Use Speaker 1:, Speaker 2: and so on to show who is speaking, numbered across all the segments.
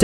Speaker 1: จ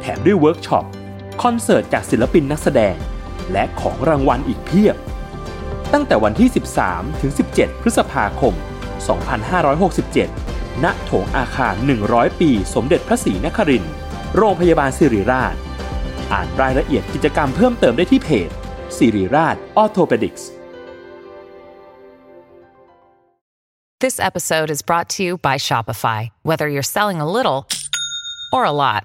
Speaker 1: แถมด้วยเวิร์กช็อป คอนเสิร์ตจากศิลปินนักแสดง และของรางวัลอีกเพียบ ตั้งแต่วันที่ 13 ถึง 17 พฤษภาคม 2567 ณ โถงอาคาร 100 ปี สมเด็จพระศรีนครินทร์ โรงพยาบาลสิริราช อ่านรายละเอียดกิจกรรมเพิ่มเติมได้ที่เพจสิริราชออโทเปดิกส์
Speaker 2: This episode is brought to you by Shopify. Whether you're selling a little or a lot,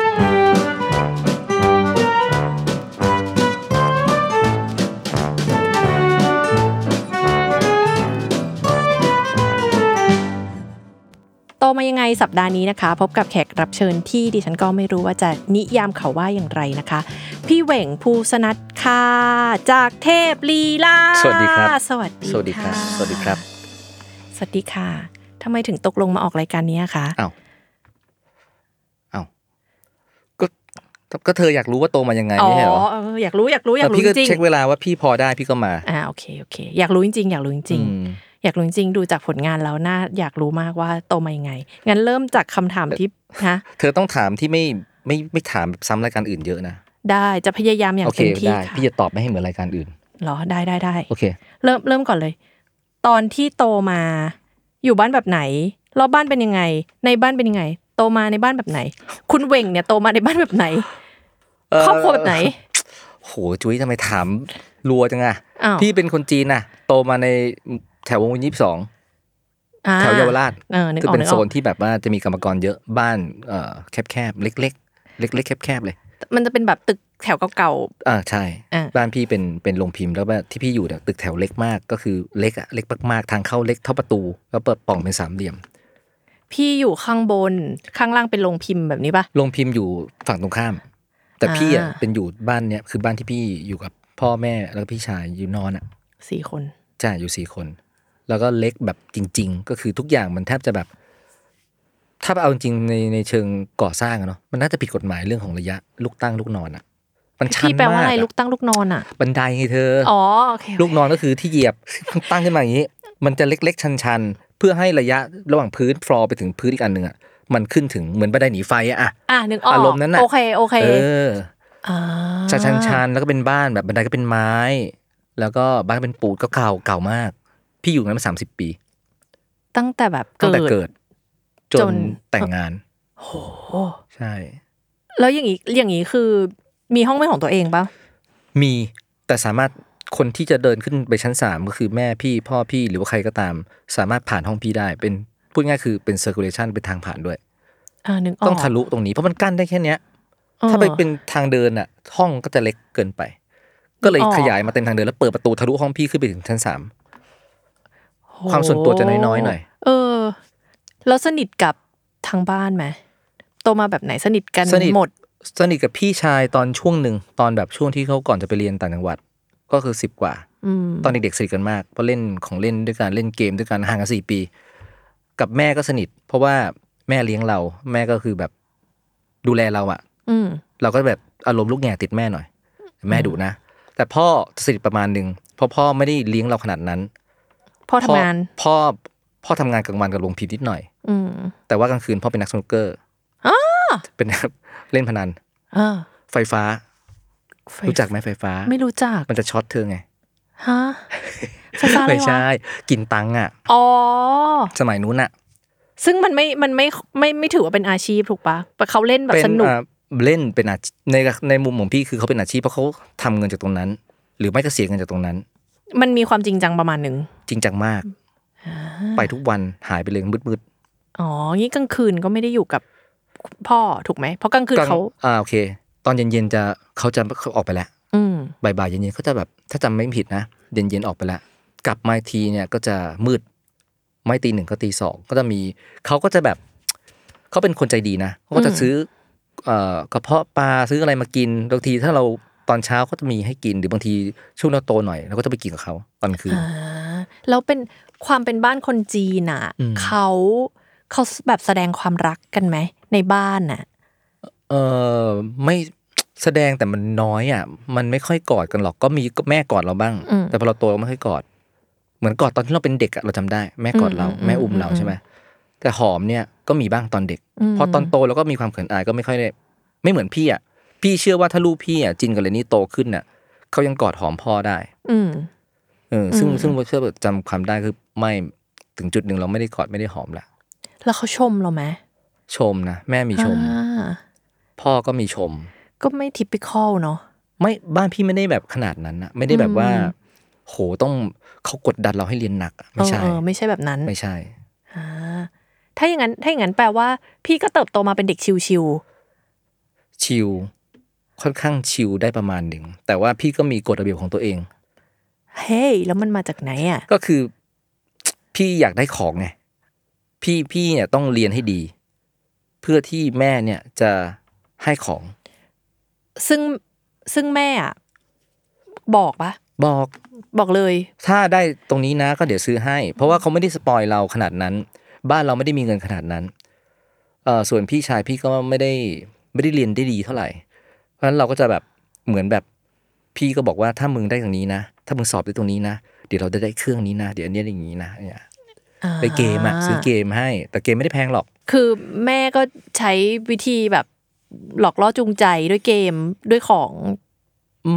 Speaker 3: โตมายังไงสัปดาห์นี้นะคะ พบกับแขกรับเชิญที่ดิฉันก็ไม่รู้ว่าจะนิยามเขาว่าอย่างไรนะคะ พี่เหว่งภูสนัทค่ะจากเทพลีลา
Speaker 4: สวัสดีครับ
Speaker 3: สวัสดี
Speaker 4: สวัสดีครับ
Speaker 3: ะ
Speaker 4: สวัสดีครับ
Speaker 3: สวัสดีค่ะทำไมถึงตกลงมาออกรายการนี้อะคะ
Speaker 4: อ้าว อ้าว ก็ ก็เธออยากรู้ว่าโตมายังไง
Speaker 3: อ๋อ
Speaker 4: ไม่ใช่เหรอ
Speaker 3: เอออยากรู้อยากรู้อยาก
Speaker 4: แต่
Speaker 3: รู้
Speaker 4: พี่ก็
Speaker 3: จริง
Speaker 4: เช็คเวลาว่าพี่พอได้พี่ก็มา
Speaker 3: อ่าโอเคโอเค อยากรู้จริงๆอยากรู้จริง
Speaker 4: อื
Speaker 3: ๆ
Speaker 4: ม
Speaker 3: อยากรู้จริงๆดูจากผลงานแล้วน่าอยากรู้มากว่าโตมายังไง งั้นเริ่มจากคำถามที่ฮะ
Speaker 4: เธอต้องถามที่ไม่ไม่ไม่ถามแบบซ้ำรายการอื่นเยอะนะ
Speaker 3: ได้จะพยายามอย่าง
Speaker 4: โอเค
Speaker 3: เต็มที่
Speaker 4: ได้
Speaker 3: ค่ะ
Speaker 4: พี่จะตอบไม่ให้เหมือนรายการอื่น
Speaker 3: เหรอได้ได้ได้
Speaker 4: โอเค
Speaker 3: เริ่มเริ่มก่อนเลย ตอนที่โตมา อยู่บ้านแบบไหนรอบบ้านเป็นยังไง ในบ้านเป็นยังไง โตมาในบ้านแบบไหน คุณเวงเนี่ยโตมาในบ้านแบบไหน
Speaker 4: เอ่อ
Speaker 3: ครอบครัวแบบไหน
Speaker 4: โหจุ้ยทำไมถามรัวจังอะ
Speaker 3: อ้าว
Speaker 4: พี่เป็นคนจีนน่ะ โตมาในแถววงเวินยี่สิบสอง
Speaker 3: อ่
Speaker 4: แถวเยาวราช
Speaker 3: เออนึก
Speaker 4: คือ
Speaker 3: อก
Speaker 4: เป็น
Speaker 3: ก
Speaker 4: โซนที่แบบว่าจะมีกรรมกรเยอะบ้านเอ่อแคบแคบๆเล็กเล็กเล็กเล็กๆแคบๆเลย
Speaker 3: มันจะเป็นแบบตึกแถวเก่า
Speaker 4: อ่าใช่
Speaker 3: อ่า
Speaker 4: บ้านพี่เป็นเป็นโรงพิมพ์แล้วแบบที่พี่อยู่เนี่ยตึกแถวเล็กมากก็คือเล็กอะเล็กมากๆทางเข้าเล็กเท่าประตู แล้วเปิดปล่องเป็นสามเหลี่ยม
Speaker 3: ๆพี่อยู่ข้างบนข้างล่างเป็นโรงพิมพ์แบบนี้ปะ
Speaker 4: โรงพิมพ์อยู่ฝั่งตรงข้าม แต่พี่อะ
Speaker 3: อ่า
Speaker 4: เป็นอยู่บ้านเนี่ยคือบ้านที่พี่อยู่กับพ่อแม่แล้วก็พี่ชายอยู่นอนอะ
Speaker 3: สี่คน
Speaker 4: จ้าอยู่สี่คน แล้วก็เล็กแบบจริง ๆ ก็คือทุกอย่างมันแทบจะแบบ ถ้าเอาจริงๆในในเชิงก่อสร้างอะเนาะมันน่าจะผิดกฎหมายเรื่องของระยะลูกตั้งลูกนอนอะมันชัน
Speaker 3: พี่แปลว่า
Speaker 4: มา
Speaker 3: อะไร
Speaker 4: ก
Speaker 3: ลูกตั้งลูกนอนอ่ะ
Speaker 4: บันไดไงเธอ
Speaker 3: อ๋อโอเคโอเค
Speaker 4: ลูกนอนก็คือที่เหยียบ ตั้งขึ้นมาอย่างนี้ มันจะเล็กๆ ชันๆ เพื่อให้ระยะระหว่างพื้นฟลอร์ไปถึงพื้นอีกอันหนึ่งอ่ะมันขึ้นถึงเหมือนบันไดหนีไฟอะอะ
Speaker 3: อ่ะนึกออก
Speaker 4: อารมณ์นั้นน่ะ
Speaker 3: โอเคโอเค
Speaker 4: เออ
Speaker 3: อ่า
Speaker 4: ชันชันๆแล้วก็เป็นบ้านแบบบันไดก็เป็นไม้ แล้วก็บ้านเป็นปูนก็เก่าเก่ามาก พี่อยู่นั้นมาสามสิบปี
Speaker 3: ตั้งแต่แบบ
Speaker 4: ตั้งแต่
Speaker 3: เกิ
Speaker 4: เกิ
Speaker 3: ด
Speaker 4: ด จ
Speaker 3: จน
Speaker 4: นแต่งงาน
Speaker 3: โห
Speaker 4: ใช่
Speaker 3: แล้วอย่างนี้อย่างนี้คือ มีห้องเป็นของตัวเองปะ
Speaker 4: มีแต่สามารถคนที่จะเดินขึ้นไปชั้นสามก็คือแม่พี่พ่อพี่หรือว่าใครก็ตาม สามารถผ่านห้องพี่ได้เป็นพูดง่ายคือเป็น circulation เป็นทางผ่านด้วย
Speaker 3: อ่านึกออก
Speaker 4: ต้องทะลุตรงนี้เพราะมันกั้นได้แค่เนี้ย
Speaker 3: ออ
Speaker 4: ถ้าไปเป็นทางเดินอ่ะ ห้องก็จะเล็กเกินไป ก็เลย
Speaker 3: อ๋อ
Speaker 4: ขยายมาเต็มทางเดินแล้วเปิดประตูทะลุห้องพี่ขึ้นไปถึงชั้นสาม ความส่วนตัวจะน้อยๆหน่อย
Speaker 3: เออ แล้วสนิทกับทางบ้านไหมโตมาแบบไหนสนิทกัน
Speaker 4: สนิท
Speaker 3: หมด
Speaker 4: สนิทกับพี่ชายตอนช่วงหนึ่งตอนแบบช่วงที่เขาก่อนจะไปเรียนต่างจังหวัด ก็คือสิบกว่า
Speaker 3: อืม
Speaker 4: ตอนเด็กๆสนิทกันมากเพราะเล่นของเล่นด้วยกันเล่นเกมด้วยกันห่างกันสี่ปี กับแม่ก็สนิท เพราะว่าแม่เลี้ยงเรา แม่ก็คือแบบดูแลเราอ่ะ
Speaker 3: อืม
Speaker 4: เราก็แบบอารมณ์ลูกแง่ติดแม่หน่อย แม่ดุนะ แต่พ่อสนิทประมาณหนึ่งเพราะพ่อไม่ได้เลี้ยงเราขนาดนั้น
Speaker 3: พ่อทำงาน
Speaker 4: พ่อพ่อทำงานกลางวันกับโรงพิมพ์นิดหน่อย
Speaker 3: อืม
Speaker 4: แต่ว่ากลางคืนพ่อเป็นนักสนุกเกอร์
Speaker 3: อ้า
Speaker 4: เป็น เล่นพนัน
Speaker 3: เออ
Speaker 4: ไฟฟ้า
Speaker 3: ไฟ
Speaker 4: รู้จักไหมไฟฟ้า
Speaker 3: ไม่รู้จัก
Speaker 4: มันจะช็อตเธอไง
Speaker 3: ฮะไฟฟ้าอะไร
Speaker 4: ไม่
Speaker 3: วะ
Speaker 4: ใช่ กินตังค์อ่ะ
Speaker 3: อ๋อ
Speaker 4: สมัยนู้นอ่ะ
Speaker 3: ซึ่งมันไม่มันไม่ไม่ไม่ถือว่าเป็นอาชีพถูกปะแต่เขาเล่นแบบ
Speaker 4: เป็น
Speaker 3: สนุก
Speaker 4: อ่า เล่นเป็นอาชีพในในมุมของพี่คือเขาเป็นอาชีพเพราะเขาทำเงินจากตรงนั้น หรือไม่ก็เสียเงินจากตรงนั้น
Speaker 3: มันมีความจริงจังประมาณหนึ่ง
Speaker 4: จริงจังมาก ไปทุกวันหายไปเลยมืดๆ
Speaker 3: อ๋องี้กลางคืนก็ไม่ได้อยู่กับพ่อถูกไหมเพราะกลางคืนเขา
Speaker 4: กลงอ่าโอเค ตอนเย็นๆจะเขาจะเขาออกไปแล้ว
Speaker 3: อืม
Speaker 4: บ่ายๆเย็นๆเขาจะแบบ ถ้าจำไม่ผิดนะเย็นๆออกไปแล้วกลับมาอีกทีเนี่ยก็จะมืด ไม่ตีหนึ่งก็ตีสองก็จะมีเขาก็จะแบบ เขาเป็นคนใจดีนะเขาก็จะ
Speaker 3: อืม
Speaker 4: ซื้อเอ่อกระเพาะปลาซื้ออะไรมากินบางทีถ้าเราตอนเช้าก็จะมีให้กินหรือบางทีช่วงเราโตหน่อยเราก็จะไปกินกับเขาตอนคืน
Speaker 3: อ่าแล้วเป็นความเป็นบ้านคนจีนอ่ะ
Speaker 4: อืม
Speaker 3: เขาเขาแบบแสดงความรักกันไหม ในบ้านอ่ะ
Speaker 4: เออไม่แสดงแต่มันน้อยอ่ะ มันไม่ค่อยกอดกันหรอกก็มีก็แม่กอดเราบ้าง
Speaker 3: อืม
Speaker 4: แต่พอเราโตเราไม่ค่อยกอด เหมือนกอดตอนที่เราเป็นเด็กอะเราจำได้ แม่กอดเรา
Speaker 3: อืมอืม
Speaker 4: แม่อุ้มเรา
Speaker 3: อืม
Speaker 4: ใช่ไหมแต่หอมเนี่ยก็มีบ้างตอนเด็กพอตอนโตเราก็มีความเขินอายก็ไม่ค่อยได้ไม่เหมือนพี่อ่ะพี่เชื่อว่าถ้าลูกพี่อ่ะจินกับเรนนี่โตขึ้นน่ะเขายังกอดหอมพ่อได้
Speaker 3: อืม
Speaker 4: เออซึ่ง
Speaker 3: อืม
Speaker 4: ซึ่งเราเชื่อว่าจำความได้คือไม่ถึงจุดหนึ่งเราไม่ได้กอดไม่ได้หอมละ
Speaker 3: แล้วเขาชมเราไหม
Speaker 4: ชมนะแม่มีชม
Speaker 3: อ่า
Speaker 4: พ่อก็มีชม
Speaker 3: ก็ไม่ทิปิคอลเนาะ
Speaker 4: ไม่บ้านพี่ไม่ได้แบบขนาดนั้นนะไม่ได้แบบว่า
Speaker 3: อืม
Speaker 4: โหต้องเขากดดันเราให้เรียนหนักอะไม่ใช่
Speaker 3: เออเออไม่ใช่แบบนั้น
Speaker 4: ไม่ใช่
Speaker 3: อ่าถ้าอย่างนั้นถ้าอย่างนั้นแปลว่า พี่ก็เติบโตมาเป็นเด็กชิว
Speaker 4: ชิลค่อนข้างชิลได้ประมาณหนึ่งแต่ว่าพี่ก็มีกฎระเบียบของตัวเอง
Speaker 3: ๆเฮ้ยแล้วมันมาจากไหนอ่ะ
Speaker 4: ก็คือ พี่อยากได้ของไงพี่พี่เนี่ยต้องเรียนให้ดี เพื่อที่แม่เนี่ยจะให้ของ
Speaker 3: ซึ่งซึ่งแม่อะบอกปะ
Speaker 4: บอก
Speaker 3: บอกเลย
Speaker 4: ถ้าได้ตรงนี้นะก็เดี๋ยวซื้อให้ เพราะว่าเขาไม่ได้สปอยเราขนาดนั้น บ้านเราไม่ได้มีเงินขนาดนั้นเออส่วนพี่ชายพี่ก็ไม่ได้ไม่ได้เรียนได้ดีเท่าไหร่ เพราะฉะนั้นเราก็จะแบบเหมือนแบบพี่ก็บอกว่าถ้ามึงได้ตรงนี้นะ ถ้ามึงสอบได้ตรงนี้นะเดี๋ยวเราจะได้เครื่องนี้นะ เดี๋ยวอันเนี้ยอย่างนี้นะเนี่ย
Speaker 3: อ่า
Speaker 4: ไปเกมอะซื้อเกมให้ แต่เกมไม่ได้แพงหรอก
Speaker 3: คือแม่ก็ใช้วิธีแบบหลอกล่อจูงใจด้วยเกมด้วยของ
Speaker 4: อื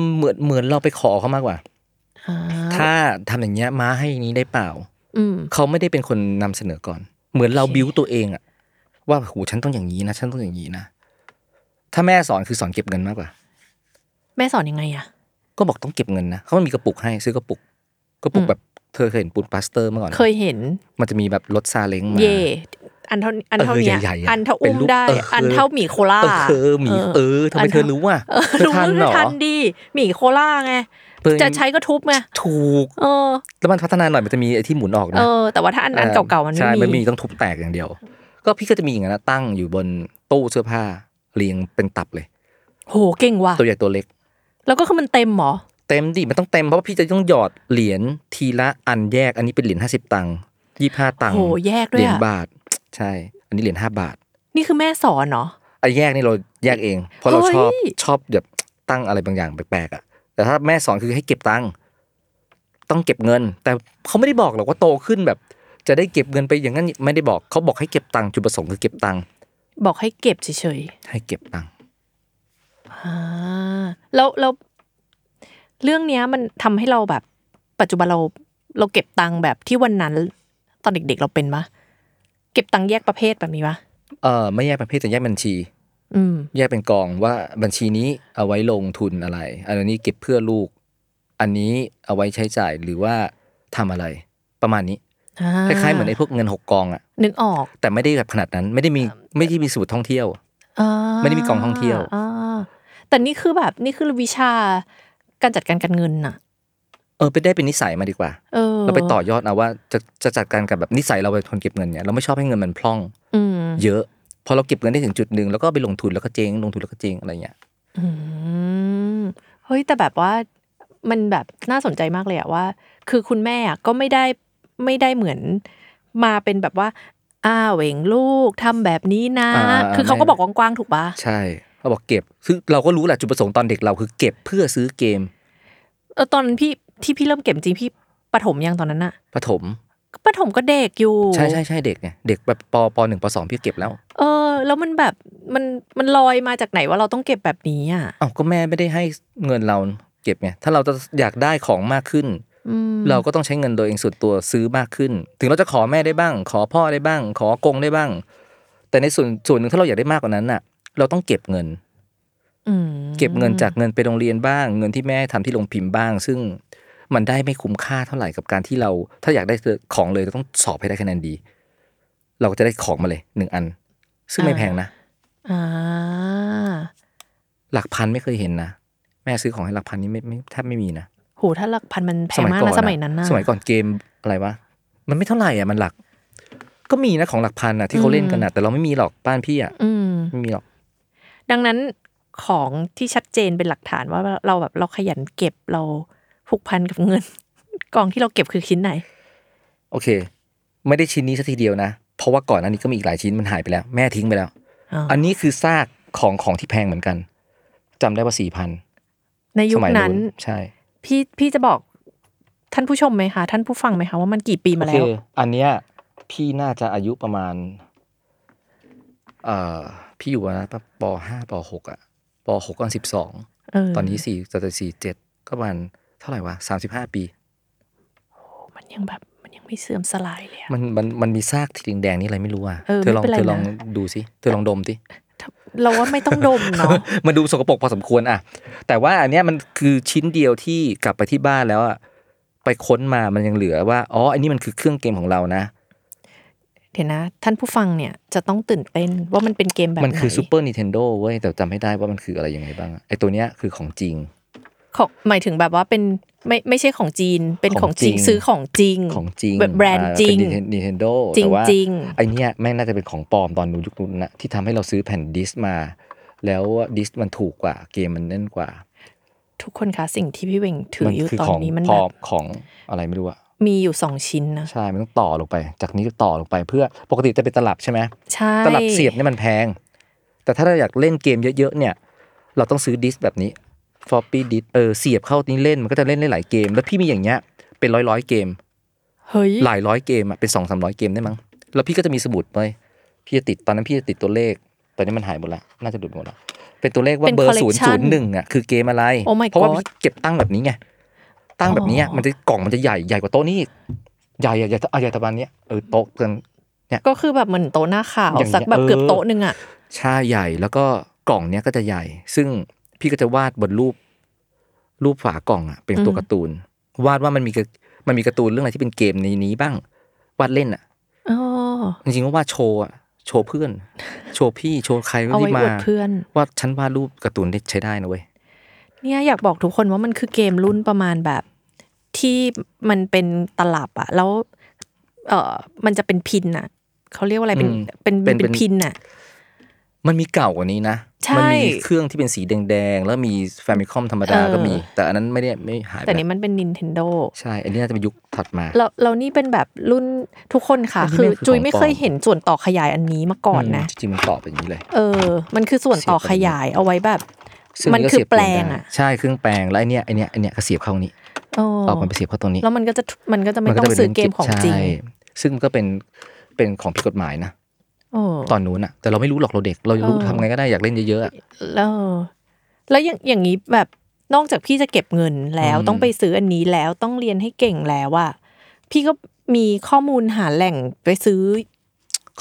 Speaker 4: มเหมือนเหมือนเราไปขอเขามากกว่า
Speaker 3: อ่า
Speaker 4: ถ้าทำอย่างเงี้ยม้าให้อย่างนี้ได้เปล่า
Speaker 3: อืม
Speaker 4: เขาไม่ได้เป็นคนนำเสนอก่อน เหมือนเรา
Speaker 3: โอเค
Speaker 4: บิวตัวเองอะว่าโหฉันต้องอย่างนี้นะ ฉันต้องอย่างนี้นะ ถ้าแม่สอนคือสอนเก็บเงินมากกว่า
Speaker 3: แม่สอนยังไงอ่ะ
Speaker 4: ก็บอกต้องเก็บเงินนะเขามันมีกระปุกให้ซื้อกระปุกกระปุก
Speaker 3: อืม
Speaker 4: แบบเธอเคยเห็นปูนปลาสเตอร์เมื่อก่อนไหม
Speaker 3: เคยเห็น
Speaker 4: มันจะมีแบบรถซาเล้งมา
Speaker 3: เย่อันเท่าอันเท่าเนี้ย
Speaker 4: เออใหญ่ๆอะ
Speaker 3: อันเท่า
Speaker 4: เป็
Speaker 3: อุ้
Speaker 4: น
Speaker 3: ม
Speaker 4: รูป
Speaker 3: ได้
Speaker 4: เออ
Speaker 3: อันเท่าหมีโคล่า
Speaker 4: เออเธอหมีเออทำไมเธอรู้ว่า
Speaker 3: เออ
Speaker 4: เธอ
Speaker 3: รู้
Speaker 4: ทันเหรอ
Speaker 3: ทันดีหมีโคล่าไง
Speaker 4: เพิ่ง
Speaker 3: จะใช้ก็ทุบไง
Speaker 4: ถูก
Speaker 3: เออ
Speaker 4: แล้วมันพัฒนาหน่อยมันจะมีไอ้ที่หมุนออก
Speaker 3: เอ
Speaker 4: นะ
Speaker 3: อ แต่ว่าถ้าอันอันเก่าๆมัน
Speaker 4: ใช่
Speaker 3: ไม่
Speaker 4: ไม่มี
Speaker 3: มี
Speaker 4: ต้องทุบแตกอย่างเดียว ก็พี่ก็จะมีอย่างนั้นนะตั้งอยู่บนตู้เสื้อผ้าเรียงเป็นตับเลย
Speaker 3: โหเก่งว่ะ
Speaker 4: ตัวใหญ่ตัวเล็ก
Speaker 3: แล้วก็คือมันเต็มเหรอ
Speaker 4: เต็มดิมันต้องเต็มเพราะว่าพี่จะต้องหยอดเหรียญทีละอันแยก อันนี้เป็นเหรียญห้าสิบตังค์ยี่ห้าตังค์
Speaker 3: โหแยกด้วยอะ
Speaker 4: เหรียญบาท ใช่ อันนี้เหรียญห้าบาท
Speaker 3: นี่คือแม่สอนเหรอ
Speaker 4: ไอ้แยกนี่เราแยกเองเพราะเรา
Speaker 3: เฮ้ย
Speaker 4: ชอบชอบแบบตั้งอะไรบางอย่างแปลกๆอ่ะแต่ถ้าแม่สอนคือให้เก็บตังค์ต้องเก็บเงิน แต่เขาไม่ได้บอกหรอกว่าโตขึ้นแบบ จะได้เก็บเงินไปอย่างนั้นไม่ได้บอกเขาบอกให้เก็บตังค์จุดประสงค์คือเก็บตังค์
Speaker 3: บอกให้เก็บเฉย
Speaker 4: ให้เก็บตังค์
Speaker 3: ๆอ่าแล้วแล้วเรื่องเนี้ยมันทำให้เราแบบ ปัจจุบันเราเราเก็บตังค์แบบที่วันนั้น ตอนเด็กๆเราเป็นปะเก็บตังค์แยกประเภทแบบนี้ปะ
Speaker 4: เออไม่แยกประเภทแต่แยกบัญชี
Speaker 3: อืม
Speaker 4: แยกเป็นกองว่าบัญชีนี้เอาไว้ลงทุนอะไร อันนี้เก็บเพื่อลูก อันนี้เอาไว้ใช้จ่ายหรือว่าทำอะไร ประมาณนี้
Speaker 3: อ่
Speaker 4: คล้ายๆเหมือนไอ้พวกเงินหกกองอะ
Speaker 3: นึกออก
Speaker 4: แต่ไม่ได้แบบขนาดนั้นไม่ได้มีไม่ได้มีสูตรท่องเที่ยว
Speaker 3: อ่า
Speaker 4: ไม่ได้มีกองท่องเที่ยว
Speaker 3: าแต่นี่คือแบบนี่คือวิชาการจัดการการเงินน่ะ
Speaker 4: เออไปได้เป็นนิสัยมาดีกว่า
Speaker 3: เออ
Speaker 4: เราไปต่อยอดเอาว่าจะจะจัดการกับแบบนิสัยเราเป็นคนเก็บเงินเนี่ยเราไม่ชอบให้เงินมันพร่อง
Speaker 3: อืม
Speaker 4: เยอะพอเราเก็บเงินได้ถึงจุดหนึ่งแล้วก็ไปลงทุนแล้วก็เจ๊งลงทุนแล้วก็เจ๊งอะไรเงี้ย
Speaker 3: อืมเฮ้ยแต่แบบว่ามันแบบน่าสนใจมากเลยอะว่า คือคุณแม่อะก็ไม่ได้ไม่ได้เหมือนมาเป็นแบบว่า อ้าวเหวงลูกทำแบบนี้นะ
Speaker 4: า
Speaker 3: คือเขาก็
Speaker 4: แม่
Speaker 3: บอกกว้างๆถูกปะ
Speaker 4: ใช่เราบอกเก็บคือเราก็รู้แหละจุดประสงค์ตอนเด็กเราคือเก็บเพื่อซื้อเกม
Speaker 3: เออตอนนั้นพี่ที่พี่เริ่มเก็บจริงพี่ปฐมยังตอนนั้นอะ
Speaker 4: ปฐม
Speaker 3: ปฐมก็เด็กอยู่
Speaker 4: ใช่ใช่ใช่เด็กไงเด็กแบบปปหนึ่งปสองพี่เก็บแล้ว
Speaker 3: เออ แล้วมันแบบมันมันลอยมาจากไหนว่าเราต้องเก็บแบบนี้อ่ะ
Speaker 4: อ้าวก็แม่ไม่ได้ให้เงินเราเก็บไงถ้าเราจะอยากได้ของมากขึ้น
Speaker 3: อืม
Speaker 4: เราก็ต้องใช้เงินโดยเองส่วนตัวซื้อมากขึ้น ถึงเราจะขอแม่ได้บ้าง ขอพ่อได้บ้าง ขอกงได้บ้าง แต่ในส่วนส่วนหนึ่งถ้าเราอยากได้มากกว่านั้นน่ะ เราต้องเก็บเงิน
Speaker 3: อืม
Speaker 4: เก็บเงินจากเงินไปโรงเรียนบ้าง เงินที่แม่ทำที่โรงพิมพ์บ้าง ซึ่งมันได้ไม่คุ้มค่าเท่าไหร่กับการที่เรา ถ้าอยากได้ของเลยเราต้องสอบให้ได้คะแนนดี เราก็จะได้ของมาเลยหนึ่งอัน ซึ่งไม่แพงนะ
Speaker 3: อ่า
Speaker 4: หลักพันไม่เคยเห็นนะ แม่ซื้อของให้หลักพันนี่ไม่ไม่แทบไม่มีนะ
Speaker 3: โหถ้าหลักพันมันแพงมาก
Speaker 4: ก่อ
Speaker 3: นะสมัยนั้นนะ
Speaker 4: สมัยก่อนเกมอะไรวะ มันไม่เท่าไหร่อ่ะมันหลัก ก็มีนะของหลักพันอ่ะที่เขาเล่นกันอ่ะแต่เราไม่มีหรอกบ้านพี่อ่ะ
Speaker 3: อืม
Speaker 4: ไม่มีหรอก
Speaker 3: ดังนั้นของที่ชัดเจนเป็นหลักฐานว่าเราแบบเราขยันเก็บเราผูกพันกับเงิน กองที่เราเก็บคือชิ้นไหน
Speaker 4: โอเค ไม่ได้ชิ้นนี้สักทีเดียวนะ เพราะว่าก่อนอันนี้ก็มีอีกหลายชิ้นมันหายไปแล้ว แม่ทิ้งไปแล้ว
Speaker 3: อ้าว
Speaker 4: อันนี้คือซากของของที่แพงเหมือนกันจำได้ว่าสี่พัน
Speaker 3: ในยุ
Speaker 4: ส
Speaker 3: ค
Speaker 4: มัย
Speaker 3: นั้น
Speaker 4: ใช่
Speaker 3: พี่พี่จะบอกท่านผู้ชมไหมคะ ท่านผู้ฟังไหมคะว่ามันกี่ปีมา
Speaker 4: โอเค
Speaker 3: แล้ว
Speaker 4: อันเนี้ยพี่น่าจะอายุประมาณ เอ่อพี่อยู่นะปห้าปหกอ่ะปหกก็สิบสอง
Speaker 3: เออ
Speaker 4: ตอนนี้สี่จะจะสี่เจ็ดก็ประมาณเท่าไหร่วะสามสิบห้าปี
Speaker 3: มันยังแบบมันยังไม่เสื่อมสลายเลยอะ
Speaker 4: มันมันมันมีซากทีแดงๆนี่อะไรไม่รู้อ่ะ
Speaker 3: เออ
Speaker 4: เธอลอง
Speaker 3: ไม่เป็นไร
Speaker 4: เธอลอง
Speaker 3: นะ
Speaker 4: ดูสิเธอลองดมสิ
Speaker 3: เราว่าไม่ต้องดมเนาะ
Speaker 4: มันดูสกปรกพอสมควรอ่ะ แต่ว่าอันเนี้ยมันคือชิ้นเดียวที่กลับไปที่บ้านแล้วอ่ะไปค้นมามันยังเหลือว่าอ๋ออันนี้มันคือเครื่องเกมของเรานะ
Speaker 3: เดี๋ยวนะ ท่านผู้ฟังเนี่ยจะต้องตื่นเต้นว่ามันเป็นเกมแบบไหน
Speaker 4: มันคือซูเปอร์นินเทนโดเว้ยแต่จำไม่ได้ว่ามันคืออะไรยังไงบ้างอะไอตัวเนี้ยคือของจริง
Speaker 3: ของหมายถึงแบบว่าเป็นไม่ไม่ใช่ของจีนเป็น
Speaker 4: ข
Speaker 3: ข
Speaker 4: อ
Speaker 3: องง
Speaker 4: จ
Speaker 3: จ
Speaker 4: ริ
Speaker 3: ริ
Speaker 4: ง
Speaker 3: งซื้อของจริง
Speaker 4: ของจริง
Speaker 3: แบบแบรนด์จริง
Speaker 4: นินเทนโด
Speaker 3: จริง
Speaker 4: แต่ว่า
Speaker 3: จริง
Speaker 4: ไอเนี้ยแม่งน่าจะเป็นของปลอมตอนนู้นยุคนู้นนะที่ทำให้เราซื้อแผ่นดิสก์มา แล้วดิสก์มันถูกกว่าเกมมันแน่นกว่า
Speaker 3: ทุกคนคะสิ่งที่พี่เวงถือ
Speaker 4: มั
Speaker 3: อยู่
Speaker 4: คือ
Speaker 3: ตอ
Speaker 4: ข
Speaker 3: น
Speaker 4: อง
Speaker 3: นี้มัน
Speaker 4: ปล
Speaker 3: แบ
Speaker 4: อบ มของอะไรไม่รู้อะ
Speaker 3: มีอยู่สองชิ้นนะ
Speaker 4: ใช่ มันต้องต่อลงไป จากนี้ก็ต่อลงไปเพื่อปกติจะเป็นตลับใช่ไหม
Speaker 3: ใช่
Speaker 4: ตลับเสียบเนี่ยมันแพง แต่ถ้าเราอยากเล่นเกมเยอะๆเนี่ย เราต้องซื้อดิสก์แบบนี้ floppy disk เออเสียบเข้านี้เล่นมันก็จะเล่นได้หลายเกม แล้วพี่มีอย่างเงี้ยเป็นร้อยร้อยๆเกม
Speaker 3: เฮ้ย
Speaker 4: หลายร้อยเกมอะเป็นสองสามร้อยเกมได้มั้ง แล้วพี่ก็จะมีสมุดไว้พี่จะติดตอนนั้นพี่จะติดตัวเลข ตอนนี้มันหายหมดละ น่าจะหลุดหมดละเป็นตัวเลขว่า
Speaker 3: เป็น
Speaker 4: เบอร์ศูนย์ศู
Speaker 3: collection
Speaker 4: นย์หนึ่งอะคือเกมอะไร
Speaker 3: Oh my
Speaker 4: เพราะว่า
Speaker 3: God
Speaker 4: พี่เก็บตั้งแบบนี้ไง ตั้งแบบนี้อะมันจะกล่องมันจะใหญ่ใหญ่กว่าโต๊ะนี้อีกใหญ่ใหญ่ใหญ่เอาใหญ่ตะบันเนี้ยเออโต๊ะกัน
Speaker 3: ก็คือแบบเหมือนโต๊ะหน้าข่าว
Speaker 4: อย่างเงี้ย
Speaker 3: สักแบบ
Speaker 4: เออ
Speaker 3: เกือบโต๊ะหนึ่งอ่ะ
Speaker 4: ใช่ใหญ่แล้วก็กล่องเนี้ยก็จะใหญ่ ซึ่งพี่ก็จะวาดบนรูป รูปฝากล่องอะเป็นตัว
Speaker 3: อืม
Speaker 4: การ์ตูน วาดว่ามันมีกระมันมีการ์ตูนเรื่องอะไรที่เป็นเกมในนี้บ้างวาดเล่นอะ
Speaker 3: อ๋อ
Speaker 4: จริงๆก็ว่าดโชว์อะโชว์เพื่อน โชว์พี่โชว์ใคร
Speaker 3: เอา
Speaker 4: ที่
Speaker 3: ไว้
Speaker 4: มา
Speaker 3: อวดเพื่อน
Speaker 4: ว่าฉันวาดรูปการ์ตูนได้ใช้ได้นะเว้ย
Speaker 3: เนี่ยอยากบอกทุกคนว่ามันคือเกมรุ่นประมาณแบบที่มันเป็นตลับอะแล้ว เออมันจะเป็นพินอะเขาเรียกว่าอะไรเป็น
Speaker 4: อืม
Speaker 3: เป็น
Speaker 4: เป็นเป็
Speaker 3: เป็น นพินอะ
Speaker 4: มันมีเก่ากว่านี้นะ
Speaker 3: ใช่
Speaker 4: มัมีเครื่องที่เป็นสีแดงๆ แล้วมีแฟมิคอมธรรมดาก็มี แต่อันนั้นไม่ได้ไม่หายไป
Speaker 3: แต่นี้มันเป็น Nintendo
Speaker 4: ใช่ อันนี้น่าจะเป็นยุคถัดมา
Speaker 3: เราเรานี่เป็นแบบรุ่นทุกคนค่ะ
Speaker 4: อันนี้
Speaker 3: คือ
Speaker 4: แม่งคือ
Speaker 3: จุย
Speaker 4: ของ
Speaker 3: ไม่
Speaker 4: ปลอม
Speaker 3: เคยเห็นส่วนต่อขยายอันนี้มาก่อนนะ
Speaker 4: จริงๆมันตอบอย่างนี้เลย
Speaker 3: เออ มันคือส่วนต่อขยายเอาไว้แบบ
Speaker 4: ซึ่ง
Speaker 3: มัน
Speaker 4: ก็
Speaker 3: คือ
Speaker 4: เสียบ
Speaker 3: แปล
Speaker 4: เได้
Speaker 3: งอะ
Speaker 4: ใช่เครื่องแปลงแล้วไอเนี้ยไอเนี้ยไอเนี้ยก็เสียบเข้านี้
Speaker 3: โอ้
Speaker 4: ตอกมันไปเสียบเข้าตัวนี้
Speaker 3: แล้วมันก็จะมันก็จะไม่
Speaker 4: น
Speaker 3: ต้อง
Speaker 4: จะป็น
Speaker 3: ซื้อเกมของจริง
Speaker 4: ใช่ซึ่งมันก็เป็นเป็นของผิดกฎหมายนะ
Speaker 3: โอ้
Speaker 4: ตอนนู้นอะแต่เราไม่รู้หรอกเราเด็ก เรารู้
Speaker 3: เออ
Speaker 4: ทำไงก็ได้อยากเล่นเยอะๆอะ
Speaker 3: แล้วแล้วอย่างอย่างนี้แบบนอกจากพี่จะเก็บเงินแล้ว
Speaker 4: อืม
Speaker 3: ต้องไปซื้ออันนี้แล้วต้องเรียนให้เก่งแล้วอะพี่ก็มีข้อมูลหาแหล่งไปซื้อ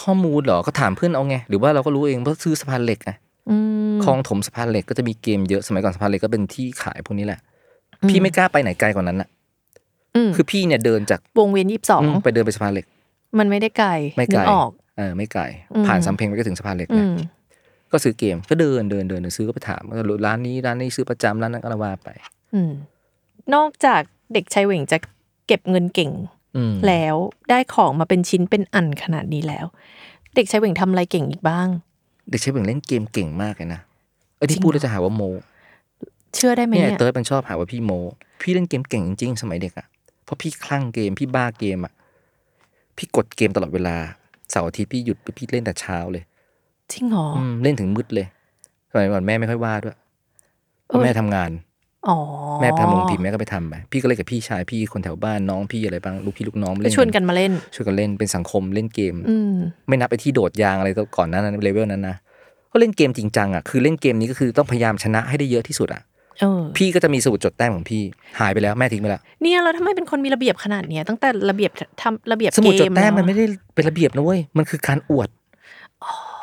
Speaker 4: ข้อมูลเหรอ ก็ถามเพื่อนเอาไง หรือว่าเราก็รู้เองเพราะซื้อสะพานเหล็กไง
Speaker 3: อืม
Speaker 4: คลองถมสะพานเหล็กก็จะมีเกมเยอะ สมัยก่อนสะพานเหล็กก็เป็นที่ขายพวกนี้แหละ พี่ไม่กล้าไปไหนไกลกว่านั้นอ่ะ
Speaker 3: อืม
Speaker 4: คือพี่เนี่ยเดินจาก
Speaker 3: วงเวียนยี่สิบสอง
Speaker 4: มไปเดินไปสะพานเหล็ก
Speaker 3: มันไม่ได้ไกล
Speaker 4: ไม่ไก
Speaker 3: นึ
Speaker 4: ล
Speaker 3: ออก
Speaker 4: เออไม่ไกล
Speaker 3: อืม
Speaker 4: ผ่านสำเพ็งไปก็ถึงสะพานเหล็ก
Speaker 3: อื
Speaker 4: นะ
Speaker 3: ม
Speaker 4: ก็ซื้อเกม ก็เดินเดินเดินเดินซื้อก็ไปถามว่าร้านนี้ร้านนี้ซื้อประจำร้านนั้นก็ว่าไป
Speaker 3: อืม นอกจากเด็กชายเหว่งจะเก็บเงินเก่ง
Speaker 4: อืม
Speaker 3: แล้วได้ของมาเป็นชิ้นเป็นอันขนาดนี้แล้ว เด็กชายเหว่งทำอะไรเก่งอีกบ้าง
Speaker 4: เด็กใช้เบ่งเล่นเกมเก่งมากเลยนะไอ้ที่พูดเราจะหาว่าโม
Speaker 3: เชื่อได้ไหม
Speaker 4: เนี่ย
Speaker 3: เนี่ย
Speaker 4: เติร์ดมันชอบหาว่าพี่โม พี่เล่นเกมเก่งจริงๆสมัยเด็กอ่ะเพราะพี่คลั่งเกมพี่บ้าเกมอ่ะพี่กดเกมตลอดเวลาเสาร์อาทิตย์พี่หยุดพี่เล่นแต่เช้าเลย
Speaker 3: จริงเหรอ
Speaker 4: มเล่นถึงมืดเลยสมัยก่อนแม่ไม่ค่อยว่าด้วยเพราะ
Speaker 3: เอ้ย
Speaker 4: แม่ทำงาน
Speaker 3: อ๋อ
Speaker 4: แม่ไปทำโรงพิมพ์แม่ก็ไปทำไปพี่ก็เล่นกับพี่ชายพี่คนแถวบ้านน้องพี่อะไรบ้างลูกพี่ลูกน้อง
Speaker 3: ก็
Speaker 4: เล่น
Speaker 3: ชวนกันมาเล่น
Speaker 4: ชวนกันเล่นเป็นสังคมเล่นเกม
Speaker 3: อืม
Speaker 4: ไม่นับไปที่โดดยางอะไรก่อนหนั้านเลเวลนั้นนะก็เล่นเกมจริงจังอ่ะคือเล่นเกมนี้ก็คือต้องพยายามชนะให้ได้เยอะที่สุดอ่ะ
Speaker 3: เออ
Speaker 4: พี่ก็จะมีสมุดจดแต้มของพี่หายไปแล้วแม่ทิ้งไปแล้ว
Speaker 3: เนี่ยเราทำไมเป็นคนมีระเบียบขนาดเนี้ยตั้งแต่ระเบียบทำระเบียบ
Speaker 4: สมุดจด
Speaker 3: เก
Speaker 4: แต้มมัน
Speaker 3: เอะ
Speaker 4: ไม่ได้เป็นระเบียบนะเว้ยมันคือการอวด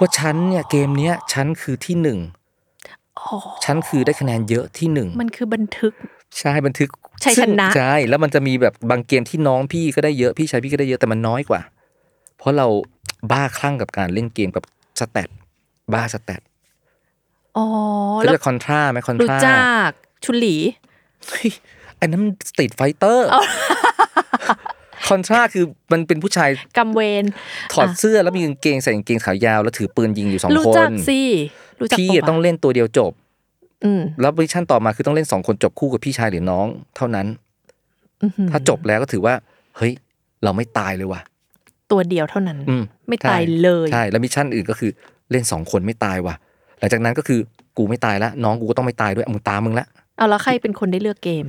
Speaker 4: ว่าฉันเนี่ยเกมเนี้ยฉันคือที่หนึ่งฉันคือได้คะแนนเยอะที่หนึ่ง
Speaker 3: มันคือบันทึก
Speaker 4: ใช่บันทึก
Speaker 3: ชัยชนะ
Speaker 4: ซึ่งใช่แล้วมันจะมีแบบบางเกมที่น้องพี่ก็ได้เยอะพี่ชายพี่ก็ได้เยอะแต่มันน้อยกว่า เพราะเราบ้าคลั่งกับการเล่นเกมกับสแตทบ้าสแตท
Speaker 3: อ๋อ
Speaker 4: ก็
Speaker 3: แล้ว
Speaker 4: จะคอนทราไหมคอนท
Speaker 3: รู้
Speaker 4: รา
Speaker 3: จักชุนหลี
Speaker 4: อันนั้นสตรีทไฟเตอ ร์คอนทราคือมันเป็นผู้ชาย
Speaker 3: กัมเวน
Speaker 4: ถอดเสื้อแล้วมีกางเกงใส่กางเกงขายาว แล้วถือปืนยิงอยู่สอง
Speaker 3: รู้
Speaker 4: ค
Speaker 3: จัก
Speaker 4: น
Speaker 3: สิรู้จัก
Speaker 4: พี่
Speaker 3: ปะวะ
Speaker 4: ต้องเล่นตัวเดียวจบ
Speaker 3: อืม
Speaker 4: แล้วมิชชั่นต่อมาคือต้องเล่นสองคนจบคู่กับพี่ชายหรือน้อง เท่านั้น
Speaker 3: อื้อหือ
Speaker 4: ถ้าจบแล้วก็ถือว่า เฮ้ย เราไม่ตายเลยว่ะ
Speaker 3: ตัวเดียวเท่านั้น
Speaker 4: อืม
Speaker 3: ไม่
Speaker 4: ใช่
Speaker 3: ตายเลย
Speaker 4: ใช่แล้วมิชชั่นอื่นก็คือเล่นสองคนไม่ตายว่ะ หลังจากนั้นก็คือกูไม่ตายละน้องกูก็ต้องไม่ตายด้วยอ่ะมึงตามมึงละ
Speaker 3: เอาแล้วใครเป็นคนได้เลือกเกม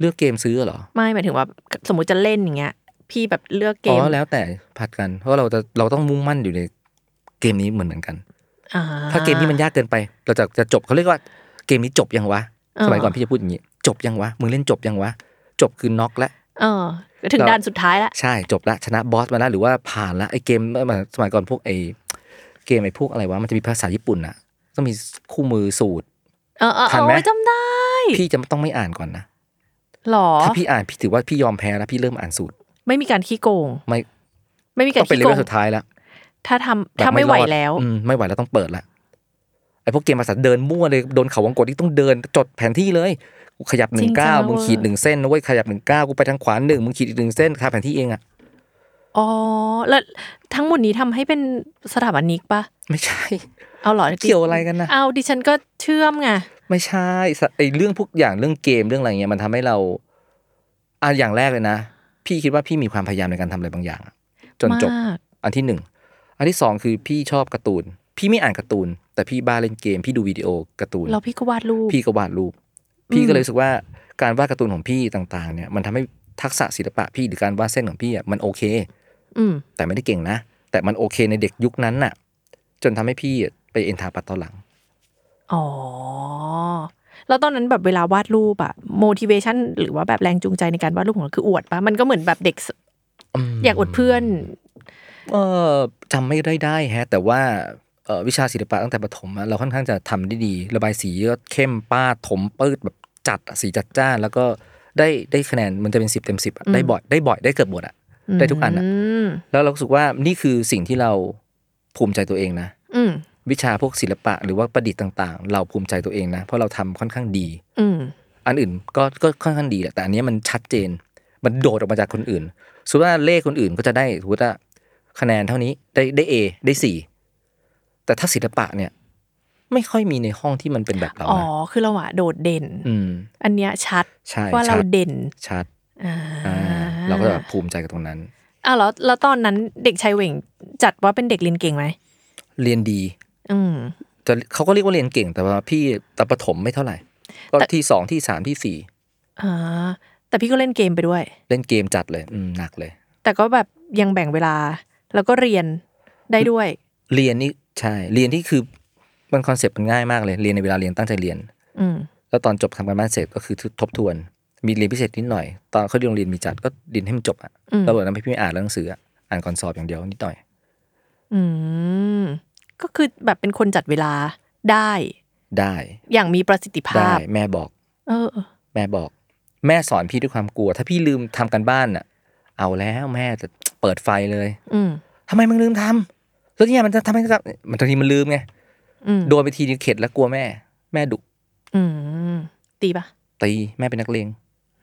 Speaker 4: เลือกเกมซื้อเหรอ
Speaker 3: ไม่หมายถึงว่าสมมติจะเล่นอย่างเงี้ย พี่แบบเลือกเก
Speaker 4: อ๋
Speaker 3: ม
Speaker 4: อแล้วแต่ผัดกันเพราะเราจะเราต้องมุ่งมั่นอยู่ในเกมนี้เหมือนเหมือนกัน
Speaker 3: อ่
Speaker 4: ถ้าเกมนี้มันยากเกินไป เราจะจะจบเขาเรียกว่าเกมนี้จบยังวะสมัยก่อนพี่จะพูดอย่างนี้ จบยังวะมึงเล่นจบยังวะจบคือน็อกแล้ว
Speaker 3: เออถึง
Speaker 4: เรา
Speaker 3: ด่านสุดท้ายละ
Speaker 4: ใช่จบละชนะบอสมาแล้วหรือว่าผ่านละไอเกมเมื่อสมัยก่อนพวกไอเกมไอพวกอะไรวะมันจะมีภาษาญี่ปุ่นอะต้องมีคู่มือสูตร
Speaker 3: เออเออ
Speaker 4: ทัน
Speaker 3: เออ
Speaker 4: ไหม
Speaker 3: ไว้จำได้
Speaker 4: พี่จะต้องไม่อ่านก่อนนะ
Speaker 3: หรอ
Speaker 4: ถ้าพี่อ่านพี่ถือว่าพี่ยอมแพ้แล้วพี่เริ่มอ่านสูตร
Speaker 3: ไม่มีการขี้โกง
Speaker 4: ไม่
Speaker 3: ไม่มีการ
Speaker 4: ต้องเป็น
Speaker 3: ขี้
Speaker 4: เล
Speaker 3: โก
Speaker 4: เว
Speaker 3: ง
Speaker 4: ลสุดท้ายแล้ว
Speaker 3: ถ้าทำ
Speaker 4: แบบ
Speaker 3: ถ้าไม่ไหว
Speaker 4: รอด
Speaker 3: แล้ว
Speaker 4: อืมไม่ไหวแล้วต้องเปิดละไอพวกเกมภาษาเดินมั่วเลยโดนเขาวงกดที่ต้องเดินจดแผนที่เลยกูขยับห
Speaker 3: จริ
Speaker 4: นึ่
Speaker 3: ง
Speaker 4: งเก้า
Speaker 3: จังนะ
Speaker 4: มึงขีด
Speaker 3: เว้ย
Speaker 4: หนึ่งเส้นนะเว้ยขยับหนึ่งเก้ากูไปทางขวาหนึ่งมึงขีดอีกหนึ่งเส้นค่าแผนที่เองอ่ะ
Speaker 3: อ๋อแล้วทั้งหมดนี้ทำให้เป็นสถาบันนิกปะ
Speaker 4: ไม่ใช่
Speaker 3: เอาหรอดิ
Speaker 4: เกี่ยวอะไรกันน่ะ
Speaker 3: เอาดิฉันก็เชื่อมไง
Speaker 4: ไม่ใช่สไอเรื่องพวกอย่างเรื่องเกมเรื่องอะไรเงี้ยมันทำให้เราอ่ะอย่างแรกเลยนะ พี่คิดว่าพี่มีความพยายามในการทำอะไรบางอย่างอะจนจบ
Speaker 3: มาก
Speaker 4: อันที่หนึ่ง อันที่สองคือพี่ชอบการ์ตูน พี่ไม่อ่านการ์ตูน แต่พี่บ้าเล่นเกม พี่ดูวิดีโอการ์ตูน
Speaker 3: แล้วพี่ก็วาดรูป
Speaker 4: พี่ก็วาดรูป
Speaker 3: อืม
Speaker 4: พี่ก็เลยรู้สึกว่าการวาดการ์ตูนของพี่ต่างๆ เนี่ยมันทำให้ทักษะศิลปะพี่หรือการวาดเส้นของพี่อ่ะมันโอเค
Speaker 3: อืม
Speaker 4: แต่ไม่ได้เก่งนะ แต่มันโอเคในเด็กยุคนั้นน่ะ จนทำให้พี่อ่ะไปเอ็นทาปัดตอนหลัง
Speaker 3: อ๋อ แล้วตอนนั้นแบบเวลาวาดรูปอะ motivation หรือว่าแบบแรงจูงใจในการวาดรูปของเราคืออวดปะมันก็เหมือนแบบเด็กส
Speaker 4: อืม
Speaker 3: อยากอวดเพื่อน
Speaker 4: เออจำไม่ได้ได้แฮะ แต่ว่าเอ่อวิชาศิลปะตั้งแต่ประถมอะเราค่อนข้างจะทำได้ดี ระบายสีก็เข้มป้าดถมปืดแบบจัดอะสีจัดจ้าน แล้วก็ได้ได้คะแนนมันจะเป็นสิบเต็มสิบได้บ่อยได้บ่อยได้เกือบหมดอะได้ทุกอันอะ
Speaker 3: อืม
Speaker 4: แล้วเรารู้สึกว่านี่คือสิ่งที่เราภูมิใจตัวเองนะ
Speaker 3: อืม
Speaker 4: วิชาพวกศิลปะหรือว่าประดิษฐ์ต่างๆ เราภูมิใจตัวเองนะ เพราะเราทำค่อนข้างดี
Speaker 3: อืม
Speaker 4: อันอื่นก็ก็ค่อนข้างดีแหละแต่อันเนี้ยมันชัดเจน มันโดดออกมาจากคนอื่นสมมติว่าเลขคนอื่นก็จะได้สมมติว่าคะแนนเท่านี้ได้ได้ A ได้ 4 แต่ถ้าศิลปะเนี่ย ไม่ค่อยมีในห้องที่มันเป็นแบบเรา
Speaker 3: อ๋อ
Speaker 4: นะ
Speaker 3: คือเราอะโดดเด่น
Speaker 4: อืม
Speaker 3: อันเนี้ยชัด
Speaker 4: ใช่
Speaker 3: ว่าเรา
Speaker 4: ชัด
Speaker 3: เด่น
Speaker 4: ชัด
Speaker 3: อ่า
Speaker 4: อ่าเราก็จะแบบภูมิใจกับตรงนั้น
Speaker 3: อ้าวแล้วแล้วตอนนั้นเด็กชายเหว่งจัดว่าเป็นเด็กเรียนเก่งไหม
Speaker 4: เรียนดี
Speaker 3: อืม
Speaker 4: จะเขาก็เรียกว่าเรียนเก่งแต่ว่าพี่แต่ประถมไม่เท่าไหร่ ก็
Speaker 3: แต่
Speaker 4: ที่สองที่สามที่สี่
Speaker 3: อ่า แต่พี่ก็เล่นเกมไปด้วย
Speaker 4: เล่นเกมจัดเลย อืมหนักเลย
Speaker 3: แต่ก็แบบยังแบ่งเวลา แล้วก็เรียนได้ด้วย
Speaker 4: เรียนนี่ใช่เรียนที่คือมันคอนเซ็ปต์มันง่ายมากเลยเรียนในเวลาเรียนตั้งใจเรียน
Speaker 3: อืม
Speaker 4: แล้วตอนจบทำการบ้านเสร็จก็คือทบทวน มีเรียนพิเศษนิดหน่อย ตอนเขาเรียนโรงเรียนมีจัดก็เรียนให้มันจบอ่ะ
Speaker 3: อืม
Speaker 4: แล้ววันนั้นพี่ไม่อ่านหนังสืออะอ่านก่อนสอบอย่างเดียวนิดหน่อย
Speaker 3: อืม ก็คือแบบเป็นคนจัดเวลาได้
Speaker 4: ได้
Speaker 3: อย่างมีประสิทธิภา
Speaker 4: ได้
Speaker 3: พ
Speaker 4: แม่บอก
Speaker 3: เออเออ
Speaker 4: แม่บอก แม่สอนพี่ด้วยความกลัว ถ้าพี่ลืมทำการบ้านอ่ะ เอาแล้วแม่จะเปิดไฟเลย
Speaker 3: อืม
Speaker 4: ทำไมมึงลืมทำแล้วเนี่ยมันจะทำให้กับมันบางทีมันลืมไง
Speaker 3: อืม
Speaker 4: โดนไปทีนึงเข็ดแล้วกลัวแม่ แม่ดุ
Speaker 3: อืม ตีปะ
Speaker 4: ตีแม่เป็นนักเลง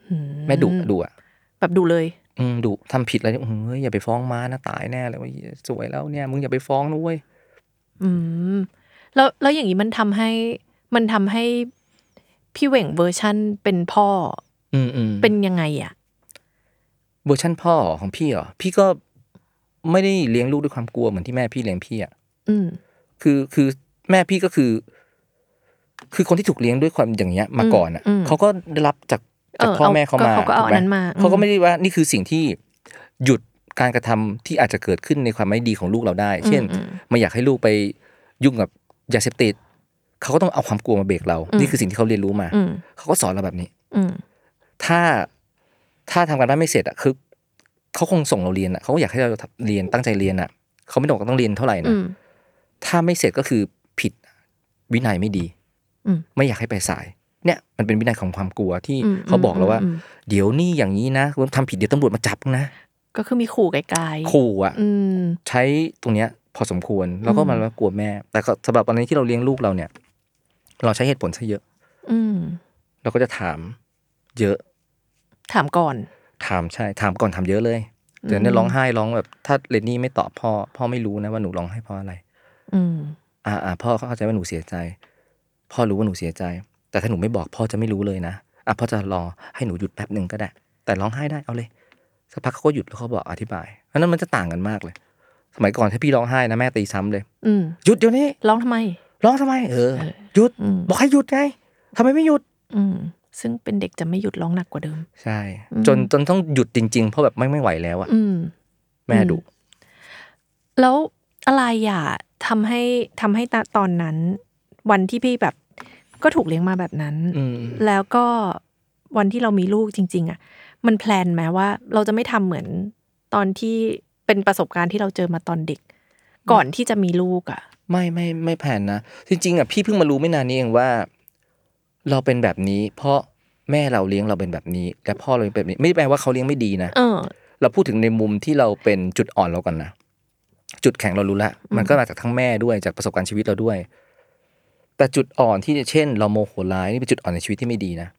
Speaker 3: อื
Speaker 4: แม่ดุดุอ่ะ
Speaker 3: แบบดุเลย
Speaker 4: อืมดุทำผิดอะไรเนี่ยอื้อหือเฮ้ยอย่าไปฟ้องม้านะตายแน่เลยเว่าสวยแล้วเนี่ย มึงอย่าไปฟ้องนะเว้ย
Speaker 3: อืม แล้วแล้วอย่างนี้มันทำให้ มันทำให้พี่เหว่งเวอร์ชั่นเป็นพ่อ
Speaker 4: อืมอืม
Speaker 3: อเป็นยังไงอ่ะ
Speaker 4: เวอร์ชั่นพ่อของพี่เหรอพี่ก็ไม่ได้เลี้ยงลูกด้วยความกลัวเหมือนที่แม่พี่เลี้ยงพี่อ่ะ
Speaker 3: อืม
Speaker 4: คือคือแม่พี่ก็คือ คือคนที่ถูกเลี้ยงด้วยความอย่างเงี้ย มาก่อนอ่ะ
Speaker 3: อืมอืม
Speaker 4: เขาก็ได้รับจากจาก
Speaker 3: เออ
Speaker 4: พ่อ
Speaker 3: เอา
Speaker 4: แม่เขา
Speaker 3: ก็
Speaker 4: มา
Speaker 3: เขาก็เอา
Speaker 4: ถู
Speaker 3: อั
Speaker 4: ไห
Speaker 3: นนั้นมาอืม
Speaker 4: เขาก็ไม่ได้ว่านี่คือสิ่งที่ หยุดการกระทำที่อาจจะเกิดขึ้นในความไม่ดีของลูกเราได้ เช่น ไม่อยากให้ลูกไปยุ่งกับยาเสพติด เขาก็ต้องเอาความกลัวมาเบรกเรา นี่คือสิ่งที่เขาเรียนรู้มา
Speaker 3: อืม
Speaker 4: เขาก็สอนเราแบบนี้
Speaker 3: อืม
Speaker 4: ถ้าถ้าทำการบ้านไม่เสร็จอ่ะคือเขาคงส่งเราเรียนอ่ะเขาก็อยากให้เราทำเรียนตั้งใจเรียนอ่ะ เขาไม่ได้บอกว่าต้องเรียนเท่าไหร่
Speaker 3: อื
Speaker 4: นะ
Speaker 3: ม
Speaker 4: ถ้าไม่เสร็จก็คือผิดวินัยไม่ดี
Speaker 3: อืม
Speaker 4: ไม่อยากให้ไปสาย เนี่ยมันเป็นวินัยของความกลัวที่
Speaker 3: อืม
Speaker 4: เขาบอกแล้วว่า
Speaker 3: อืมอืม
Speaker 4: เดี๋ยวนี่อย่างนี้นะคุณทำผิดเดี๋ยวตำรวจมาจับนะ
Speaker 3: ก็คือมีขู่ไกลๆ
Speaker 4: ขู่อ่ะ
Speaker 3: อืม
Speaker 4: ใช้ตรงเนี้ยพอสมควรแล้วก็มัน
Speaker 3: อืม
Speaker 4: ว่ากลัวแม่ แต่ก็สำหรับตอนนี้ที่เราเลี้ยงลูกเราเนี่ย เราใช้เหตุผลซะเยอะ
Speaker 3: อืม
Speaker 4: เราก็จะถามเยอะ
Speaker 3: ถามก่อน
Speaker 4: ถามใช่ ถามก่อนถามเยอะเลยแต่เนี่ยร้องไห้ร้องแบบถ้าเรนนี่ไม่ตอบพ่อพ่อไม่รู้นะว่าหนูร้องไห้เพราะอะไร
Speaker 3: อืม
Speaker 4: อ่าอ่าพ่อเขาเข้าใจว่าหนูเสียใจ พ่อรู้ว่าหนูเสียใจ แต่ถ้าหนูไม่บอกพ่อจะไม่รู้เลยนะอ่ะพ่อจะรอให้หนูหยุดแป๊บหนึ่งก็ได้ แต่ร้องไห้ได้เอาเลยสักพักเขาก็หยุดแล้วเขาบอกอธิบายอันนั้นมันจะต่างกันมากเลย สมัยก่อนถ้าพี่ร้องไห้นะแม่ตีซ้ำเลย
Speaker 3: อืม
Speaker 4: หยุดเดี๋ยวนี้
Speaker 3: ร้องทำไม
Speaker 4: ร้องทำไมเออหยุด
Speaker 3: อืม
Speaker 4: บอกให้หยุดไงทำไมไม่หยุด
Speaker 3: อืม ซึ่งเป็นเด็กจะไม่หยุดร้องหนักกว่าเดิม
Speaker 4: ใช่ จนจนต้องหยุดจริง ๆ เพราะแบบไม่ไม่ไหวแล้วอะ
Speaker 3: อืม
Speaker 4: แม่ดุ
Speaker 3: แล้วอะไรอ่ะทำให้ทำให้ตตอนนั้น วันที่พี่แบบ ก็ถูกเลี้ยงมาแบบนั้น
Speaker 4: อืม
Speaker 3: แล้วก็วันที่เรามีลูกจริง ๆ อ่ะ มันแพลนไหมว่าเราจะไม่ทำเหมือนตอนที่เป็นประสบการณ์ที่เราเจอมาตอนเด็ก ก่อนที่จะมีลูกอ่ะ
Speaker 4: ไม่ไม่ไม่แผนนะ จริงๆอะพี่เพิ่งมารู้ไม่นานนี้เองว่า เราเป็นแบบนี้ เพราะแม่เราเลี้ยงเราเป็นแบบนี้ และพ่อเราเป็นแบบนี้ ไม่ได้แปลว่าเขาเลี้ยงไม่ดีนะ
Speaker 3: เออ
Speaker 4: เราพูดถึงในมุมที่เราเป็นจุดอ่อนเรากันนะ จุดแข็งเรารู้ละ มันก็มาจากทั้งแม่ด้วยจากประสบการณ์ชีวิตเราด้วย แต่จุดอ่อนที่เช่น เราโมโหร้ายนี่เป็นจุดอ่อนในชีวิตที่ไม่ดีนะ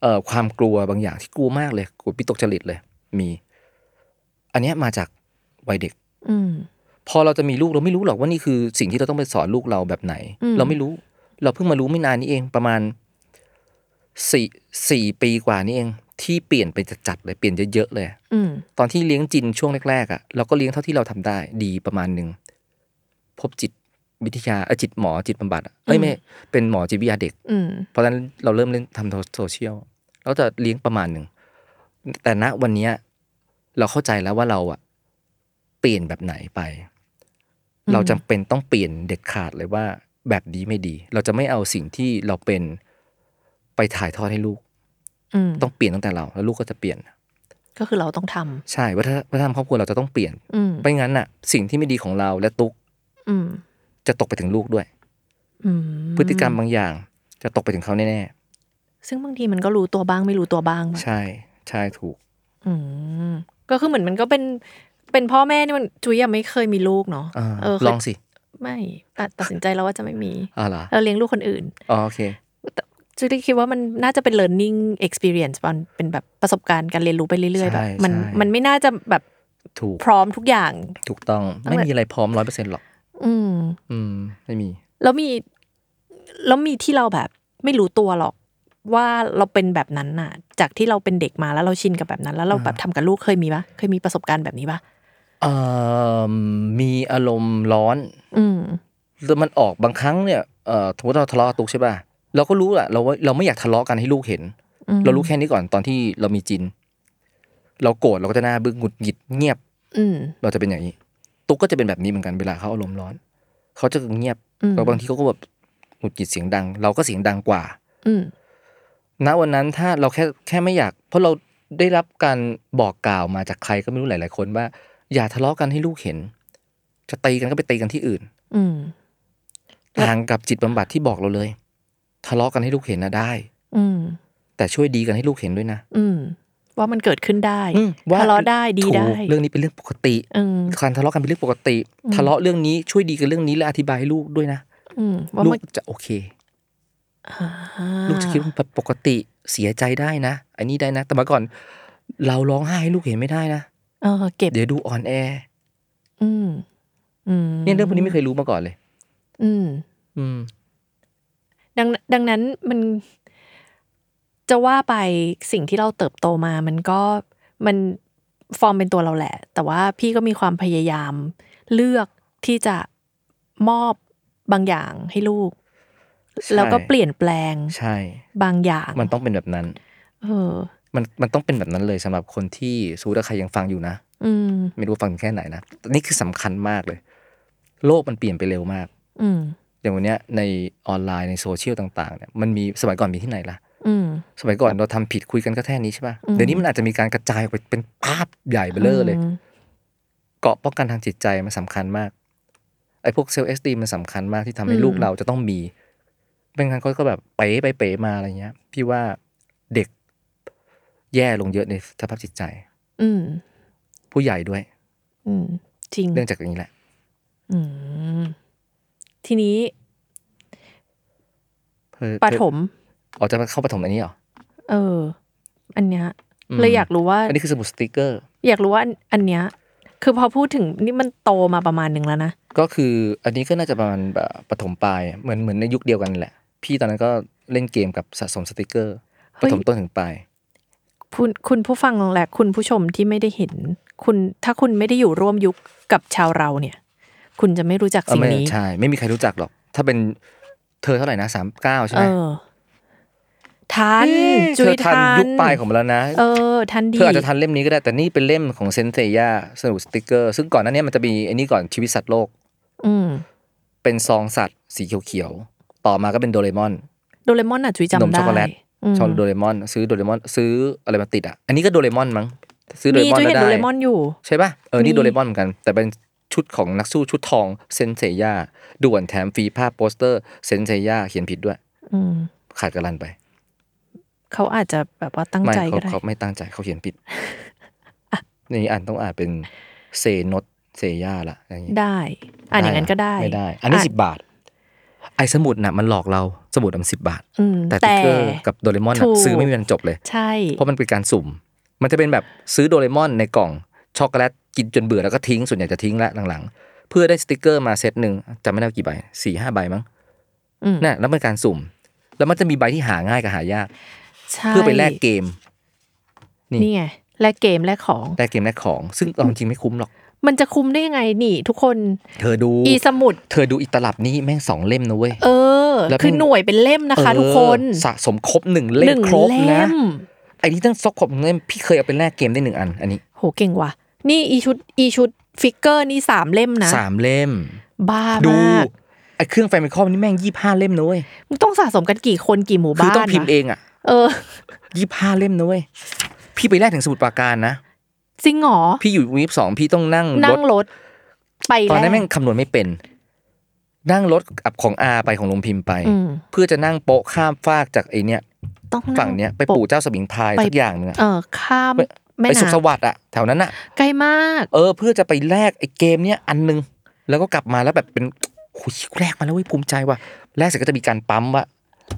Speaker 4: เอ่อความกลัวบางอย่างที่กลัวมากเลยกลัวปิตกจริตเลย มี อันเนี้ยมาจากวัยเด็ก
Speaker 3: อืม
Speaker 4: พอเราจะมีลูกเราไม่รู้หรอกว่านี่คือสิ่งที่เราต้องไปสอนลูกเราแบบไหน
Speaker 3: อืม
Speaker 4: เราไม่รู้ เราเพิ่งมารู้ไม่นานนี้เอง ประมาณสี่สี่ปีกว่านี่เอง ที่เปลี่ยนไปจัดๆเลยเปลี่ยนเยอะๆเลย
Speaker 3: อืม
Speaker 4: ตอนที่เลี้ยงจินช่วงแรกๆอ่ะเราก็เลี้ยงเท่าที่เราทำได้ ดีประมาณหนึ่งพบจิตวิทยาเอ่อจิตหมอจิตบำบัดอะเอ้ยไม่เป็นหมอจิตวิทยาเด็ก
Speaker 3: อืม
Speaker 4: เพราะฉะนั้นเราเริ่มเล่นทำโซเชียลเราจะเลี้ยงประมาณหนึ่งแต่ณวันเนี้ยเราเข้าใจแล้วว่าเราอ่ะเปลี่ยนแบบไหนไป
Speaker 3: อืม
Speaker 4: เราจำเป็นต้องเปลี่ยนเด็ดขาดเลยว่าแบบนี้ไม่ดี เราจะไม่เอาสิ่งที่เราเป็นไปถ่ายทอดให้ลูก
Speaker 3: อืม
Speaker 4: ต้องเปลี่ยนตั้งแต่เรา แล้วลูกก็จะเปลี่ยน
Speaker 3: ก็คือเราต้องทำ
Speaker 4: ใช่วัฒนวัฒนธรรมครอบครัวเราจะต้องเปลี่ยน
Speaker 3: อืม
Speaker 4: ไม่งั้นน่ะสิ่งที่ไม่ดีของเราและตุ๊ก
Speaker 3: อืม
Speaker 4: จะตกไปถึงลูกด้วย
Speaker 3: อืม
Speaker 4: พฤติกรรมบางอย่าง จะตกไปถึงเขาแน่
Speaker 3: ซึ่งบางทีมันก็รู้ตัวบ้างไม่รู้ตัวบ้าง
Speaker 4: ๆ
Speaker 3: ปะ
Speaker 4: ใช่ใช่ถูก
Speaker 3: อืมก็คือเหมือนมันก็เป็นเป็นพ่อแม่นี่มันจุยยังไม่เคยมีลูกเนาะ
Speaker 4: อ่า
Speaker 3: เออเคย
Speaker 4: ลองสิ
Speaker 3: ไม่ตัดตัดสินใจแล้วว่าจะไม่มี
Speaker 4: อ่าเหรอ
Speaker 3: เราเลี้ยงลูกคนอื่น
Speaker 4: อ๋อโอเค
Speaker 3: จุยคิดว่ามันน่าจะเป็น learning experience มันเป็นแบบประสบการณ์การเรียนรู้ไปเรื่อยๆแบบ
Speaker 4: ใช่
Speaker 3: มัน
Speaker 4: ใช่
Speaker 3: มันไม่น่าจะแบบ
Speaker 4: ถูก
Speaker 3: พร้อมทุกอย่าง
Speaker 4: ถูกต้องไม่มีอะไรพร้อมร้อยเปอร์เซ็นต์หรอก
Speaker 3: อืม
Speaker 4: อืม ไม่มี
Speaker 3: แล้วมีแล้วมีที่เราแบบไม่รู้ตัวหรอกว่าเราเป็นแบบนั้นน่ะ จากที่เราเป็นเด็กมาแล้วเราชินกับแบบนั้น แล้วเราแบบทำกับลูกเคยมีปะเคยมีประสบการณ์แบบนี้ปะ
Speaker 4: เอ่อมีอารมณ์ร้อน
Speaker 3: อืม
Speaker 4: แล้วมันออกบางครั้งเนี่ยเอ่อสมมติเราทะเลาะกับตุ๊กใช่ป่ะเราก็รู้แหละเราว่าเราไม่อยากทะเลาะกันให้ลูกเห็น
Speaker 3: อืม
Speaker 4: เรารู้แค่นี้ก่อนตอนที่เรามีจิน เราโกรธเราก็จะหน้าบึ้งหงุดหงิดเงียบ
Speaker 3: อืม
Speaker 4: เราจะเป็นอย่างนี้ ตุ๊กก็จะเป็นแบบนี้เหมือนกันเวลาเขาอารมณ์ร้อน เขาจะเงียบ
Speaker 3: อืม
Speaker 4: แล้วบางทีเขาก็แบบหงุดหงิดเสียงดัง เราก็เสียงดังกว่า
Speaker 3: อืม
Speaker 4: ณวันนั้นถ้าเราแค่แค่ไม่อยาก เพราะเราได้รับการบอกกล่าวมาจากใครก็ไม่รู้หลาย ๆ คนว่า อย่าทะเลาะกันให้ลูกเห็น จะตีกันก็ไปตีกันที่อื่น
Speaker 3: อืม แล้ว
Speaker 4: ทางกับจิตบำบัดที่บอกเราเลย ทะเลาะกันให้ลูกเห็นนะได้
Speaker 3: อืม
Speaker 4: แต่ช่วยดีกันให้ลูกเห็นด้วยนะ
Speaker 3: อืม ว่ามันเกิดขึ้นได้
Speaker 4: อืมว่
Speaker 3: ทะเลาะได้ดีได้
Speaker 4: ถูกเรื่องนี้เป็นเรื่องปกติ
Speaker 3: อืม
Speaker 4: การทะเลาะกันเป็นเรื่องปกติ ทะเลาะเรื่องนี้ช่วยดีกันเรื่องนี้และอธิบายให้ลูกด้วยนะ
Speaker 3: อืมว่า
Speaker 4: ลู
Speaker 3: มัน
Speaker 4: กจะโอเค ลูกจะคิดว่ามันปกติเสียใจได้นะไอ้นี่ได้นะ แต่เมาก่อน เราร้องไห้ให้ลูกเห็นไม่ได้นะ
Speaker 3: เออเก็บ
Speaker 4: เดี๋ยวดูอ่อนแอ
Speaker 3: อืม อืม
Speaker 4: เนี่ยเรื่องพวกนี้ไม่เคยรู้มาก่อนเลย
Speaker 3: อืม
Speaker 4: อืม
Speaker 3: ดังดังนั้นมันจะว่าไปสิ่งที่เราเติบโตมา มันก็มันฟอร์มเป็นตัวเราแหละ แต่ว่าพี่ก็มีความพยายาม เลือกที่จะมอบบางอย่างให้ลูก
Speaker 4: ใช่
Speaker 3: แล้วก็เปลี่ยนแปลง
Speaker 4: ใช่
Speaker 3: บางอย่าง
Speaker 4: มันต้องเป็นแบบนั้น
Speaker 3: เออ
Speaker 4: มันมันต้องเป็นแบบนั้นเลยสำหรับคนที่สู้ถ้าใครยังฟังอยู่นะ
Speaker 3: อืม
Speaker 4: ไม่รู้ฟังแค่ไหนนะแต่นี่คือสำคัญมากเลย โลกมันเปลี่ยนไปเร็วมาก
Speaker 3: อืม
Speaker 4: อย่างวันเนี้ยในออนไลน์ในโซเชียลต่างๆเนี่ยมันมีสมัยก่อนมีที่ไหนล่ะ
Speaker 3: อืม
Speaker 4: สมัยก่อนเราทำผิดคุยกันก็แค่นี้ใช่ป่ะ เดี๋ยวนี้มันอาจจะมีการกระจายออกไปเป็นภาพใหญ่เบ้อเลย เกาะป้องกันทางจิตใจมันสำคัญมาก ไอ้พวกเซลล์เอสตีมันสำคัญมากที่ทำให้
Speaker 3: อืม
Speaker 4: ลูกเราจะต้องมีเป็นงั้นเขาก็แบบเป๋ไปเป๋มาอะไรเงี้ย พี่ว่าเด็กแย่ลงเยอะในสภาพจิตใจ
Speaker 3: อืม
Speaker 4: ผู้ใหญ่ด้วย
Speaker 3: อืม จริง
Speaker 4: เนื่องจากอย่างนี้แหละ
Speaker 3: อืม ทีนี้
Speaker 4: เธอ
Speaker 3: ปฐม
Speaker 4: ออกจะมาเข้าปฐมอันนี้เหรอ
Speaker 3: เออ อันเนี้ย
Speaker 4: ม
Speaker 3: เลยอยากรู้ว่า
Speaker 4: อันนี้คือสมุดสติกเกอร์
Speaker 3: อยากรู้ว่าอันอันเนี้ย คือพอพูดถึงนี่มันโตมาประมาณหนึ่งแล้วนะ
Speaker 4: ก็คืออันนี้ก็น่าจะประมาณแบบปฐมปลายเหมือนเหมือนในยุคเดียวกันแหละ พี่ตอนนั้นก็เล่นเกมกับสะสมสติกเกอร์
Speaker 3: เฮ้
Speaker 4: ป
Speaker 3: ย
Speaker 4: ฐมต้นถึงปลาย
Speaker 3: คุณคุณผู้ฟังและคุณผู้ชมที่ไม่ได้เห็น คุณถ้าคุณไม่ได้อยู่ร่วมยุคกับชาวเราเนี่ย คุณจะไม่รู้จัก
Speaker 4: เออ
Speaker 3: สิ่ง
Speaker 4: ไม่
Speaker 3: นี้
Speaker 4: ใช่ ไม่มีใครรู้จักหรอก ถ้าเป็นเธอเท่าไหร่นะสามเก้าใช่
Speaker 3: เอ
Speaker 4: ไหม
Speaker 3: อทัน
Speaker 4: เอ๊ะ
Speaker 3: จุ
Speaker 4: เธ
Speaker 3: ย
Speaker 4: อทั
Speaker 3: ทั
Speaker 4: น
Speaker 3: น
Speaker 4: ยุคปลายของมันแล้วนะ
Speaker 3: เออ ทันดี
Speaker 4: เธออาจจะทันเล่มนี้ก็ได้ แต่นี่เป็นเล่มของเซนเซย่าสนุกสติกเกอร์ ซึ่งก่อนหน้านี้มันจะมีไอ้นี่ก่อนชีวิตสัตว์โลก
Speaker 3: อืม
Speaker 4: เป็นซองสัตว์สีเขียวๆ ต่อมาก็เป็นโดเรมอน
Speaker 3: โดเรมอนอ่ะจุย
Speaker 4: นม
Speaker 3: จำได้
Speaker 4: ช็อกโกแลต
Speaker 3: อืม
Speaker 4: ชอบโดเรมอน ซื้อโดเรมอน ซื้ออะไรมาติดอ่ะ อันนี้ก็โดเรมอนมั้ง ซื้อโดเร
Speaker 3: มี
Speaker 4: มอน
Speaker 3: จุยเห็น
Speaker 4: แล้ว
Speaker 3: โดเร
Speaker 4: ได้
Speaker 3: มอนอยู่
Speaker 4: ใช่ป่ะ เออ
Speaker 3: มี
Speaker 4: นี่โดเรมอนเหมือนกัน แต่เป็นชุดของนักสู้ชุดทองเซนเซย่าด่วนแถมฟรีภาพโปสเตอร์เซนเซย่าเขียนผิดด้วย
Speaker 3: อืม
Speaker 4: ขาดกระลันไป
Speaker 3: เขาอาจจะแบบว่าตั้ง
Speaker 4: ไม่
Speaker 3: ใจ
Speaker 4: เขา
Speaker 3: ก็ได้
Speaker 4: เขาไม่ตั้งใจเขาเขียนผิด นี่อ่านต้องอ่านเป็นเซนตเซย่าละอย่างงี้
Speaker 3: ได้ อ่านอย่างนั้นก็ได้
Speaker 4: ไม่ได้ อันนี้สิ
Speaker 3: ะ
Speaker 4: บบาท ไอ้สมุดน่ะมันหลอกเราสมุดมันสิบบาท
Speaker 3: อืม
Speaker 4: แต่
Speaker 3: แต่
Speaker 4: ติ๊กเกอร์กับโดเรมอน
Speaker 3: ถู
Speaker 4: น่ะ
Speaker 3: ก
Speaker 4: ซื้อไม่มีวันจบเลย
Speaker 3: ใช่
Speaker 4: เพราะมันเป็นการสุ่ม มันจะเป็นแบบซื้อโดเรมอนในกล่องช็อกโกแลตกินจนเบื่อแล้วก็ทิ้งส่วนใหญ่จะทิ้งละหลังๆ เพื่อได้สติกเกอร์มาเซตหนึ่งจำไม่ได้ว่ากี่ใบสี่ห้าใบมั้ง
Speaker 3: อืม
Speaker 4: น่ะแล้วมันการสุ่ม แล้วมันจะมีใบที่หาง่ายกับหายาก
Speaker 3: ใช่
Speaker 4: เพื่อไปแลกเกม นี่
Speaker 3: นี่ไงแลกเกมแลกของ
Speaker 4: แลกเกมแลกของ ซึ่งเอาจริงๆไม่คุ้มหรอก
Speaker 3: มันจะคุ้มได้ยังไงนี่ ทุกคน
Speaker 4: เธอดู
Speaker 3: อีสมุด
Speaker 4: เธอดูอีตลับนี้แม่งสองเล่มนะเว้ย
Speaker 3: เออ
Speaker 4: แล้ว
Speaker 3: คือ
Speaker 4: เป็น
Speaker 3: หน่วยเป็นเล่มนะคะ ทุกคน
Speaker 4: เออสะสมครบหนึ่งเล่
Speaker 3: ห
Speaker 4: ม
Speaker 3: นึ่ง
Speaker 4: ครบ
Speaker 3: เล่
Speaker 4: นะ
Speaker 3: ม
Speaker 4: ไอ้นี่ตั้งซอกครบหนึ่งเล่มพี่เคยเอาไปแลกเกมได้หนึ่งอัน อันนี้
Speaker 3: โหเก่งว่ะ นี่อีชุดอีชุดฟิกเกอร์นี่สามเล่มนะ
Speaker 4: สามเล่ม
Speaker 3: บ้า
Speaker 4: ดู
Speaker 3: มาก
Speaker 4: ไอ้เครื่องไฟมิคอมนี่แม่งยี่ห้าเล่มนะเว้ย
Speaker 3: มึงต้องสะสมกันกี่คนกี่หมู่
Speaker 4: คือ
Speaker 3: บ้าน
Speaker 4: ต้องพิมพ์
Speaker 3: วะ
Speaker 4: เองอ่ะ
Speaker 3: เออ
Speaker 4: ยี่ห้าเล่มนะเว้ย พี่ไปแลกถึงสมุดปราการนะ
Speaker 3: จริงเหรอ
Speaker 4: พี่อยู่วีบสองพี่ต้องนั่งร
Speaker 3: นั่
Speaker 4: ถ
Speaker 3: งรถ ไป
Speaker 4: ตอน
Speaker 3: ล้
Speaker 4: นั้น
Speaker 3: ว
Speaker 4: แม่งคำนวณไม่เป็น นั่งรถอับของอาไปของลงพิมพ์ไป
Speaker 3: อืม
Speaker 4: เพื่อจะนั่งโปะข้ามฟากจากไอเนี้ย
Speaker 3: ต้องง
Speaker 4: ฝั่งเนี้ยไปปู่เจ้าสมิงพราย
Speaker 3: ไป
Speaker 4: สักอย่างหนึงอะ
Speaker 3: เออข้ามแม่
Speaker 4: ไปสุขส
Speaker 3: น้ำ
Speaker 4: วัสดิ์อะแถวนั้นอะ
Speaker 3: ใกล้มาก
Speaker 4: เออเพื่อจะไปแลกไอเกมเนี้ยอันหนึง แล้วก็กลับมาแล้วแบบเป็นโอ้ยแลกมาแล้วเว้ยภูมิใจว่ะแลกเสร็จก็จะมีการปั๊มว่า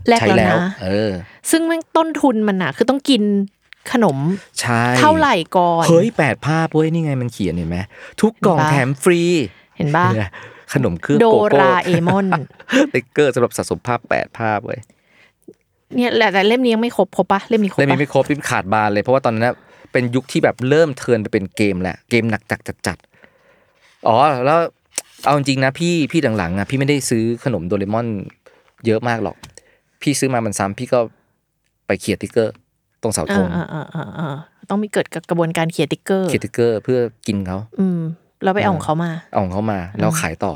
Speaker 3: แลก
Speaker 4: ใช้
Speaker 3: แล้ว
Speaker 4: แล้ว
Speaker 3: นะ
Speaker 4: เออ
Speaker 3: ซึ่งแม่งต้นทุนมันอะคือต้องกินขนม
Speaker 4: ใช่
Speaker 3: เท่าไหร่ก่อน
Speaker 4: เฮ้ยแปดภาพเว้ยนี่ไงมันเขียนเห็นไหมทุกกล่อง
Speaker 3: เห็นปะ
Speaker 4: แถมฟรี
Speaker 3: เห็นป่ะ
Speaker 4: เนี่ยขนมเครื่อง
Speaker 3: โด
Speaker 4: โกโก้
Speaker 3: ราเอม อน
Speaker 4: สติ๊กเกอร์สำหรับสะสมภาพแปดภาพเว้ย
Speaker 3: เนี่ยแหละแต่เล่มนี้ยังไม่ครบครบปะเล่มนี้ครบ
Speaker 4: เล่ม
Speaker 3: ปะ
Speaker 4: นี้ไม่ครบพี่ขาดบานเลยเพราะว่าตอนนั้นนะเป็นยุคที่แบบเริ่มเทิร์นไปเป็นเกมแหละเกมหนักจัดจัดจัดอ๋อแล้วเอาจริงๆนะพี่พี่หลังๆอ่ะพี่ไม่ได้ซื้อขนมโดเรมอนเยอะมากหรอก พี่ซื้อมามันซ้ำพี่ก็ไปเขียนติ๊กเกอร์ ตรงเสาธ
Speaker 3: อ่าง อ่าอ่าอ่าอ่าต้องมีเกิดกับกระบวนการเขียนติ๊กเกอร์
Speaker 4: เขียนติ๊กเกอร์เพื่อกินเขา
Speaker 3: อืมแล้วไปเอาของเขามา
Speaker 4: เอาของเขามาแล้วขายต่อ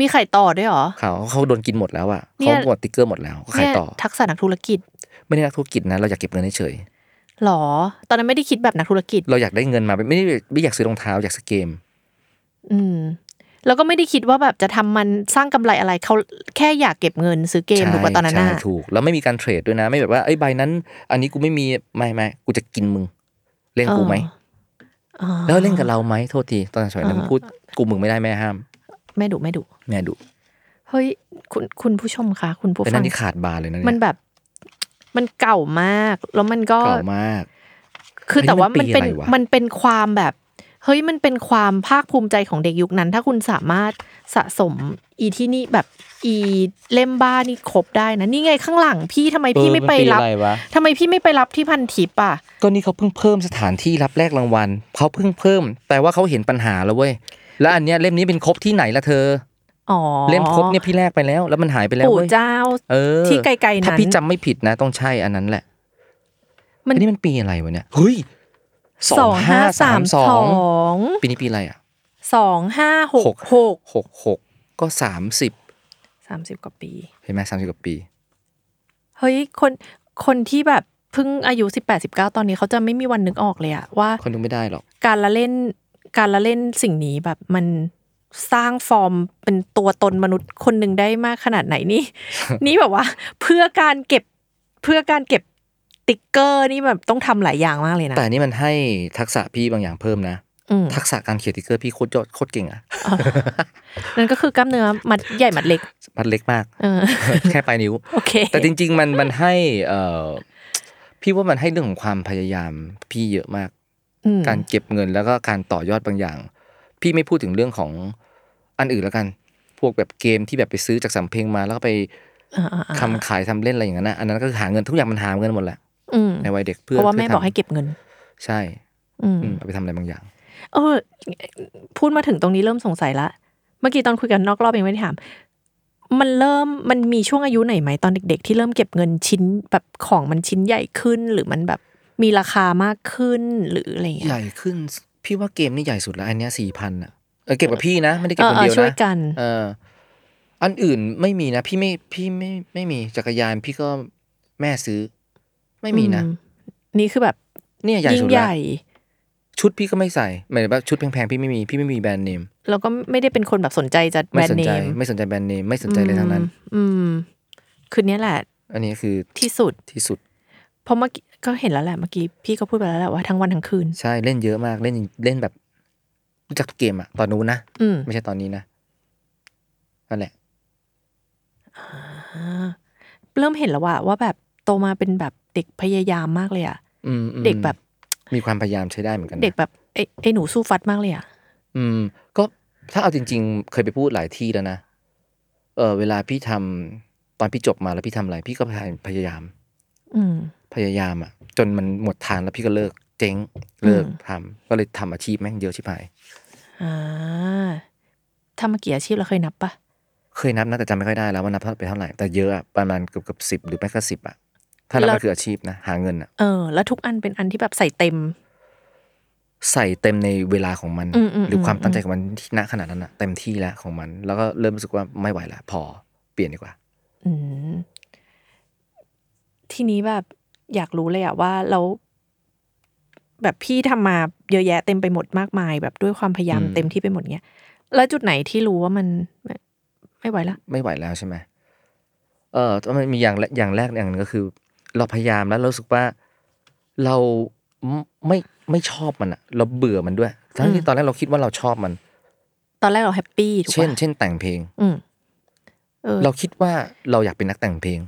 Speaker 3: มีไข่ต่อด้วยเหรอ
Speaker 4: เขาเขาโดนกินหมดแล้วอ่ะ
Speaker 3: เนี่
Speaker 4: เขา
Speaker 3: ย
Speaker 4: หมดติ๊กเกอร์หมดแล้วเขาขายต่อ
Speaker 3: เนี่ยทักษะนักธุรกิจ
Speaker 4: ไม่ได้นักธุรกิจนะ เราอยากเก็บเงินเฉย
Speaker 3: หรอ ตอนนั้นไม่ได้คิดแบบนักธุรกิจ
Speaker 4: ๆเราอยากได้เงินมา ไม่ได้ไม่อยากซื้อรองเท้าอยากซื้อเกม
Speaker 3: อืม แล้วก็ไม่ได้คิดว่าแบบจะทำมันสร้างกำไรอะไรเขาแค่อยากเก็บเงินซื้อเกม
Speaker 4: ใช่
Speaker 3: ถูกป่ะตอนนั้นน่ะ
Speaker 4: ใช่ถูก แล้วไม่มีการเทรดด้วยนะ ไม่แบบว่าไอ้ยใบนั้น อันนี้กูไม่มีไม่ไม่กูจะกินมึง เล่นกูไหม
Speaker 3: อ๋อ
Speaker 4: แล้วเล่นกับเราไหมโทษทีตอนสมัยนั้นพูดกูมึงไม่ได้แม่ห้าม
Speaker 3: แม่ดุแม่ดุ
Speaker 4: แม่ดุ
Speaker 3: เฮ้ยคุณคุณผู้ชมคะคุณผู้
Speaker 4: เป็น
Speaker 3: ฟั
Speaker 4: นั่
Speaker 3: ง
Speaker 4: นที่ขาดบานเลยนะ
Speaker 3: มัน
Speaker 4: เนี่ย
Speaker 3: แบบ มันเก่ามาก แล้วมันก็
Speaker 4: เก่ามาก
Speaker 3: คือแต่ว่า
Speaker 4: เฮ้ย
Speaker 3: มัน
Speaker 4: มันปี
Speaker 3: เป็น
Speaker 4: อะไรวะ
Speaker 3: มันเป็นความแบบ เฮ้ยมันเป็นความภาคภูมิใจของเด็กยุคนั้น ถ้าคุณสามารถสะสมอีที่นี่แบบอีเล่มบ้านี่ครบได้นะนี่ไงข้างหลังพี่ทำไมพี่ไม่ไปรับ
Speaker 4: เออมันปีอะไรวะ
Speaker 3: ทำไมพี่ไม่ไปรับที่พันทิปอ่ะ
Speaker 4: ก็นี่เขาเพิ่งเพิ่มสถานที่รับแลกรางวัลเขาเพิ่งเพิ่ม แต่ว่าเขาเห็นปัญหาแล้วเว้ยแล้วอันเนี้ยเล่มนี้เป็นครบที่ไหนละเธอ
Speaker 3: อ๋อ
Speaker 4: เล่มครบเนี่ยพี่แลกไปแล้ว แล้วมันหายไปแล้ว
Speaker 3: ปู่
Speaker 4: ว้ย
Speaker 3: เจ้า
Speaker 4: เออ
Speaker 3: ที่ไกลๆนั้น
Speaker 4: ถ้าพี่จำไม่ผิดนะ ต้องใช่อันนั้นแหละ
Speaker 3: มัน
Speaker 4: อันนี้มันปีอะไรวะเนี่ยเฮ้ย
Speaker 3: สองห้าสามสอง
Speaker 4: ปีนี้ปีอะไรอ่ะ
Speaker 3: สองห้าหกหก
Speaker 4: หกหกก็สามสิบ
Speaker 3: สามสิบกว่าปี
Speaker 4: เห็นไหมสามสิบกว่าปี
Speaker 3: เฮ้ยคนคนที่แบบเพิ่งอายุสิบแปดสิบเก้าตอนนี้เขาจะไม่มีวันนึกออกเลยอะว่า
Speaker 4: คนดูไม่ได้หรอก
Speaker 3: การละเล่นการละเล่นสิ่งนี้แบบมัน สร้างฟอร์มเป็นตัวตนมนุษย์คนหนึ่งได้มากขนาดไหนนี่ นี่แบบว่า เพื่อการเก็บเพื่อการเก็บติ๊กเกอร์นี่แบบต้องทำหลายอย่างมากเลยนะ
Speaker 4: แต่อันนี่มันให้ทักษะพี่บางอย่างเพิ่มนะ
Speaker 3: อืม
Speaker 4: ทักษะการเขียนสติกเกอร์พี่โคตรยอดโคตรเก่งอะ
Speaker 3: นั่นก็คือกล้ามเนื้อมัดใหญ่มัดเล็ก
Speaker 4: มันเล็กมาก
Speaker 3: เออ
Speaker 4: แค่ป ลายนิ้ว
Speaker 3: โอเค
Speaker 4: แต่จริง ๆ มันมันให้เอ่อพี่ว่ามันให้เรื่องของความพยายามพี่เยอะมาก
Speaker 3: อืม
Speaker 4: การเก็บเงินแล้วก็การต่อยอดบางอย่าง พี่ไม่พูดถึงเรื่องของอันอื่นแล้วกัน พวกแบบเกมที่แบบไปซื้อจากสำเพ็งมาแล้วก็ไป
Speaker 3: อ่าๆๆ
Speaker 4: ทำขายทำเล่นอะไรอย่างนั้นนะอันนั้นก็คือหาเงินทุกอย่างมันหาเงินหมดแหละ
Speaker 3: อืม
Speaker 4: ในวัยเด็กเพื่อ
Speaker 3: เพราะว่า
Speaker 4: พื่
Speaker 3: แม่บอกให้
Speaker 4: ทำ
Speaker 3: เก็บเงิน
Speaker 4: ใช่
Speaker 3: อืม
Speaker 4: อืมเอาไปทำอะไรบางอย่าง
Speaker 3: เออพูดมาถึงตรงนี้เริ่มสงสัยละ เมื่อกี้ตอนคุยกันนอกรอบยังไม่ได้ถาม มันเริ่มมันมีช่วงอายุไหนไหมตอนเด็ก ๆ ที่เริ่มเก็บเงินชิ้นแบบของมันชิ้นใหญ่ขึ้น หรือมันแบบมีราคามากขึ้นหรืออะไรอย่างเงี้
Speaker 4: ให
Speaker 3: ย
Speaker 4: ญ่ขึ้น พี่ว่าเกมนี่ใหญ่สุดแล้วอันเนี้ยสี่พันอ่ะเออเก็บกับพี่นะ ไม่ได้เก็บคน
Speaker 3: เออ
Speaker 4: เดี
Speaker 3: เอ
Speaker 4: ยว
Speaker 3: อช่วย
Speaker 4: นะ
Speaker 3: กัน
Speaker 4: เอออันอื่นไม่มีนะ พี่ไม่พี่ไม่ไม่มีจักรยานพี่ก็แม่ซื้อ ไม่มีนะ
Speaker 3: อืม นี่คือแบบ
Speaker 4: เนี่ยใหญ่
Speaker 3: ยิ่ง
Speaker 4: สุด
Speaker 3: ให
Speaker 4: แล้ว
Speaker 3: ญ่
Speaker 4: ชุดพี่ก็ไม่ใส่หมายถึงว่าชุดแพงๆพี่ไม่มีพี่ไม่มีแบรนด์เนม
Speaker 3: แล้วก็ไม่ได้เป็นคนแบบสนใจจะแบร
Speaker 4: ไม่
Speaker 3: น
Speaker 4: สน
Speaker 3: ด์เน
Speaker 4: ใจ
Speaker 3: ม
Speaker 4: ไม่สนใจแบรนด์เนมไม่สนใจเลยทั้งนั้น
Speaker 3: อืม คือเนี้ยแหละ
Speaker 4: อันนี้คือ
Speaker 3: ที่สุด
Speaker 4: ที่สุด
Speaker 3: เพราะเมื่อกี้ก็เห็นแล้วแหละเมื่อกี้พี่ก็พูดไปแล้วแหละว่าทั้งวันทั้งคืน
Speaker 4: ใช่เล่นเยอะมากเล่นเล่นแบบรู้จักทุกเกมอะตอนนู้นนะ
Speaker 3: อืม
Speaker 4: ไม่ใช่ตอนนี้นะนั่นแหละ
Speaker 3: อ่าเริ่มเห็นแล้วว่าว่าแบบโตมาเป็นแบบเด็กพยายามมากเลยอะ
Speaker 4: อืมอืม
Speaker 3: เด็กแบบ
Speaker 4: มีความพยายามใช้ได้เหมือนกันนะ
Speaker 3: เด็กแบบไอ้ไอ้หนูสู้ฟัดมากเลยอะ
Speaker 4: อืมก็ถ้าเอาจริง ๆ เคยไปพูดหลายที่แล้วนะเออเวลาพี่ทำตอนพี่จบมาแล้วพี่ทำอะไร พี่ก็พยายามพยายาม
Speaker 3: อืม
Speaker 4: พยายามอ่ะ จนมันหมดทางแล้วพี่ก็เลิกเจ๊งเลิก
Speaker 3: อืม
Speaker 4: ทำก็เลยทำอาชีพแม่งเยอะชิบหาย
Speaker 3: อ่าทำมากี่อาชีพเราเคยนับปะ
Speaker 4: เคยนับนะแต่จำไม่ค่อยได้แล้วว่านับเท่าไปเท่าไหร่แต่เยอะอะประมาณเกือบเกือบสิบหรือไม่ก็สิบอ่ะถ้านับก็คืออาชีพนะหาเงินอ่ะ
Speaker 3: เออ แล้วทุกอันเป็นอันที่แบบใส่เต็ม
Speaker 4: ใส่เต็มในเวลาของมัน
Speaker 3: อืมอืม
Speaker 4: หรือความ
Speaker 3: อืม
Speaker 4: ตั้งใจของมันที่ณขนาดนั้นอ่ะเต็มที่แล้วของมัน แล้วก็เริ่มรู้สึกว่าไม่ไหวละพอเปลี่ยนดีกว่า
Speaker 3: อืมทีนี้แบบอยากรู้เลยอะว่าแล้วแบบพี่ทำมาเยอะแยะเต็มไปหมดมากมาย แบบด้วยความพยายาม
Speaker 4: อืม
Speaker 3: เต็มที่ไปหมดเนี้ยแล้วจุดไหนที่รู้ว่ามันไม่ไหวละ
Speaker 4: ไม่ไหวแล้วใช่ไหม เออแต่มันมีอย่างแรกอย่างแรกอย่างหนึงก็คือ เราพยายามแล้วเรารู้สึกว่าเราไม่ไม่ไม่ชอบมันอะเราเบื่อมันด้วย ทั้งที่ตอนแรกเราคิดว่าเราชอบมัน
Speaker 3: ตอนแรกเราแฮปปี้ถูกปะ
Speaker 4: เช่น เช่นแต่งเพลง
Speaker 3: อืม เออ
Speaker 4: เราคิดว่าเราอยากเป็นนักแต่งเพลง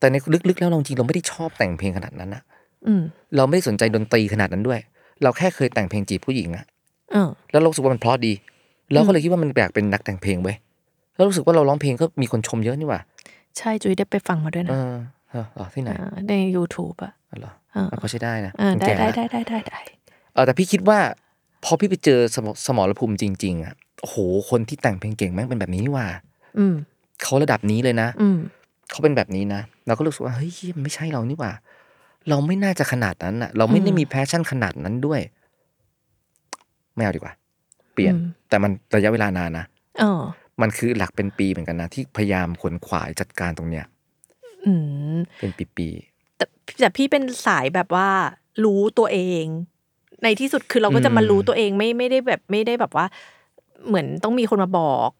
Speaker 4: แต่ในลึกๆแล้วเราจริงๆเราไม่ได้ชอบแต่งเพลงขนาดนั้นอะ
Speaker 3: อืม
Speaker 4: เราไม่ได้สนใจดนตรีขนาดนั้นด้วย เราแค่เคยแต่งเพลงจีบผู้หญิงอะ
Speaker 3: เออ
Speaker 4: แล้วเรารู้สึกว่ามันเพราะดี เราก็เลยคิดว่ามันอยากเป็นนักแต่งเพลงเว้ยแล้วรู้สึกว่าเราร้องเพลงก็มีคนชมเยอะนี่หว่า
Speaker 3: ใช่จุ้ยได้ไปฟังมาด้วย
Speaker 4: เอ
Speaker 3: นะ
Speaker 4: อเอออ๋อที่ไหน
Speaker 3: อ่าใน YouTube อ่ะ
Speaker 4: อ๋อเหรอ
Speaker 3: อ่า
Speaker 4: อ่ะพอใช้ได้นะ
Speaker 3: อ่าได้
Speaker 4: แก่
Speaker 3: ได้
Speaker 4: แล้ว
Speaker 3: ได้ได้ได้ได้
Speaker 4: เออแต่พี่คิดว่า พอพี่ไปเจอสมสมรภูมิจริง ๆอ่ะโอ้โหคนที่แต่งเพลงเก่งแม่งเป็นแบบนี้นี่หว่า
Speaker 3: อืม
Speaker 4: เขาระดับนี้เลยนะ
Speaker 3: อืม
Speaker 4: เขาเป็นแบบนี้นะเราก็รู้สึกว่าเฮ้ยมันไม่ใช่เรานี่หว่า เราไม่น่าจะขนาดนั้นอ่ะ เราไม่ได้มีแพชชั่นขนาดนั้นด้วย ไม่เอาดีกว่า เปลี่ยน
Speaker 3: อืม
Speaker 4: แต่มันระยะเวลานานนะ
Speaker 3: เออ
Speaker 4: มันคือหลักเป็นปีเหมือนกันนะที่พยายามขวนขวายจัดการตรงเนี้ย
Speaker 3: อืม
Speaker 4: เป็นปี
Speaker 3: แต่แต่พี่เป็นสายแบบว่า รู้ตัวเอง ในที่สุดคือเราก็จะมารู้ตัวเองไม่ไม่ได้แบบไม่ได้แบบว่า เหมือนต้องมีคนมาบอก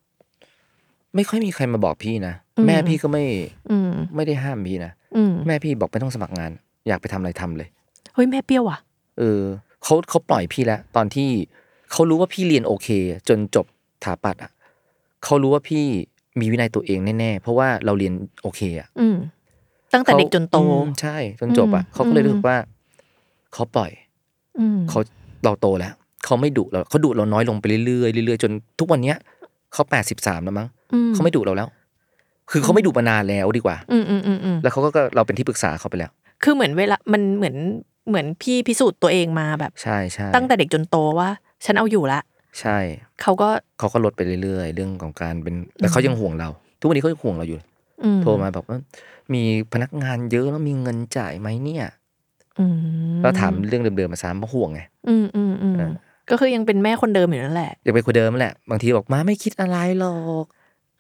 Speaker 4: ๆไม่ค่อยมีใครมาบอกพี่นะ
Speaker 3: อืม
Speaker 4: แม่พี่ก็ไม่
Speaker 3: อืม
Speaker 4: ไม่ได้ห้ามพี่นะ
Speaker 3: อืม
Speaker 4: แม่พี่บอกไม่ต้องสมัครงาน อยากไปทำอะไรทำเลย
Speaker 3: เฮ้ยแม่เปรี้ยวอ่ะ
Speaker 4: เออเขาเขาปล่อยพี่แล้ว ตอนที่เขารู้ว่าพี่เรียนโอเค จนจบถาปัดอ่ะเขารู้ว่าพี่มีวินัยตัวเองแน่ๆ เพราะว่าเราเรียนโอเคอ่ะ
Speaker 3: อืม ตั้งแต่เด็กจนโต
Speaker 4: อืมใช่จนจบอ่ะ
Speaker 3: อืม
Speaker 4: เขาก็เลยรู้สึกว่าเขาปล่อย
Speaker 3: อืม
Speaker 4: เขาเราโตแล้วเขาไม่ดุเราเขาดุเราน้อยลงไปเรื่อยๆเรื่อยๆจนทุกวันเนี้ยเขาแปดสิบสามแล้วมั้ง
Speaker 3: อืม
Speaker 4: เขาไม่ดุเราแล้ว คือเขาไม่ดุมานานแล้วดีกว่า
Speaker 3: อืมอืมอืมอืม
Speaker 4: แล้วเขาก็ก็เราเป็นที่ปรึกษาเขาไปแล้ว
Speaker 3: คือเหมือนเวลา มันเหมือนเหมือนพี่พิสูจน์ตัวเองมาแบบ
Speaker 4: ใช่ใช่
Speaker 3: ตั้งแต่เด็กจนโตว่า ฉันเอาอยู่ละ
Speaker 4: ใช่
Speaker 3: เขาก็
Speaker 4: เขาก็ลดไปเรื่อยๆ เรื่องของการเป็นแต่เขายังห่วงเรา ทุกวันนี้เขายังห่วงเราอยู่
Speaker 3: อื
Speaker 4: โทรมาบอกว่า มีพนักงานเยอะแล้วมีเงินจ่ายไหมเนี่ย
Speaker 3: อืม
Speaker 4: ก็ถามเรื่องเดิมๆมาซ้ำเพราะห่วงไง
Speaker 3: อืมอืมอืม
Speaker 4: เออ
Speaker 3: ก็คือยังเป็นแม่คนเดิมอยู่นั่นแหละ
Speaker 4: ยังเป็นคนเดิมแหละ บางทีบอกมาไม่คิดอะไรหรอก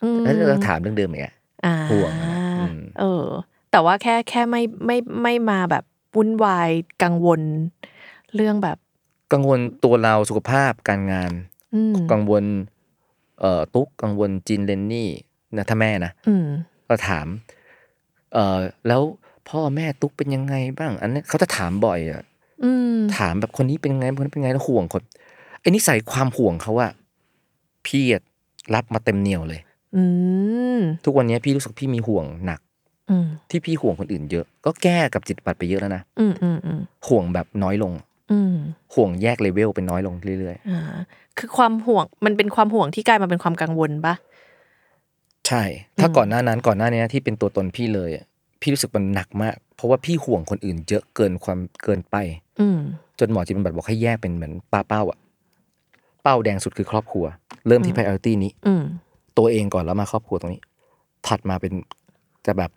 Speaker 3: อืม
Speaker 4: แล้วก็ถามเรื่องเดิมอย่างเงี้ย
Speaker 3: อ่า
Speaker 4: ห่วงอะนะอืม
Speaker 3: เออ แต่ว่าแค่แค่ไม่ไม่ไม่มาแบบวุ่นวายกังวล เรื่องแบบ
Speaker 4: กังวลตัวเราสุขภาพการงาน
Speaker 3: อืม
Speaker 4: กังวล เอ่อตุ๊กกังวลจินเลนนี่นะถ้าแม่นะ
Speaker 3: อืม
Speaker 4: ก็ถาม เออแล้วพ่อแม่ตุ๊กเป็นยังไงบ้าง อันนี้เขาจะถามบ่อยอะ
Speaker 3: อืม
Speaker 4: ถามแบบคนนี้เป็นไงคนนี้นเป็นไงแล้วห่วงคนไอ้นิสัยความห่วงเขาอะพี่อะรับมาเต็มเหนียวเลย
Speaker 3: อืม
Speaker 4: ทุกวันนี้พี่รู้สึกพี่มีห่วงหนัก
Speaker 3: อืม
Speaker 4: ที่พี่ห่วงคนอื่นเยอะ ก็แก้กับจิตบัตรไปเยอะแล้วนะ
Speaker 3: อืมอืมอืม
Speaker 4: ห่วงแบบน้อยลง
Speaker 3: อืม
Speaker 4: ห่วงแยกเลเวลเป็นน้อยลงเรื่อย
Speaker 3: อ่า คือความห่วง มันเป็นความห่วงที่กลายมาเป็นความกังวลปะ
Speaker 4: ๆใช่ ถ้าก่อนหน้านั้นก่อนหน้านี้ที่เป็นตัวตนพี่เลยอะพี่รู้สึกมันหนักมาก เพราะว่าพี่ห่วงคนอื่นเยอะเกินความเกินไป
Speaker 3: อืม
Speaker 4: จนหมอจิตบำบัดบอกให้แยกเป็นเหมือนป้าเป้าอะเป้าแดงสุดคือครอบครัว เริ่มที่ priority นี้
Speaker 3: อืม
Speaker 4: ตัวเองก่อนแล้วมาครอบครัวตรงนี้ ถัดมาเป็นจะแบบ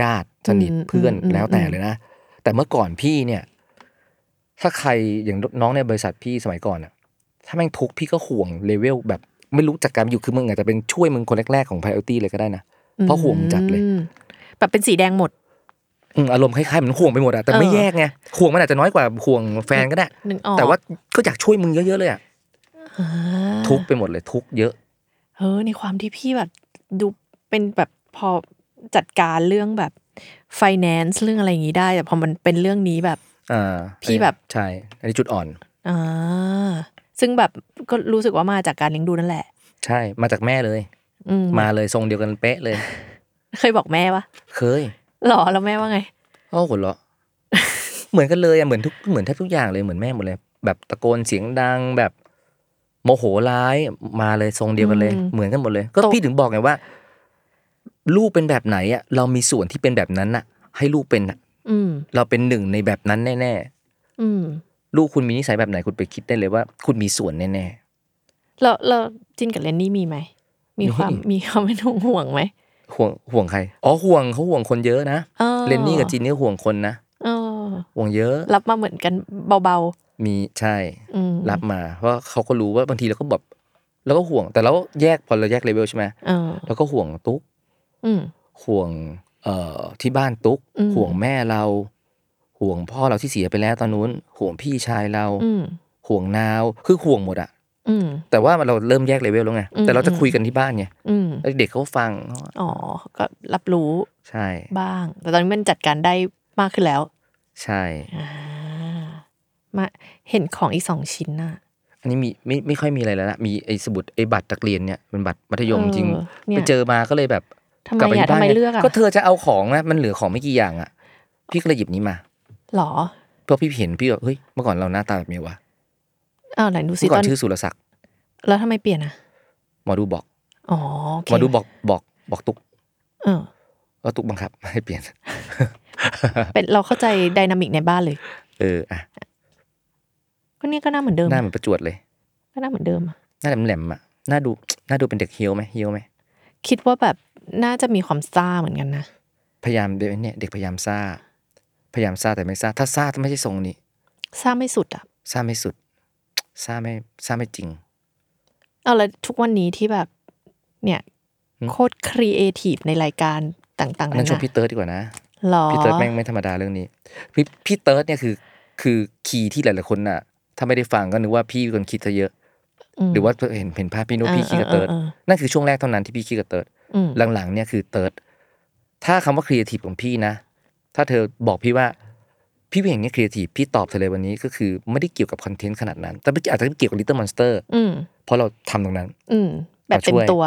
Speaker 4: ญาติสนิท
Speaker 3: อืม
Speaker 4: เพื่อน
Speaker 3: อืมอืม
Speaker 4: แล้วแต่เลยนะ แต่เมื่อก่อนพี่เนี่ย ถ้าใครอย่างน้องในบริษัทพี่สมัยก่อนอะถ้าแม่งทุกข์พี่ก็ห่วงเลเวลแบบไม่รู้จักการอยู่คือมึงอาจจะเป็นช่วยมึงคนแรกๆของ priority เลยก็ได้นะเพราะห่วงมึงจัดเลย
Speaker 3: อืมแบบเป็นสีแดงหมด
Speaker 4: อืมอารมณ์คล้ายๆเหมันห่วงไปหมดอะแต่ไม่
Speaker 3: เออ
Speaker 4: แยกไงห่วงมันอาจจะน้อยกว่าห่วงแฟนก็ได้
Speaker 3: นึกออก
Speaker 4: แต่ว่าก็อยากช่วยมึงเยอะๆเลยอะ
Speaker 3: อ่า
Speaker 4: ทุกข์ไปหมดเลยทุกข์เยอะ
Speaker 3: เออ ในความที่พี่แบบดูเป็นแบบพอจัดการเรื่องแบบ finance เรื่องอะไรอย่างนี้ได้แต่พอมันเป็นเรื่องนี้แบบ
Speaker 4: อ่า
Speaker 3: พี่แบบ
Speaker 4: ใช่อันนี้จุดอ่อน
Speaker 3: อ่าซึ่งแบบก็รู้สึกว่ามาจากการเลี้ยงดูนั่นแหละ
Speaker 4: ใช่มาจากแม่เลย
Speaker 3: อืม
Speaker 4: มาเลยทรงเดียวกันเป๊ะเลย
Speaker 3: เคยบอกแม่ปะ
Speaker 4: เคย
Speaker 3: หรอแล้วแม่ว่าไง
Speaker 4: โอ้โหว เราะ เหมือนกันเลยอะเหมือนทุกเหมือนแทบทุกอย่างเลยเหมือนแม่หมดเลย แบบตะโกนเสียงดังแบบ โมโหร้ายมาเลยทรงเดียวกันเลย
Speaker 3: อืม
Speaker 4: เหมือนกันหมดเลย ก็
Speaker 3: โต
Speaker 4: พี่ถึงบอกไงว่า ลูกเป็นแบบไหนอะเรามีส่วนที่เป็นแบบนั้นอะให้ลูกเป็นอะ
Speaker 3: อืม
Speaker 4: เราเป็นหนึ่งในแบบนั้นแน่
Speaker 3: อืม
Speaker 4: ๆ ลูกคุณมีนิสัยแบบไหนคุณไปคิดได้เลยว่า คุณมีส่วนแน่
Speaker 3: แล้วแล้วจินกับเลนนี่มีไหม มี
Speaker 4: มี
Speaker 3: ความมีความเป็นห่วงไหม
Speaker 4: ๆ ห่วงห่วงใคร อ๋อห่วงเขาห่วงคนเยอะนะ
Speaker 3: ออ
Speaker 4: เลนนี่กับจีนนี่ห่วงคนนะ
Speaker 3: เออ
Speaker 4: ห่วงเยอะ
Speaker 3: รับมาเหมือนกันเบา
Speaker 4: มีใช่
Speaker 3: ๆ อืม
Speaker 4: รับมา เพราะเขาก็รู้ว่าบางทีเราก็แบบเราก็ห่วง แต่เราแยกพอเราแยกเลเวลใช่ไหม
Speaker 3: เออ
Speaker 4: เราก็ห่วงตุ๊ก
Speaker 3: อืม
Speaker 4: ห่วงเอ่อที่บ้านตุ๊ก
Speaker 3: อืม
Speaker 4: ห่วงแม่เรา ห่วงพ่อเราที่เสียไปแล้วตอนนู้น ห่วงพี่ชายเรา
Speaker 3: อืม
Speaker 4: ห่วงนาว คือห่วงหมดอะ
Speaker 3: อืม
Speaker 4: แต่ว่าเราเริ่มแยกเลเวลแล้วไง
Speaker 3: อืม
Speaker 4: แต่เราจะ
Speaker 3: อืม
Speaker 4: คุยกันที่บ้านไง
Speaker 3: อืม
Speaker 4: แล้วเด็กเขาฟังเขาว่า
Speaker 3: อ๋อ ก็รับรู้
Speaker 4: ใช่
Speaker 3: บ้าง แต่ตอนนี้มันจัดการได้มากขึ้นแล้ว
Speaker 4: ใช่
Speaker 3: อ่า มาเห็นของอีกสองชิ้นน่ะ
Speaker 4: อันนี้มีไม่ไม่ค่อยมีอะไรแล้วนะมีไอ้สมุดไอ้บัตรนักเรียนเนี่ยเป็นบัตรมัธยม
Speaker 3: เออ
Speaker 4: จริง
Speaker 3: เนี่ย
Speaker 4: ไปเจอมาก็เลยแบบ
Speaker 3: ทำไม
Speaker 4: กลับ
Speaker 3: อะ
Speaker 4: ปที่บ้า
Speaker 3: ทำ
Speaker 4: น
Speaker 3: ไม
Speaker 4: นี่ย
Speaker 3: เลือกอะ
Speaker 4: ก็เธอจะเอาของนะมันเหลือของไม่กี่อย่างอ่ะ พี่ก็เลยหยิบนี้มา
Speaker 3: หรอ
Speaker 4: เพราะพี่เห็นพี่แบบเฮ้ยเมื่อก่อนเราหน้าตาแบบนี้วะ
Speaker 3: อ้าวไหนดูสิ
Speaker 4: เมื่อก่
Speaker 3: ต
Speaker 4: อ
Speaker 3: อน
Speaker 4: นชื่อสุรศักดิ์
Speaker 3: แล้วทำไมเปลี่ยนอ่ะ
Speaker 4: หมอดูบอก
Speaker 3: อ๋อโอเค
Speaker 4: หมอดูบอกบอกบอกตุก
Speaker 3: เออ
Speaker 4: แล้วตุกบังคับ ให้เปลี่ยน
Speaker 3: เป็นเราเข้าใจไดนามิกในบ้านเลย
Speaker 4: เอออ่ะ
Speaker 3: ก็เนี่ยก็หน่าเหมือนเดิม
Speaker 4: หน้าเหมือนประจวดเลย
Speaker 3: ก็หน่าเหมือนเดิมอะ
Speaker 4: หน้าแหลมแหลมๆอ่ะหน้าดูหน้าดูเป็นเด็กเฮียวไหมเฮียวไหม
Speaker 3: คิดว่าแบบน่าจะมีความซ่าเหมือนกันนะ
Speaker 4: พยายามเด็กเนี่ยเด็กพยายามซ่า พยายามซ่าแต่ไม่ซ่าถ้าซ่าต้องไม่ใช่ทรงนี้
Speaker 3: ซ่าไม่สุดอ่ะ
Speaker 4: ซาไม่สุด ซาไม่ซาไม่จริง
Speaker 3: เอาและทุกวันนี้ที่แบบ เนี่ย
Speaker 4: หืม
Speaker 3: โคตรครีเอทีฟในรายการต่างๆ
Speaker 4: อัน
Speaker 3: นั้
Speaker 4: นั้น นชม
Speaker 3: นะ
Speaker 4: พี่เติร์ดดีกว่านะ
Speaker 3: หรอ
Speaker 4: พี่เติร์ดแม่งไม่ธรรมดาเรื่องนี้ พี่พี่เติร์ดเนี่ยคือ คือคีย์ที่หลาย ๆ คนน่ะ ถ้าไม่ได้ฟังก็นึกว่าพี่เป็นคนคิดซะเยอะ
Speaker 3: ม
Speaker 4: หรือว่าเห็นเห็นภาพพี่นุ๊ก
Speaker 3: อ่า
Speaker 4: พี่คิดกับเติร์ด
Speaker 3: อ่าอ่า
Speaker 4: นั่นคือช่วงแรกเท่านั้นที่พี่คิดกับเติร์ด
Speaker 3: อืม
Speaker 4: หลัง ๆ เนี่ยคือเติร์ดถ้าคำว่าครีเอทีฟของพี่นะ ถ้าเธอบอกพี่ว่า พี่เห็นเนี่ยครีเอทีฟพี่ตอบเธอเลยวันนี้ก็คือไม่ได้เกี่ยวกับคอนเทนต์ขนาดนั้น แต่อาจจะเกี่ยวกับลิตเติ้ลมอนสเตอร์
Speaker 3: อืม
Speaker 4: เพราะเราทำตรงนั้น
Speaker 3: อืม แบบเต็ม
Speaker 4: ช่วย
Speaker 3: ตัว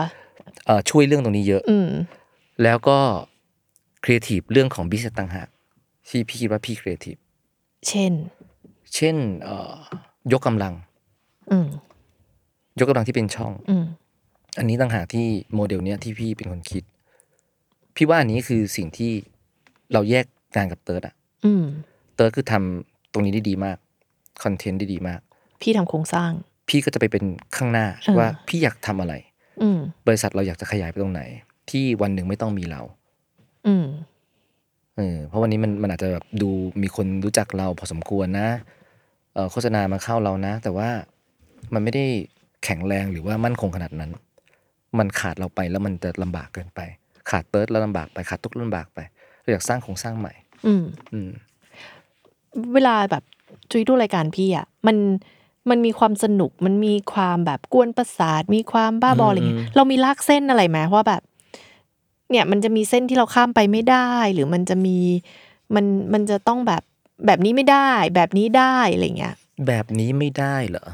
Speaker 4: เอ่อช่วยเรื่องตรงนี้เยอะ
Speaker 3: อืม
Speaker 4: แล้วก็ครีเอทีฟเรื่องของบิสต่างหากที่พี่คิดว่าพี่ครีเอทีฟ
Speaker 3: เช่น
Speaker 4: เช่นเอ่อยกกำลัง
Speaker 3: อืม
Speaker 4: ยกกำลังที่เป็นช่อง
Speaker 3: อืม
Speaker 4: อันนี้ต่างหากที่โมเดลเนี้ยที่พี่เป็นคนคิด พี่ว่าอันนี้คือสิ่งที่เราแยกงานกับเติร์ดอะ
Speaker 3: อืม
Speaker 4: เติร์ดคือทำตรงนี้ได้ดีมากคอนเทนต์ได้ดีมาก
Speaker 3: พี่ทำโครงสร้าง
Speaker 4: พี่ก็จะไปเป็นข้างหน้า
Speaker 3: เออ
Speaker 4: ว่าพี่อยากทำอะไร
Speaker 3: อืม
Speaker 4: บริษัทเราอยากจะขยายไปตรงไหน ที่วันหนึ่งไม่ต้องมีเรา
Speaker 3: อืม
Speaker 4: เออเพราะวันนี้มันมันอาจจะแบบดูมีคนรู้จักเราพอสมควรนะเอ่อโฆษณามาเข้าเรานะ แต่ว่ามันไม่ได้แข็งแรงหรือว่ามั่นคงขนาดนั้น มันขาดเราไปแล้วมันจะลำบากเกินไป ขาดเติร์ดแล้วลำบากไปขาดทุกข์ลำบากไปเราอยากสร้างโครงสร้างใหม่
Speaker 3: อืม
Speaker 4: อืม
Speaker 3: เวลาแบบจุยดูรายการพี่อ่ะ มัน มันมีความสนุกมันมีความแบบกวนประสาท มีความบ้าบออะไรเงี้ยเรามีลากเส้นอะไรไหมว่าแบบ เนี่ยมันจะมีเส้นที่เราข้ามไปไม่ได้ หรือมันจะมีมันมันจะต้องแบบแบบนี้ไม่ได้ แบบนี้ได้อะไรเงี้ย
Speaker 4: แบบนี้ไม่ได้เหรอ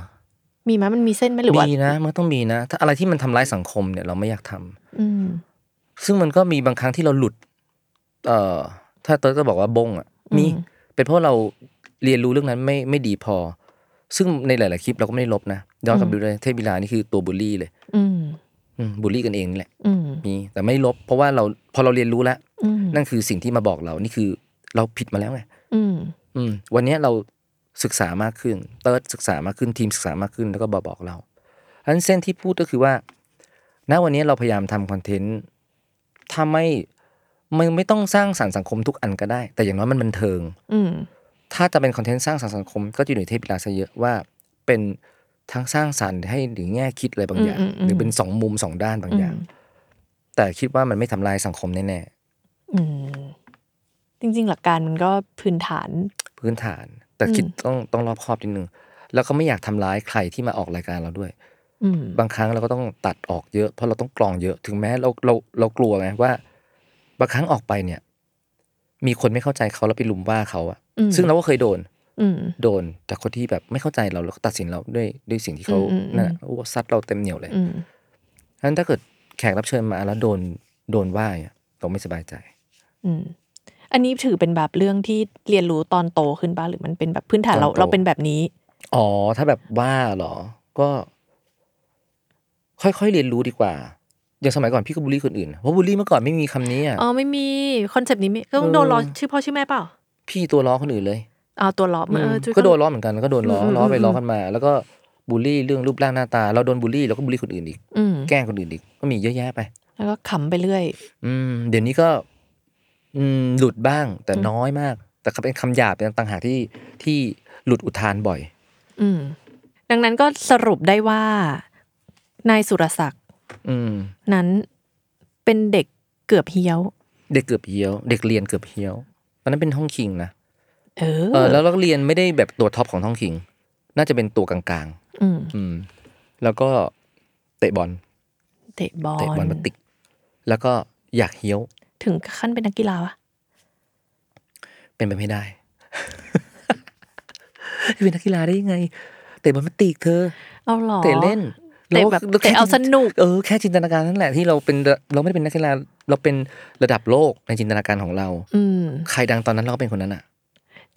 Speaker 3: มีไหมมันมีเส้นไหมหรือว่า
Speaker 4: มีนะ มันต้องมีนะ ถ้าอะไรที่มันทำร้ายสังคมเนี่ยเราไม่อยากทำ
Speaker 3: อืม
Speaker 4: ซึ่งมันก็มีบางครั้งที่เราหลุด เอ่อ ถ้าเติร์ดก็บอกว่าบงอ่ะ มี เป็นเพราะเราเรียนรู้เรื่องนั้นไม่ไม่ดีพอ ซึ่งในหลาย ๆ คลิปเราก็ไม่ได้ลบนะย้อนกลับไปดูเลยเทพบิลานี่คือตัวบูลลี่เลย
Speaker 3: อืม
Speaker 4: อืมบูลลี่กันเองนี่แหละ
Speaker 3: อืม
Speaker 4: มี แต่ไม่ลบ เพราะว่าเราพอเราเรียนรู้แล้ว
Speaker 3: อืม
Speaker 4: นั่นคือสิ่งที่มาบอกเรา นี่คือเราผิดมาแล้วไง
Speaker 3: อืม
Speaker 4: อืม วันเนี้ยเราศึกษามากขึ้น เติร์ดศึกษามากขึ้น ทีมศึกษามากขึ้น แล้วก็บอกบอกเราอันเส้นที่พูดก็คือว่า ณ วันนี้เราพยายามทำคอนเทนต์ ถ้าไม่ไม่ไม่ต้องสร้างสรรค์สังคมทุกอันก็ได้ แต่อย่างน้อยมันบันเทิง
Speaker 3: อืม
Speaker 4: ถ้าจะเป็นคอนเทนต์สร้างสรรค์สังคม ก็จะอยู่ในเทพบิดาซะเยอะว่า เป็นทั้งสร้างสรรค์ให้ถึงแง่คิดอะไรบางอย่าง
Speaker 3: อืมอืมอืม
Speaker 4: หรือเป็นสองมุมสองด้านบางอย่าง แต่คิดว่ามันไม่ทำลายสังคมแน่
Speaker 3: อืม จริง ๆ หลักการมันก็พื้นฐาน
Speaker 4: ๆพื้นฐาน แต่คิดต้องต้องรอบคอบนิดนึงแล้วก็ไม่อยากทำร้ายใครที่มาออกรายการเราด้วย
Speaker 3: อืม
Speaker 4: บางครั้งเราก็ต้องตัดออกเยอะเพราะเราต้องกรองเยอะถึงแม้เราเราเรากลัวไงว่า บางครั้งออกไปเนี่ย มีคนไม่เข้าใจเขาแล้วไปลุมว่าเขาอะ
Speaker 3: อืม
Speaker 4: ซึ่งเราก็เคยโดน
Speaker 3: อืม
Speaker 4: โดนจากคนที่แบบไม่เข้าใจเราแล้วก็ตัดสินเราด้วยด้วยสิ่งที่เขา
Speaker 3: อืมอืม
Speaker 4: นั่นน่ะโอ้ซัดเราเต็มเหนียวเลย
Speaker 3: อืม
Speaker 4: งั้นถ้าเกิดแขกรับเชิญมาแล้วโดนโดนว่าอย่างเงี้ยเราไม่สบายใจ
Speaker 3: อืม อันนี้ถือเป็นแบบเรื่องที่เรียนรู้ตอนโตขึ้นป่ะหรือมันเป็นแบบพื้นฐานเรา
Speaker 4: ตอนโต
Speaker 3: เราเป็นแบบนี้
Speaker 4: อ๋อ ถ้าแบบว่าเหรอ ก็ ค่อยๆเรียนรู้ดีกว่าอย่างสมัยก่อนพี่ก็บูลลี่คนอื่นเพราะบูลลี่เมื่อก่อนไม่มีคำนี้อ่ะ
Speaker 3: อ๋อไม่มีคอนเซปต์นี้ไม่ก็ต้องโดนล้อชื่อพ่อชื่อแม่เปล่า
Speaker 4: พี่ตัวล้อคนอื่นเลย
Speaker 3: อ๋อตัวล้อมันเออช่วย
Speaker 4: ก็โดนล้อเหมือนกันแล้วก็โดนล้อ
Speaker 3: อืมอืม
Speaker 4: ล้อไป
Speaker 3: อืม
Speaker 4: ล้อกันมา แล้วก็บูลลี่เรื่องรูปร่างหน้าตา เราโดนบูลลี่เราก็บูลลี่คนอื่นอีก
Speaker 3: อืม
Speaker 4: แกล้งคนอื่นอีกก็มีเยอะแยะไป
Speaker 3: แล้วก็ขำไปเรื่อย
Speaker 4: อืม เดี๋ยวนี้ก็ อืม หลุดบ้างแต่น้อยมาก แต่ก็เป็นคำหยาบเป็นต่างหากที่ที่หลุดอุทานบ่อย
Speaker 3: อืม ดังนั้นก็สรุปได้ว่า นายสุรศักดิ์
Speaker 4: อืม
Speaker 3: นั้นเป็นเด็กเกือบเฮี้ยว
Speaker 4: เด็กเกือบเฮี้ยว เด็กเรียนเกือบเฮี้ยวตอนนั้นเป็นท้องคิงนะ
Speaker 3: เออ
Speaker 4: เออแล้วเราก็เรียนไม่ได้แบบตัวท็อปของท้องคิง น่าจะเป็นตัวกลาง
Speaker 3: อืม
Speaker 4: ๆ อืม แล้วก็เตะบอล
Speaker 3: เตะบอล
Speaker 4: เตะบอลมาติก แล้วก็อยากเฮี้ยว
Speaker 3: ถึงขั้นเป็นนักกีฬาวะ
Speaker 4: เป็นไปไม่ได้ เป็นนักกีฬาได้ยังไง เตะบอลมันติกเธอ
Speaker 3: เอาหรอ
Speaker 4: เตะเล่น
Speaker 3: เตะแบบ
Speaker 4: รค่
Speaker 3: เตะเอาสนุก
Speaker 4: เออแค่จินตนาการนั่นแหละที่เราเป็นเราไม่ได้เป็นนักกีฬาเราเป็นระดับโลกในจินตนาการของเรา
Speaker 3: อืม
Speaker 4: ใครดังตอนนั้นเราก็เป็นคนนั้นอ่ะ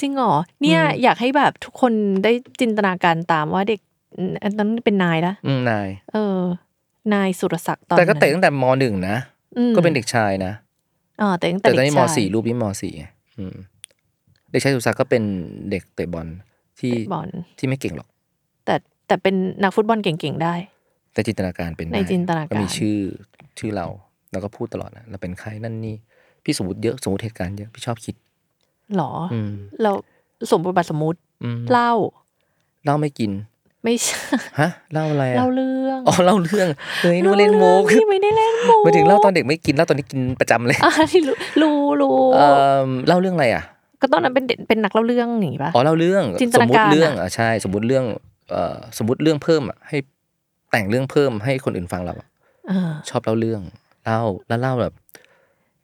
Speaker 3: จริงเหรอเนี่ยอยากให้แบบทุกคนได้จินตนาการตามว่าเด็กอืมอันนั้นเป็นนายนะ
Speaker 4: อืมนาย
Speaker 3: เออ นายสุรศักดิ์ตอน
Speaker 4: แต่ก็เตะ
Speaker 3: นั้น
Speaker 4: ตั้งแต่มหนึ่งนะ
Speaker 3: อืม
Speaker 4: ก็เป็นเด็กชายนะ
Speaker 3: อ๋อเตะตั้งแต่
Speaker 4: แต่ตอนนี้ม
Speaker 3: เด็กชาย
Speaker 4: สี่รูปนี้มสี่ไงอืมเด็กชายสุสาก็เป็นเด็กเตะบอลที่
Speaker 3: เตะบอล
Speaker 4: ที่ไม่เก่งหรอก
Speaker 3: แต่แต่เป็นนักฟุตบอลเก่งๆได้
Speaker 4: แต่จินตนาการเป็น
Speaker 3: ใน
Speaker 4: ได้
Speaker 3: จินตนาการ
Speaker 4: มีชื่อชื่อเราเราก็พูดตลอดนะเราเป็นใครนั่นนี่พี่สมมติเยอะสมมติเหตุการณ์เยอะพี่ชอบคิด
Speaker 3: หรอ
Speaker 4: อืม
Speaker 3: เราสมบทบาทสมมุติ
Speaker 4: อืม
Speaker 3: เล่า
Speaker 4: เหล่าไม่กิน
Speaker 3: ไม่ใช่
Speaker 4: ฮะเหล่าอะไรอะ
Speaker 3: เล่าเรื่อง
Speaker 4: อ๋อเหล่าเรื่องเฮ้ยนู่นเล่นโมก
Speaker 3: าเรื่องที่ไม่ได้เล่นมุก
Speaker 4: หมายถึงเหล่าตอนเด็กไม่กินเหล่าตอนนี้กินประจำเลย
Speaker 3: อ่ะที่รู้รู้รู้
Speaker 4: เออเหล่าเรื่องอะไรอ่ะ
Speaker 3: ก็ตอนนั้นเป็นเด็กเป็นนักเล่าเรื่องอย่างงี้ป่ะ
Speaker 4: อ๋อเหล่าเรื่อง
Speaker 3: จินต
Speaker 4: สม
Speaker 3: นาม
Speaker 4: ติ
Speaker 3: การอะ
Speaker 4: เรื่องอ่ะใช่ สมมติเรื่องเอ่อสมมติเรื่องเพิ่มอ่ะให้แต่งเรื่องเพิ่มให้คนอื่นฟังเราอะ
Speaker 3: เออ
Speaker 4: ชอบเล่าเรื่องเล่าแล้วเล่าแบบ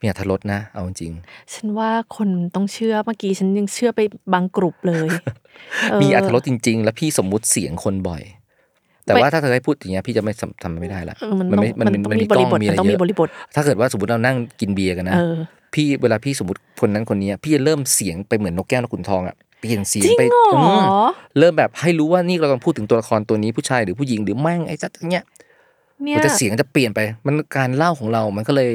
Speaker 4: มีอรรถรสนะ เอาจริง
Speaker 3: ฉันว่าคนต้องเชื่อเมื่อกี้ฉันยังเชื่อไปบางกลุ่มเลยเ
Speaker 4: มีอรรถรสจริง ๆ แล้วพี่สมมุติเสียงคนบ่อย แต่ว่าถ้าเธอให้พูดอย่างเงี้ยพี่จะไม่สำทำไม่ได้ละ
Speaker 3: เออมันต้อง
Speaker 4: ไ
Speaker 3: มันต้องมีบ
Speaker 4: กล้
Speaker 3: ริบท
Speaker 4: มี
Speaker 3: มันต้องมีบริบท
Speaker 4: ถ้าเกิดว่าสมมติเรานั่งกินเบียร์กันนะ
Speaker 3: เออ
Speaker 4: พี่เวลาพี่สมมติคนนั้นคนนี้พี่จะเริ่มเสียงไปเหมือนนกแก้วนกขุนทองอ่ะเปลี่ยนเสียง
Speaker 3: จริง
Speaker 4: ไป
Speaker 3: เหรอ
Speaker 4: อืมเริ่มแบบให้รู้ว่านี่เรากำลังพูดถึงตัวละครตัวนี้ผู้ชายหรือผู้หญิงหรือแม่งไอ้จัดอย่างเงี้ย
Speaker 3: เนี่
Speaker 4: มั
Speaker 3: ย
Speaker 4: นจะเสียงจะเปลี่ยนไป มันการเล่าของเรา มันก็เลย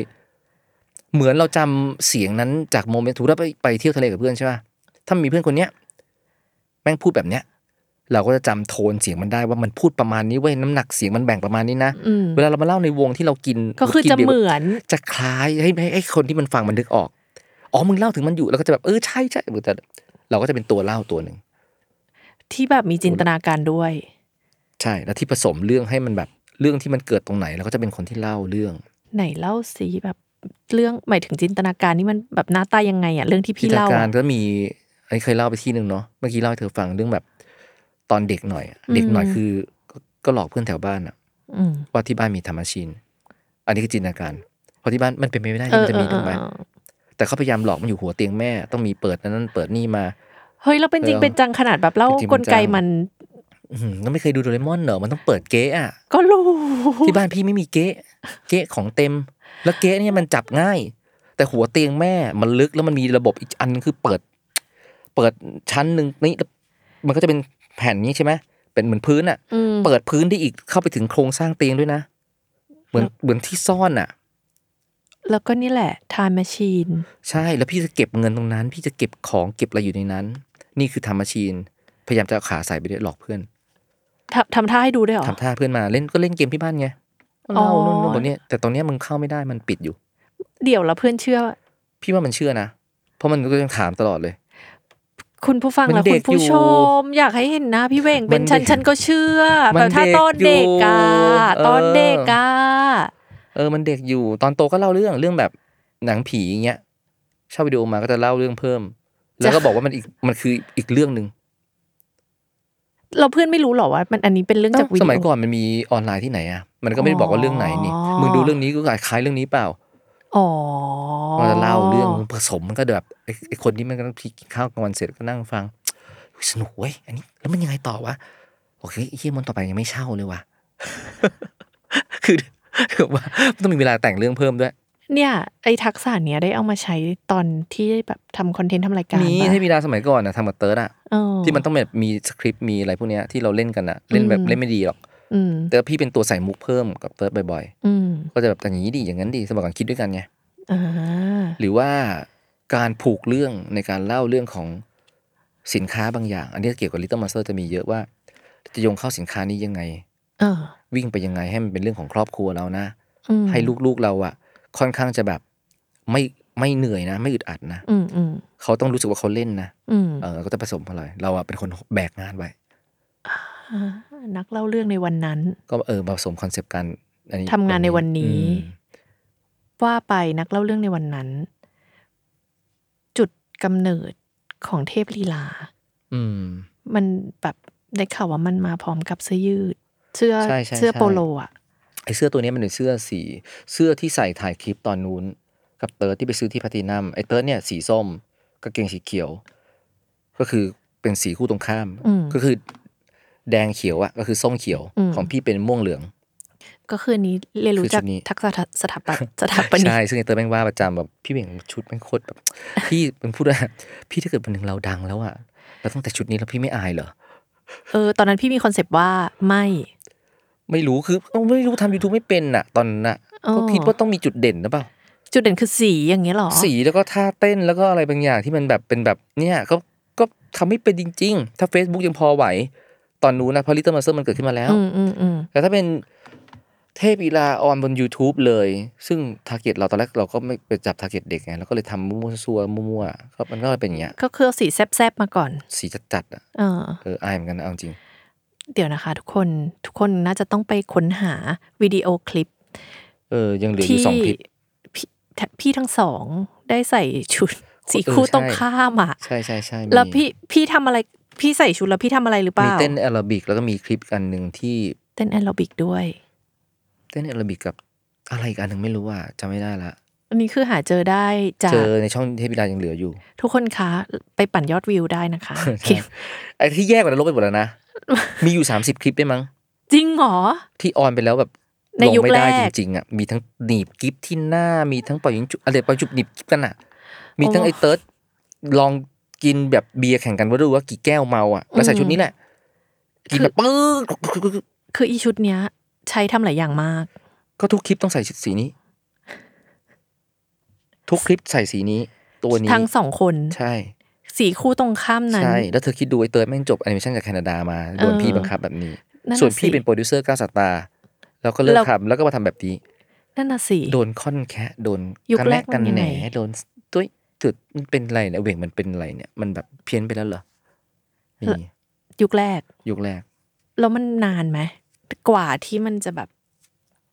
Speaker 4: เหมือนเราจำเสียงนั้นจากโมเมนต์ถูกถ้าไปไปเที่ยวทะเลกับเพื่อนใช่ป่ะ ถ้ามีเพื่อนคนเนี้ยแม่งพูดแบบเนี้ย เราก็จะจำโทนเสียงมันได้ว่ามันพูดประมาณนี้เว้ยน้ำหนักเสียงมันแบ่งประมาณนี้นะ
Speaker 3: อืม
Speaker 4: เวลาเรามาเล่าในวงที่เรากิน
Speaker 3: ก็คือจะเหมือน
Speaker 4: จะคล้ายให้ให้ให้คนที่มันฟังมันนึกออก อ๋อ มึงเล่าถึงมันอยู่แล้วก็จะแบบเออใช่ใช่แต่เราก็จะเป็นตัวเล่าตัวหนึ่ง
Speaker 3: ที่แบบมีจินตนาการด้วย
Speaker 4: ใช่ แล้วที่ผสมเรื่องให้มันแบบเรื่องที่มันเกิดตรงไหนเราก็จะเป็นคนที่เล่าเรื่อง
Speaker 3: ไหนเล่าสีแบบเรื่องหมายถึงจินตนาการนี่มันแบบหน้าตายังไงอ่ะเรื่องที่
Speaker 4: จิ
Speaker 3: พี่
Speaker 4: นตนา
Speaker 3: เล่า
Speaker 4: การ
Speaker 3: อะ
Speaker 4: ก็มีไอ้เคยเล่าไปที่หนึ่งเนาะเมื่อกี้เล่าให้เธอฟังเรื่องแบบ ตอนเด็กหน่อยอะเด็กหน่อยคือก็ก็หลอกเพื่อนแถวบ้านอะ
Speaker 3: อืม
Speaker 4: ว่าที่บ้านมีทำอาชีพอันนี้คือจินตนาการเพราะที่บ้านมันเป็นไปไม่ได้
Speaker 3: เอ
Speaker 4: ที่
Speaker 3: อ
Speaker 4: มันจะมี
Speaker 3: เอ
Speaker 4: ถู
Speaker 3: อก
Speaker 4: ไหม
Speaker 3: เออ
Speaker 4: แต่เขาพยายามหลอกมันอยู่หัวเตียงแม่ ต้องมีเปิดนั้นเปิดนี่มา
Speaker 3: เฮ้ยเราเป็นจริง
Speaker 4: เออ
Speaker 3: เป็นจังขนาดแบบเล่า
Speaker 4: เป็นจริง
Speaker 3: ก
Speaker 4: เป็น
Speaker 3: ล
Speaker 4: จัง
Speaker 3: ไกมัน
Speaker 4: อื้อหือก็ไม่เคยดูโดเรมอนเหรอมันต้องเปิดเก๊ะอะ
Speaker 3: ก็รู้
Speaker 4: ที่บ้านพี่ไม่มีเก๊ะ เก๊ะของเต็ม แล้วเก๊ะเนี่ยมันจับง่าย แต่หัวเตียงแม่มันลึกแล้วมันมีระบบอีกอันคือเปิด เปิดชั้นหนึ่งนี่แล้วมันก็จะเป็นแผ่นนี้ใช่ไหมเป็นเหมือนพื้นอ่ะ
Speaker 3: อืม
Speaker 4: เปิดพื้นได้อีกเข้าไปถึงโครงสร้างเตียงด้วยนะ เหมือนเหมือนที่ซ่อนอ่ะ
Speaker 3: แล้วก็นี่แหละทานแมชชีน
Speaker 4: ใช่แล้วพี่จะเก็บเงินตรงนั้น พี่จะเก็บของเก็บอะไรอยู่ในนั้น นี่คือทำมาชีน พยายามจะเอาขาใส่ไปด้วยหลอกเพื่อน
Speaker 3: ทำทำท่าให้ดูได้วยเหรอ
Speaker 4: ทำท่าเพื่อนมาเล่นก็เล่นเกมที่บ้านไงก็เล่า
Speaker 3: อ๋อ
Speaker 4: นู่นนู่นตรงเนี้ยแต่ตอนเนี้ยมึงเข้าไม่ได้มันปิดอยู่
Speaker 3: เดี๋ยวแล้วเพื่อนเชื่อ
Speaker 4: พี่ว่ามันเชื่อนะ เพราะมันก็ยังถามตลอดเลย
Speaker 3: คุณผู้ฟัง
Speaker 4: มัน
Speaker 3: และ
Speaker 4: เด็
Speaker 3: คุณ
Speaker 4: กอยู่
Speaker 3: ผู้ชม อยากให้เห็นหนะ พี่เวง
Speaker 4: มั
Speaker 3: เป็น
Speaker 4: น
Speaker 3: ฉัน
Speaker 4: เด็ก
Speaker 3: ฉันก็เชื่อ
Speaker 4: มั
Speaker 3: แบ
Speaker 4: น
Speaker 3: บถ้าตอนเด็กอะ
Speaker 4: เด็กอยู่
Speaker 3: ตอนเด็กอะ
Speaker 4: เออ มันเด็กอยู่ ตอนโตก็เล่าเรื่องเรื่องแบบหนังผีอย่างเงี้ยเชอบวิดีโอมาก็จะเล่าเรื่องเพิ่ม แล้วก็บอกว่ามันอีกมันคืออีกเรื่องหนึ่ง
Speaker 3: เราเพื่อนไม่รู้หรอว่า มันอันนี้เป็นเรื่องจากวิดี
Speaker 4: ส
Speaker 3: โอ
Speaker 4: มัยก่อนมันมีออนไลน์ที่ไหนอ่ะ มันก็ไม่ได้บอกว่าเรื่องไหนนี่
Speaker 3: อ๋อ
Speaker 4: มึงดูเรื่องนี้ก็คล้ายเรื่องนี้เปล่า
Speaker 3: อ๋อ
Speaker 4: มันจะเล่าเรื่องผสมมันก็แบบไอ้ไอ้คนนี้มันก็ต้องกินข้าวกลางวันเสร็จก็นั่งฟังอุ๊ยสนุกเว้ยอันนี้ แล้วมันยังไงต่อวะโอเคเฮียมันต่อไปยังไม่เช่าเลยว่ะ คือ คือว่ามันต้องมีเวลาแต่งเรื่องเพิ่มด้วย
Speaker 3: เนี่ย ไอ้ทักษะเนี้ยได้เอามาใช้ตอนที่แบบทำคอนเทนต์ทำรายการ
Speaker 4: มี
Speaker 3: ปะ
Speaker 4: ให้มีดาสมัยก่อนนะทำกับเติร์ดอะ
Speaker 3: เออ
Speaker 4: ที่มันต้องแบบมีสคริปต์มีอะไรพวกเนี้ยที่เราเล่นกันอะเล่นแบบ
Speaker 3: อืม
Speaker 4: เล่นไม่ดีหรอก
Speaker 3: อืม
Speaker 4: แต่พี่เป็นตัวใส่มุกเพิ่มกับเติร์ดบ่อย
Speaker 3: อืม
Speaker 4: ๆ ก็จะแบบอย่างนี้ดีอย่างนั้นดีสมัยก่อนคิดด้วยกันไง
Speaker 3: อ่า
Speaker 4: หรือว่าการผูกเรื่องในการเล่าเรื่องของสินค้าบางอย่าง อันนี้เกี่ยวกับ Little Monster จะมีเยอะว่า จะโยงเข้าสินค้านี้ยังไง
Speaker 3: เออ
Speaker 4: วิ่งไปยังไงให้มันเป็นเรื่องของครอบครัวเรานะ
Speaker 3: อืม
Speaker 4: ให้ลูกๆเราอะค่อนข้างจะแบบไม่ไม่เหนื่อยนะ ไม่อึดอัดนะ
Speaker 3: อืมอืม
Speaker 4: เขาต้องรู้สึกว่าเขาเล่นนะ
Speaker 3: อืม
Speaker 4: เออก็จะผสมพลอยเราอะเป็นคนแบกงานไว้
Speaker 3: อ่านักเล่าเรื่องในวันนั้น
Speaker 4: ก็เออมาผสมคอนเซปต์กันอั
Speaker 3: ทำงานในวันนี้
Speaker 4: อืม
Speaker 3: ว่าไปนักเล่าเรื่องในวันนั้น จุดกำเนิดของเทพลีลา
Speaker 4: อืม
Speaker 3: มันแบบได้ข่าวว่ามันมาพร้อมกับเสื้อยืด เสื้อ
Speaker 4: ใช่ใช่
Speaker 3: เสื้อ
Speaker 4: ใช่
Speaker 3: โปโลอ่ะ
Speaker 4: ไอเสื้อตัวเนี้ยมันเป็นเสื้อสีเสื้อที่ใส่ถ่ายคลิปตอนนู้น กับเติร์ดที่ไปซื้อที่แพัตินัมไอเติร์ดเนี่ยสีส้มกางเกงสีเขียว ก็คือเป็นสีคู่ตรงข้าม
Speaker 3: อืม
Speaker 4: ก็คือ แดงเขียวอะก็คือส้มเขียว
Speaker 3: อืม
Speaker 4: ของพี่เป็นม่วงเหลือง
Speaker 3: ก็คืออันนี้เรียนรู้
Speaker 4: คือชุ
Speaker 3: จาก
Speaker 4: ดนี้
Speaker 3: ทักษะสถาปัตย์สถาปนิก
Speaker 4: ใช่ซึ่งไอเติร์ดแม่งว่าประจำแบบพี่เบ่งชุดแม่งโคตรแบบ พี่มันพูดว่าพี่ถ้าเกิดวันหนึ่งเราดังแล้วอะเราต้องแต่ชุดนี้แล้วพี่ไม่อายเหรอ
Speaker 3: เออ ตอนนั้นพี่มีคอนเซปต์ว่าไม่
Speaker 4: ไม่รู้คือเอ้าไม่รู้ทำยูทูบไม่เป็นอะตอนนั้นอะก็คิดว่าต้องมีจุดเด่นหรือเปล่า
Speaker 3: จุดเด่นคือสีอย่างเงี้ยเหรอ
Speaker 4: สีแล้วก็ท่าเต้นแล้วก็อะไรบางอย่างที่มันแบบเป็นแบบเนี่ยก็ก็ทำไม่เป็นจริง ๆ ถ้า Facebook ยังพอไหว ตอนนู้นนะเพราะลิตเติ้ลมาสเตอร์มันเกิดขึ้นมาแล้ว
Speaker 3: อืมอืมอืม
Speaker 4: แต่ถ้าเป็นเทพอีลาออนบน YouTube เลย ซึ่งทาร์เก็ตเราตอนแรกเราก็ไม่ไปจับทาร์เก็ตเด็กไงเราก็เลยทำมั่วซัวมั่วๆก็มันก็เลยเป็นอย่างเงี้ย
Speaker 3: ก็คือเอาสีแซบๆมาก่อน
Speaker 4: สีจัดๆอะ
Speaker 3: เออ
Speaker 4: เอออายเหมือนกันนะเอาจริง
Speaker 3: เดี๋ยวนะคะ ทุกคนทุกคนน่าจะต้องไปค้นหาวิดีโอคลิป
Speaker 4: เออ ยังเหลืออ
Speaker 3: ที่
Speaker 4: ยู่สองคลิป
Speaker 3: พี่พี่ทั้งสองได้ใส่ชุด สี
Speaker 4: เออ
Speaker 3: คู่
Speaker 4: ใช่
Speaker 3: ต้องข้ามอ่ะ
Speaker 4: ใช่ใช่ใช่มี
Speaker 3: แล้วพี่พี่ทำอะไรพี่ใส่ชุดแล้วพี่ทำอะไรหรือเป
Speaker 4: มี
Speaker 3: ล่า
Speaker 4: เต้นแอโรบิกแล้วก็มีคลิปอันหนึ่งที่
Speaker 3: เต้นแอโรบิกด้วย
Speaker 4: เต้นแอโรบิกกับอะไรอีกอันหนึ่งไม่รู้ว่าจำไม่ได้ละ
Speaker 3: อันนี้คือหาเจอได้จาก
Speaker 4: เจอในช่องเทพอีลายังเหลืออยู่
Speaker 3: ทุกคนคะไปปั่นยอดวิวได้นะคะ
Speaker 4: ใช่
Speaker 3: คลิป
Speaker 4: ไอ้ที่แยกกว่านั้นลบไปหมดแล้วนะ มีอยู่ 30 คลิปได้มั้ง
Speaker 3: จริงเหรอ
Speaker 4: ที่ออนไปแล้วแบบ
Speaker 3: ใน
Speaker 4: ลง
Speaker 3: ยุค
Speaker 4: ไม่
Speaker 3: แร
Speaker 4: ได้
Speaker 3: ก
Speaker 4: จริงๆอ่ะ มีทั้งหนีบกิฟที่หน้า มีทั้งปล่อยยิงจุบอะไรปล่อยจุบหนีบกิฟกันอ่ะ มีทั้งไอ้เติร์ดลองกินแบบเบียร์แข่งกันว่าดูว่ากี่แก้วเมาอ่ะ แล้วใส่ชุดนี้แหละ กินแบบปึ๊ก
Speaker 3: คืออีชุดเนี้ย ใช้ทำหลายอย่างมาก
Speaker 4: ก็ทุกคลิปต้องใส่ชุดสีนี้ ทุกคลิปใส่สีนี้ ตัวนี้
Speaker 3: ทั้งสองคน
Speaker 4: ใช่
Speaker 3: สีคู่ตรงข้ามนั้น
Speaker 4: ใช่ แล้วเธอคิดดูไอ้เติร์ดแม่งจบแอนิเมชันจากแคนาดามาโดน
Speaker 3: เออ
Speaker 4: พี่บังคับแบบนี้
Speaker 3: นั่นน่ะ
Speaker 4: ส่วน
Speaker 3: สิ
Speaker 4: พี่เป็นโปรดิวเซอร์ก้าวสตาร์แล้วก็เลิก
Speaker 3: เรา
Speaker 4: ทำแล้วก็มาทำแบบนี้
Speaker 3: นั่นน่ะสิ
Speaker 4: โดนค่อนแคะโดน
Speaker 3: ยุคแรก
Speaker 4: ะะกัน
Speaker 3: มันยัง
Speaker 4: แหน
Speaker 3: ไง
Speaker 4: โดนตุ้ยจุดมันเป็นไรเนี่ยเหวงมันเป็นไรเนี่ย มันแบบเพี้ยนไปแล้วเหรอมี
Speaker 3: ยุคแรก
Speaker 4: ยุคแรก
Speaker 3: แล้วมันนานไหมกว่าที่มันจะแบบ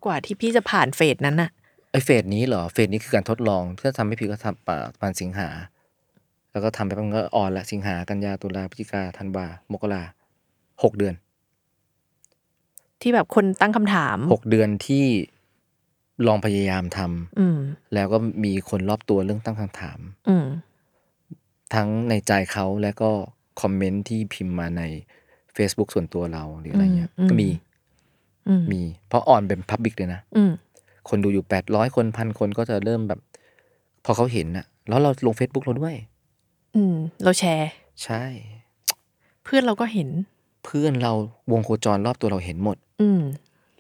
Speaker 3: กว่าที่พี่จะผ่านเฟสนั้นอะ
Speaker 4: ไอเฟสนี้เหรอ เฟสนี้คือการทดลองถ้าทำไม่ผิดก็ทำป่าประมาณสิงหา แล้วก็ทำไปมันก็ออนละสิงหากันยาตุลาพฤศจิกาธันวามกรา หกเดือน
Speaker 3: ที่แบบคนตั้งคำถาม
Speaker 4: หกเดือนที่ลองพยายามทำ
Speaker 3: อืม
Speaker 4: แล้วก็มีคนรอบตัวเรื่องตั้งคำถาม
Speaker 3: อืม
Speaker 4: ทั้งในใจเขาและก็คอมเมนต์ที่พิมพ์มาใน Facebook ส่วนตัวเราหรืออะไรเงี้ย
Speaker 3: อืมอืม
Speaker 4: ก็มี
Speaker 3: อืม
Speaker 4: มีเพราะออนเป็นพับบิกเลยนะ
Speaker 3: อืม
Speaker 4: คนดูอยู่แปดร้อยคนพันคนก็จะเริ่มแบบ พอเขาเห็นน่ะ แล้วเราลง Facebook เราด้วย
Speaker 3: อืม เราแชร์
Speaker 4: ใช่
Speaker 3: เพื่อนเราก็เห็น
Speaker 4: เพื่อนเราวงโคจรรอบตัวเราเห็นหมด
Speaker 3: อืม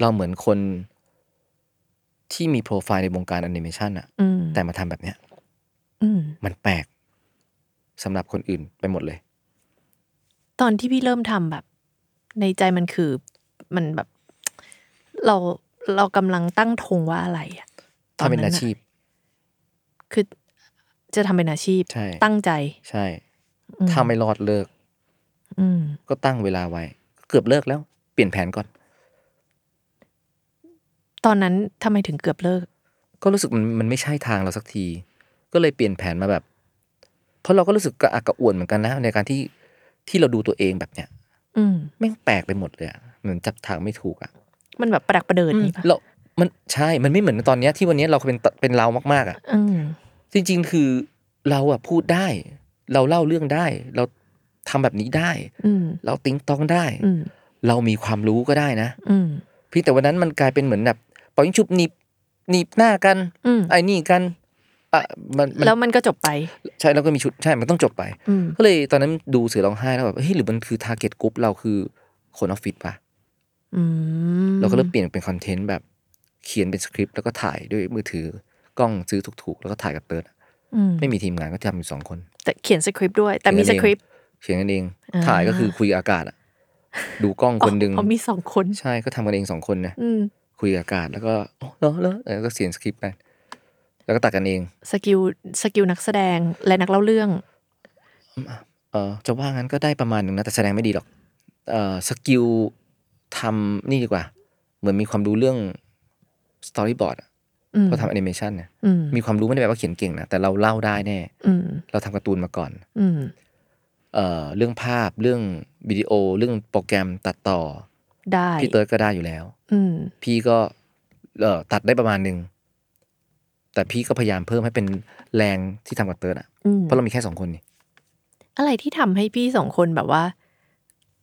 Speaker 4: เราเหมือนคนที่มีโปรไฟล์ในวงการแอนิเมชันอะ
Speaker 3: อืม
Speaker 4: แต่มาทำแบบเนี้ย
Speaker 3: อืม
Speaker 4: มันแปลกสำหรับคนอื่นไปหมดเลย
Speaker 3: ตอนที่พี่เริ่มทำแบบ ในใจมันคือมันแบบ เราเรากำลังตั้งธงว่าอะไรอะ
Speaker 4: ถ้าเป็นอาชีพ
Speaker 3: คือ จะทำเป็นอาชีพ
Speaker 4: ใช่
Speaker 3: ตั้งใจ
Speaker 4: ใช่ ถ้าไม่รอดเลิก
Speaker 3: อืม
Speaker 4: ก็ตั้งเวลาไว้ เกือบเลิกแล้ว เปลี่ยนแผนก่อน
Speaker 3: ตอนนั้นทำไมถึงเกือบเลิก
Speaker 4: ก็รู้สึกมันมันไม่ใช่ทางเราสักที ก็เลยเปลี่ยนแผนมาแบบ เพราะเราก็รู้สึกกระอักกระอ่วนเหมือนกันนะ ในการที่ที่เราดูตัวเองแบบเนี้ย
Speaker 3: อืม
Speaker 4: แม่งแปลกไปหมดเลยอะเหมือนจับทางไม่ถูกอะ
Speaker 3: มันแบบประดักประเดิดนี่ปะ
Speaker 4: เรา มันใช่ มันไม่เหมือนตอนเนี้ยที่วันเนี้ยเราเป็นตเป็นเรามากๆอ่ะ
Speaker 3: อืม
Speaker 4: จริง ๆ คือเราอ่ะพูดได้ เราเล่าเรื่องได้ เราทำแบบนี้ได้
Speaker 3: อืม
Speaker 4: เราติ๊งต้องได้
Speaker 3: อืม
Speaker 4: เรามีความรู้ก็ได้นะ
Speaker 3: อืม
Speaker 4: เพี่แต่วันนั้นมันกลายเป็นเหมือนแบบปล่อยยิงชุบหนีบหนีบหน้ากัน
Speaker 3: อืม
Speaker 4: ไอ้นี่กันอ่ะมันมัน
Speaker 3: แล้วมันก็จบไป
Speaker 4: ใช่แล้วก็มีชุดใช่ มันต้องจบไป
Speaker 3: อืม
Speaker 4: ก็เลยตอนนั้นดูเสือร้องไห้แล้วแบบเฮ้ยหรือมันคือ target group เราคือคนออฟฟิศปะ
Speaker 3: อืม
Speaker 4: เราก็เริ่มเปลี่ยนเป็นคอนเทนต์แบบเขียนเป็นสคริปต์แล้วก็ถ่ายด้วยมือถือกล้องซื้อถูกๆ แล้วก็ถ่ายกับเติร์ดอะ
Speaker 3: อืม
Speaker 4: ไม่มีทีมงานก็ทำอยู่สองคน
Speaker 3: แต่เขียนสคริปต์ด้วย แต่มีส
Speaker 4: เขียน
Speaker 3: ค
Speaker 4: กันเอง
Speaker 3: ริปต์
Speaker 4: เขียนกันเอง
Speaker 3: อ่า
Speaker 4: ถ่ายก็คือคุยกับอากาศอะดูกล้องคนหนึ่ง
Speaker 3: อ๋อมีสองคน
Speaker 4: ใช่ก็ทำกันเองสองคนนะ
Speaker 3: อืม
Speaker 4: คุยกับอากาศแล้วก็อ๋อเหรอเหรอแล้วก็เขียนสคริปต์กันแล้วก็ตัดกันเอง
Speaker 3: สกิลสกิลนักแสดงและนักเล่าเรื่อง
Speaker 4: เออจะว่างั้นก็ได้ประมาณหนึ่งนะแต่แสดงไม่ดีหรอกเออสกิลทำนี่ดีกว่า เหมือนมีความรู้เรื่องสตอรี่บอร์ด
Speaker 3: อืม
Speaker 4: พอทำแอนิเมชันเนี่ย
Speaker 3: อืม
Speaker 4: มีความรู้ไม่ได้แปลว่าเขียนเก่งนะแต่เราเล่าได้แน่
Speaker 3: อืม
Speaker 4: เราทำการ์ตูนมาก่อน
Speaker 3: อืม
Speaker 4: เอ่อเรื่องภาพเรื่องวิดีโอ เรื่องโปรแกรมตัดต่อ
Speaker 3: ได้
Speaker 4: พี่เติร์ดก็ได้อยู่แล้ว
Speaker 3: อืม
Speaker 4: พี่ก็เอ่อตัดได้ประมาณหนึ่งแต่พี่ก็พยายามเพิ่มให้เป็นแรงที่ทำกับเติร์ดอ่ะ
Speaker 3: อืม
Speaker 4: เพราะเรามีแค่สองคนนี่
Speaker 3: อะไรที่ทำให้พี่สองคนแบบว่า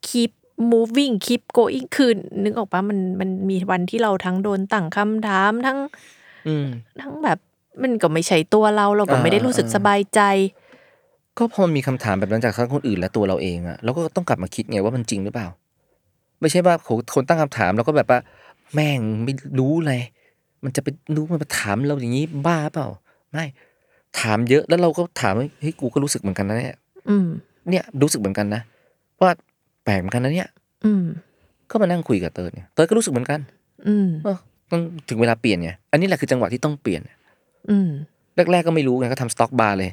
Speaker 3: keep moving keep going คือนึกออกปะมันมันมีวันที่เราทั้งโดนตั้งคำถามทั้ง
Speaker 4: อืม
Speaker 3: ทั้งแบบมันก็ไม่ใช่ตัวเราเราก็
Speaker 4: อ่า
Speaker 3: ไม่ได้รู้สึกสบายใจ
Speaker 4: ก็พอมีคำถามแบบนั้นจากทั้งคนอื่นและตัวเราเองอะเราก็ต้องกลับมาคิดไงว่ามันจริงหรือเปล่า ไม่ใช่ว่าโหคนตั้งคำถามเราก็แบบว่า แม่งไม่รู้เลยมันจะไปรู้มันมาถามเราอย่างนี้บ้าเปล่า ไม่ ถามเยอะแล้วเราก็ถามว่าเฮ้ยกูก็รู้สึกเหมือนกันนะเนี่ย
Speaker 3: อืม
Speaker 4: เนี่ยรู้สึกเหมือนกันนะว่าแปลกเหมือนกันนะเนี่ย
Speaker 3: อืม
Speaker 4: ก็มานั่งคุยกับเติร์ดเนี่ยเติร์ดก็รู้สึกเหมือนกัน
Speaker 3: อืม
Speaker 4: เออต้องถึงเวลาเปลี่ยนไงอันนี้แหละคือจังหวะที่ต้องเปลี่ยน
Speaker 3: อืม
Speaker 4: แรกๆก็ไม่รู้ไงก็ทำสต็อกบาร์เลย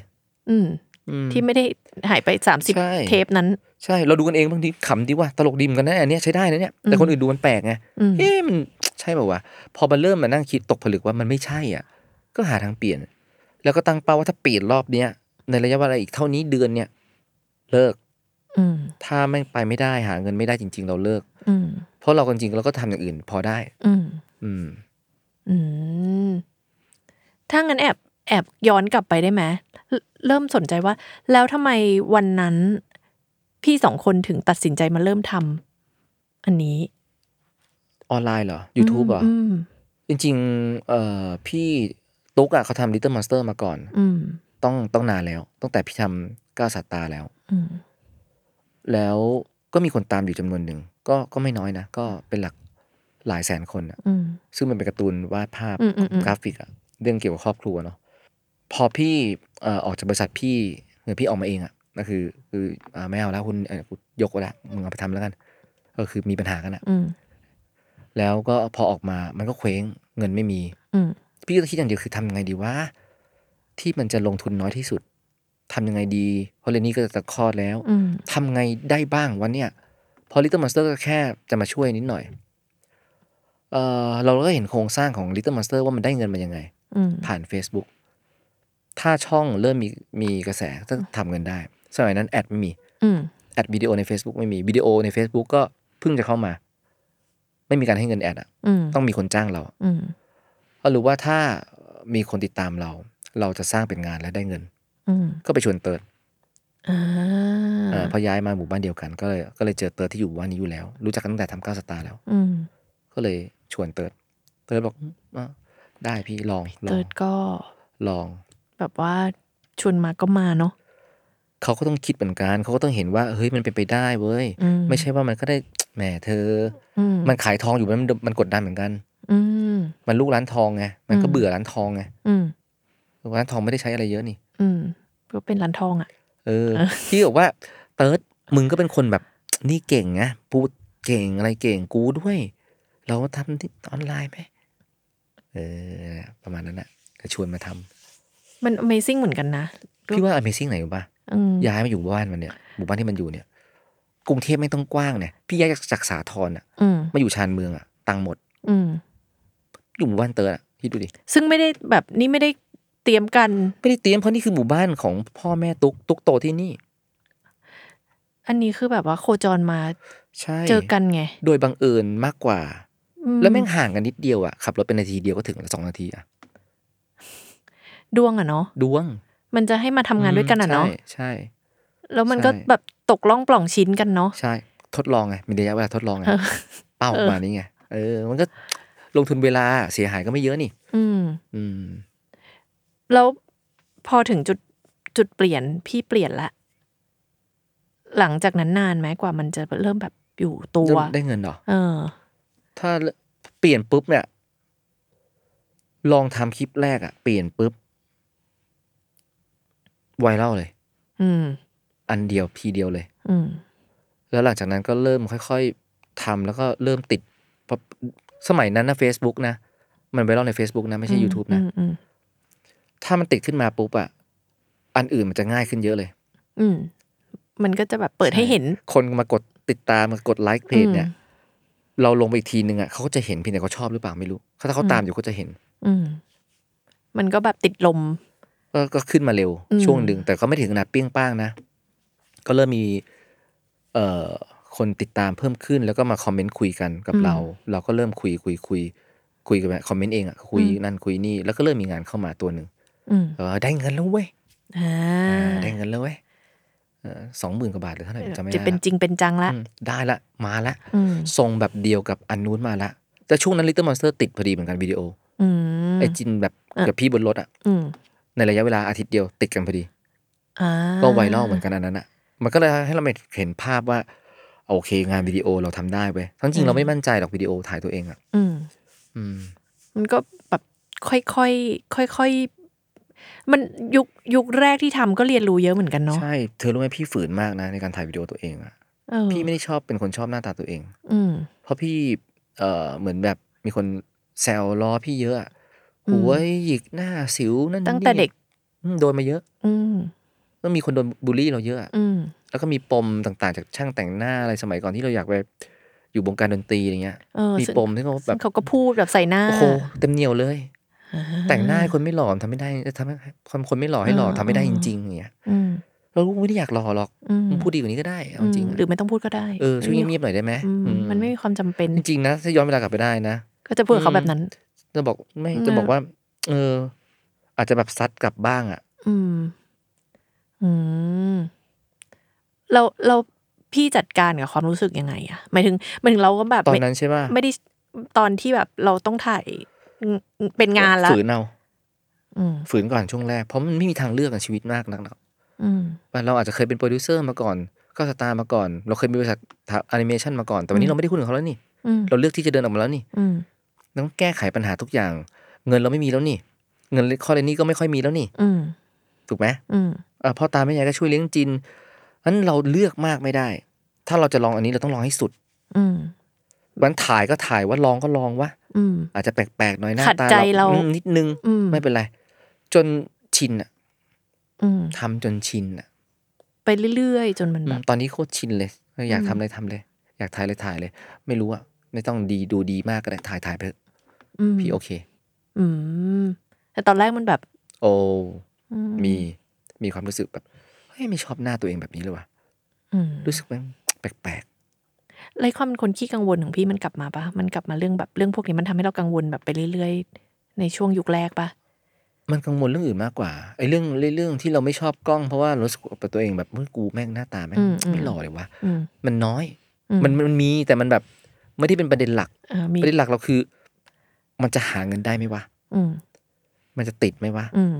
Speaker 3: อืม
Speaker 4: อืม
Speaker 3: ที่ไม่ได้หายไปสามสิบ
Speaker 4: ใช่
Speaker 3: เทปนั้น
Speaker 4: ใช่เราดูกันเองบางทีขำดีว่าตลกดีเหมือนกันนะอันเนี้ยใช้ได้นะเนี่ยแต่คนอื่นดูมันแปลกไง
Speaker 3: อืม
Speaker 4: เอ๊ะมันใช่เปล่าวะพอมาเริ่มมานั่งคิดตกผลึกว่ามันไม่ใช่อ่ะ ก็หาทางเปลี่ยน แล้วก็ตั้งเป้าว่าถ้าเปลี่ยนรอบเนี้ยในระยะเวลาอีกเท่านี้เดือนเนี่ย เลิก
Speaker 3: อืม
Speaker 4: ถ้าแม่งไปไม่ได้หาเงินไม่ได้จริง ๆ เราเลิก
Speaker 3: อืม
Speaker 4: เพราะเราจริงๆเราก็ทำอย่างอื่น พอได้
Speaker 3: อืม
Speaker 4: อืม
Speaker 3: อืม ถ้างั้นแอบแอบย้อนกลับไปได้ไหมเริ่มเริ่มสนใจว่า แล้วทำไมวันนั้น พี่สองคนถึงตัดสินใจมาเริ่มทำอันนี้
Speaker 4: ออนไลน์เหรอ YouTube เหรอ
Speaker 3: อืม
Speaker 4: จริงๆเอ่อพี่ตุ๊กอ่ะเขาทำ Little Monster มาก่อน
Speaker 3: อืม
Speaker 4: ต้องต้องนานแล้ว ตั้งแต่พี่ทำก้าวสายตาแล้ว
Speaker 3: อืม
Speaker 4: แล้วก็มีคนตามอยู่จำนวนหนึ่งก็ก็ไม่น้อยนะ ก็เป็นหลักหลายแสนคนอะ
Speaker 3: อืม
Speaker 4: ซึ่งมันเป็นการ์ตูนวาดภาพ
Speaker 3: อืมอืมอืม
Speaker 4: กราฟิกอะเรื่องเกี่ยวกับครอบครัวเนาะพอพี่เอ่อออกจากบริษัทพี่เือพี่ออกมาเองอะก็คือ คืออ่าไม่เอาแล้วคุณเอ่อกูยกแล้วมึงเอาไปทำแล้วกันก็คือมีปัญหากันอะ
Speaker 3: อืม
Speaker 4: แล้วก็พอออกมามันก็เคว้งเงินไม่มี
Speaker 3: อืม
Speaker 4: พี่ก็คิดอย่างเดียวคือทำยังไงดีวะที่มันจะลงทุนน้อยที่สุดทำยังไงดีเพราะเรนนี่ก็จะคลอดแล้ว
Speaker 3: อืม
Speaker 4: ทำไงได้บ้างวะเนี่ย พอ Little Monster ก็แค่จะมาช่วยนิดหน่อย เออเราก็เห็นโครงสร้างของ Little Monster ว่ามันได้เงินมายังไง
Speaker 3: อืม
Speaker 4: ผ่าน Facebook ถ้าช่องเริ่มมีมีกระแสก็ทำเงินได้ สมัยนั้นแอดไม่มี
Speaker 3: อืม
Speaker 4: แอดวิดีโอใน Facebook ไม่มีวิดีโอใน Facebook ก็เพิ่งจะเข้ามา ไม่มีการให้เงินแอดอะ
Speaker 3: อืม
Speaker 4: ต้องมีคนจ้างเรา
Speaker 3: อืม
Speaker 4: ก็รู้ว่าถ้ามีคนติดตามเรา เราจะสร้างเป็นงานและได้เงิน
Speaker 3: อืม
Speaker 4: ก็ไปชวนเติร์ด
Speaker 3: อ่า
Speaker 4: เอ่อพอย้ายมาหมู่บ้านเดียวกัน ก็เลยก็เลยเจอเติร์ดที่อยู่หมู่บ้านนี้อยู่แล้ว รู้จักกันตั้งแต่ทำก้าวสตาร์แล้ว
Speaker 3: อืม
Speaker 4: ก็เลยชวนเติร์ดเติร์ดบอกอืมอ่ะได้พี่ลองลอ
Speaker 3: เติ
Speaker 4: ง
Speaker 3: ร์ดก็
Speaker 4: ลอง
Speaker 3: แบบว่าชวนมาก็มาเนาะ
Speaker 4: เขาก็ต้องคิดเหมือนกัน เขาก็ต้องเห็นว่าเฮ้ยมันเป็นไปได้เว้ย
Speaker 3: อืม
Speaker 4: ไม่ใช่ว่ามันก็ได้ แหมเธอ
Speaker 3: อืม
Speaker 4: อมันขายทองอยู่มันมันกดดันเหมือนกัน
Speaker 3: อืม
Speaker 4: มันลูกร้านทองไงมันก็
Speaker 3: อืม
Speaker 4: เบื่อร้านทองไง
Speaker 3: อืม
Speaker 4: ร้านทองไม่ได้ใช้อะไรเยอะนี่
Speaker 3: อืมก็เป็นร้านทองอ่ะ
Speaker 4: เออพี่บอกว่าเติร์ดมึงก็เป็นคนแบบ นี่เก่งนะพูดเก่งอะไรเก่งกูด้วย เราทำที่ออนไลน์ไหมเออ ประมาณนั้นแหละก็ชวนมาทำ
Speaker 3: มัน Amazing เหมือนกันนะ
Speaker 4: พี่ว่า Amazing ไหนรู้ป่ะ
Speaker 3: อืม
Speaker 4: ย้ายมาอยู่บ้านมันเนี่ยหมู่บ้านที่มันอยู่เนี่ย กรุงเทพไม่ต้องกว้างเนี่ยพี่ย้ายจากสาทรอ่ะ
Speaker 3: อืม
Speaker 4: มาอยู่ชานเมืองอ่ะตังค์หมด
Speaker 3: อืม
Speaker 4: อยู่หมู่บ้านเติร์ดอ่ะคิดดูดิ
Speaker 3: ซึ่งไม่ได้แบบนี่ไม่ได้เตรียมกัน
Speaker 4: ไม่ได้เตรียมเพราะนี่คือหมู่บ้านของพ่อแม่ตุ๊กตุ๊กโตที่นี่
Speaker 3: อันนี้คือแบบว่าโคจรมา
Speaker 4: ใช่
Speaker 3: เจอกันไง
Speaker 4: โดยบังเอิญมากกว่า
Speaker 3: อื
Speaker 4: แล้วแม่งห่างกันนิดเดียวอ่ะขับรถเป็นนาทีเดียวก็ถึงละสองนาทีอ่ะ
Speaker 3: ดวงอะเนาะ
Speaker 4: ดวง
Speaker 3: มันจะให้มาทำงานด้วยกันอะเนาะ
Speaker 4: ใช่ใช่
Speaker 3: แล้วมันก็
Speaker 4: ใช่
Speaker 3: แบบตกล่องปล่องชิ้นกันเนาะ
Speaker 4: ใช่ ทดลองไงมีระยะเวลาทดลองไง
Speaker 3: เออ
Speaker 4: เป้ามานี้ไงเออ มันก็ลงทุนเวลาเสียหายก็ไม่เยอะนี่
Speaker 3: อืม
Speaker 4: อืม
Speaker 3: แล้วพอถึงจุดจุดเปลี่ยนพี่เปลี่ยนละ หลังจากนั้นนานไหมกว่ามันจะเริ่มแบบอยู่ตัว
Speaker 4: ได้เงินเหรอ
Speaker 3: เออ
Speaker 4: ถ้าเปลี่ยนปุ๊บเนี่ย ลองทำคลิปแรกอ่ะ เปลี่ยนปุ๊บไวรัลเลย
Speaker 3: อืม
Speaker 4: อันเดียวทีเดียวเลย
Speaker 3: อืม
Speaker 4: แล้วหลังจากนั้นก็เริ่มค่อยๆทำแล้วก็เริ่มติดเพราะสมัยนั้นนะ Facebook นะ มันไวรัลใน Facebook นะ ไม่ใช่ YouTube นะ
Speaker 3: อืมอืม
Speaker 4: ถ้ามันติดขึ้นมาปุ๊บอะอันอื่นมันจะง่ายขึ้นเยอะเลย
Speaker 3: อืม มันก็จะแบบเปิดให้เห็น
Speaker 4: คนมากดติดตามมากดไลค์เพจเนี่ย เราลงไปอีกทีนึงอะเขาก็จะเห็นเพียงแต่เขาชอบหรือเปล่าไม่รู้เขาถ้าเขาตามอยู่เขาจะเห็น
Speaker 3: อืม มันก็แบบติดลม
Speaker 4: ก็ก็ขึ้นมาเร็ว
Speaker 3: อืม
Speaker 4: ช่วงหนึ่งแต่ก็ไม่ถึงขนาดเปรี้ยงป้างนะ ก็เริ่มมีเอ่อคนติดตามเพิ่มขึ้น แล้วก็มาคอมเมนต์คุยกันกับเรา เราก็เริ่มคุยคุยคุยคุยกันคอมเมนต์เองอะคุยนั่นคุยนี่แล้วก็เริ่มมีงานเข้ามาตัวหนึ่ง
Speaker 3: อืม
Speaker 4: เออได้เงินแล้วเว้ย
Speaker 3: อ่า
Speaker 4: อ่าได้เงินแล้วเว้ยสองหมื่นกว่าบาทหรือเท่าไหร่จำไม่ได้
Speaker 3: จะเป็น
Speaker 4: ละ
Speaker 3: จริงเป็นจังละ
Speaker 4: อืมได้ละ มาละ
Speaker 3: อืม
Speaker 4: ทรงแบบเดียวกับอันนู้นมาละ แต่ช่วงนั้น Little Monster ติดพอดีเหมือนกันวิดีโอ
Speaker 3: อืม
Speaker 4: ไอจินแบบ
Speaker 3: อ่ะ
Speaker 4: กับพี่บนรถอะ
Speaker 3: อืม
Speaker 4: ในระยะเวลาอาทิตย์เดียวติดกันพอดี
Speaker 3: อ่า
Speaker 4: ก็ไวรัลเหมือนกันอันนั้นอะมันก็เลยให้เราเห็นภาพว่า โอเค งานวิดีโอเราทำได้เว้ยทั้งจริงเราไม่มั่นใจหรอกวิดีโอถ่ายตัวเองอะ
Speaker 3: อืม
Speaker 4: อืม
Speaker 3: มันก็แบบค่อยค่อยค่อยค่อยๆ มันยุคยุคแรกที่ทำก็เรียนรู้เยอะเหมือนกันเนาะ
Speaker 4: ใช่ เธอรู้ไหมพี่ฝืนมากนะในการถ่ายวิดีโอตัวเองอะ
Speaker 3: เออ
Speaker 4: พี่ไม่ได้ชอบเป็นคนชอบหน้าตาตัวเอง
Speaker 3: อืม
Speaker 4: เพราะพี่ เอ่อ เหมือนแบบมีคนแซวล้อพี่เยอะอะ
Speaker 3: อืม
Speaker 4: หัวหยิกหน้าสิวนั่น
Speaker 3: ตั้งแต่
Speaker 4: นี่
Speaker 3: เด็ก
Speaker 4: อืมโดนมาเยอะ
Speaker 3: อืม
Speaker 4: ก็มีคนโดนบูลลี่เราเยอะอะ
Speaker 3: อืม
Speaker 4: แล้วก็มีปมต่างๆ จากช่างแต่งหน้าอะไรสมัยก่อนที่เราอยากไปอยู่วงการดนตรีอะไรเงี้ย
Speaker 3: เออ
Speaker 4: มี
Speaker 3: ซึ่ง
Speaker 4: ปมที่เขาแบ
Speaker 3: ซึ่
Speaker 4: บ
Speaker 3: งเขาก็พูดแบบใส่หน้า
Speaker 4: โอ้โหเต็มเหนียวเลย แต่งหน้าให้คนไม่หล่อทำไม่ได้ทำให้คนคนไม่หล่อให้หล่อ
Speaker 3: เออ
Speaker 4: ทำไม่ได้จริงๆอย่างเงี้ย
Speaker 3: อืม
Speaker 4: เราก็ไม่ได้อยากหล่อหรอก
Speaker 3: อืม
Speaker 4: มึงพูดดีกว่านี้ก็ได้เอาจริงๆ
Speaker 3: หรือไม่ต้องพูดก็ได้
Speaker 4: เออช่วยเงียบๆหน่อยได้ไหม
Speaker 3: อืม
Speaker 4: อื
Speaker 3: มันไม่มีความจำเป็น
Speaker 4: จริงๆนะถ้าย้อนเวลากลับไปได้นะ
Speaker 3: ก็จะพูดกับเขาแบบนั้น
Speaker 4: จะบอกไม่
Speaker 3: อืม
Speaker 4: จะบอกว่า เออ อาจจะแบบซัดกลับบ้างอ่ะ
Speaker 3: อืม อืม เราเราพี่จัดการกับความรู้สึกยังไงอะหมายถึงหมายถึงเราก็แบบ
Speaker 4: ตอน
Speaker 3: ไม่
Speaker 4: นั้นใช่ป่ะ
Speaker 3: ไม่ได้ตอนที่แบบเราต้องถ่ายเป็นงานละ
Speaker 4: ฝืนเอา
Speaker 3: อืม
Speaker 4: ฝืนก่อนช่วงแรกเพราะมันไม่มีทางเลือกในชีวิตมากนักหรอก
Speaker 3: อืม
Speaker 4: เราอาจจะเคยเป็นโปรดิวเซอร์มาก่อน ก็สตาร์มาก่อน เราเคยมีบริษัทแอนิเมชันมาก่อน แต่วันนี้เราไม่ได้คุยกับเขาแล้วนี่
Speaker 3: อืม
Speaker 4: เราเลือกที่จะเดินออกมาแล้วนี่
Speaker 3: อืม
Speaker 4: ต้องแก้ไขปัญหาทุกอย่าง เงินเราไม่มีแล้วนี่ เงินข้อเรนนี่ก็ไม่ค่อยมีแล้วนี่
Speaker 3: อืม
Speaker 4: ถูกไหม
Speaker 3: อืม
Speaker 4: เอ่อพ่อตาแม่ยายก็ช่วยเลี้ยงจินนั้นเราเลือกมากไม่ได้ ถ้าเราจะลองอันนี้เราต้องลองให้สุด
Speaker 3: อืม
Speaker 4: วันถ่ายก็ถ่ายว่าลองก็ลองวะ
Speaker 3: อืม
Speaker 4: อาจจะแปลกๆหน่อยหน้า
Speaker 3: ขัด
Speaker 4: ตา
Speaker 3: ใจ
Speaker 4: เรา
Speaker 3: เรา
Speaker 4: อืมนิดนึง
Speaker 3: อืม
Speaker 4: ไม่เป็นไร จนชินอะ
Speaker 3: อืม
Speaker 4: ทำจนชินอะ
Speaker 3: ไปเรื่อยๆ จนมันแบบ
Speaker 4: อืมตอนนี้โคตรชินเลยเอออยากทำอะไรทำเลย อยากถ่ายเลยถ่ายเลย ไม่รู้อะไม่ต้องดีดูดีมากก็ได้ถ่ายถ่ายไปเถอะ
Speaker 3: อืม
Speaker 4: พี่โอเค
Speaker 3: อืม แต่ตอนแรกมันแบบ
Speaker 4: โอ้
Speaker 3: อืม
Speaker 4: มีมีความรู้สึกแบบเฮ้ยไม่ชอบหน้าตัวเองแบบนี้เลยวะ
Speaker 3: อืม
Speaker 4: รู้สึกว่าแปลก
Speaker 3: ไรความเป็นคนขี้กังวลของพี่มันกลับมาปะมันกลับมาเรื่องแบบเรื่องพวกนี้มันทำให้เรากังวลแบบไปเรื่อยๆ ในช่วงยุคแรกปะ
Speaker 4: ๆ มันกังวลเรื่องอื่นมากกว่าไอ้เรื่องเรื่องที่เราไม่ชอบกล้องเพราะว่ารู้สึกว่าตัวเองแบบเมื่อกูแม่งหน้าตาแม่งไม่หล่อเลยวะ
Speaker 3: อืม
Speaker 4: มันน้อย
Speaker 3: อืม
Speaker 4: มันมันมีแต่มันแบบไม่ได้เป็นประเด็นหลัก
Speaker 3: เออมี
Speaker 4: ประเด็นหลักเราคือ มันจะหาเงินได้ไหมวะ
Speaker 3: อืม
Speaker 4: มันจะติดไหมวะ
Speaker 3: อืม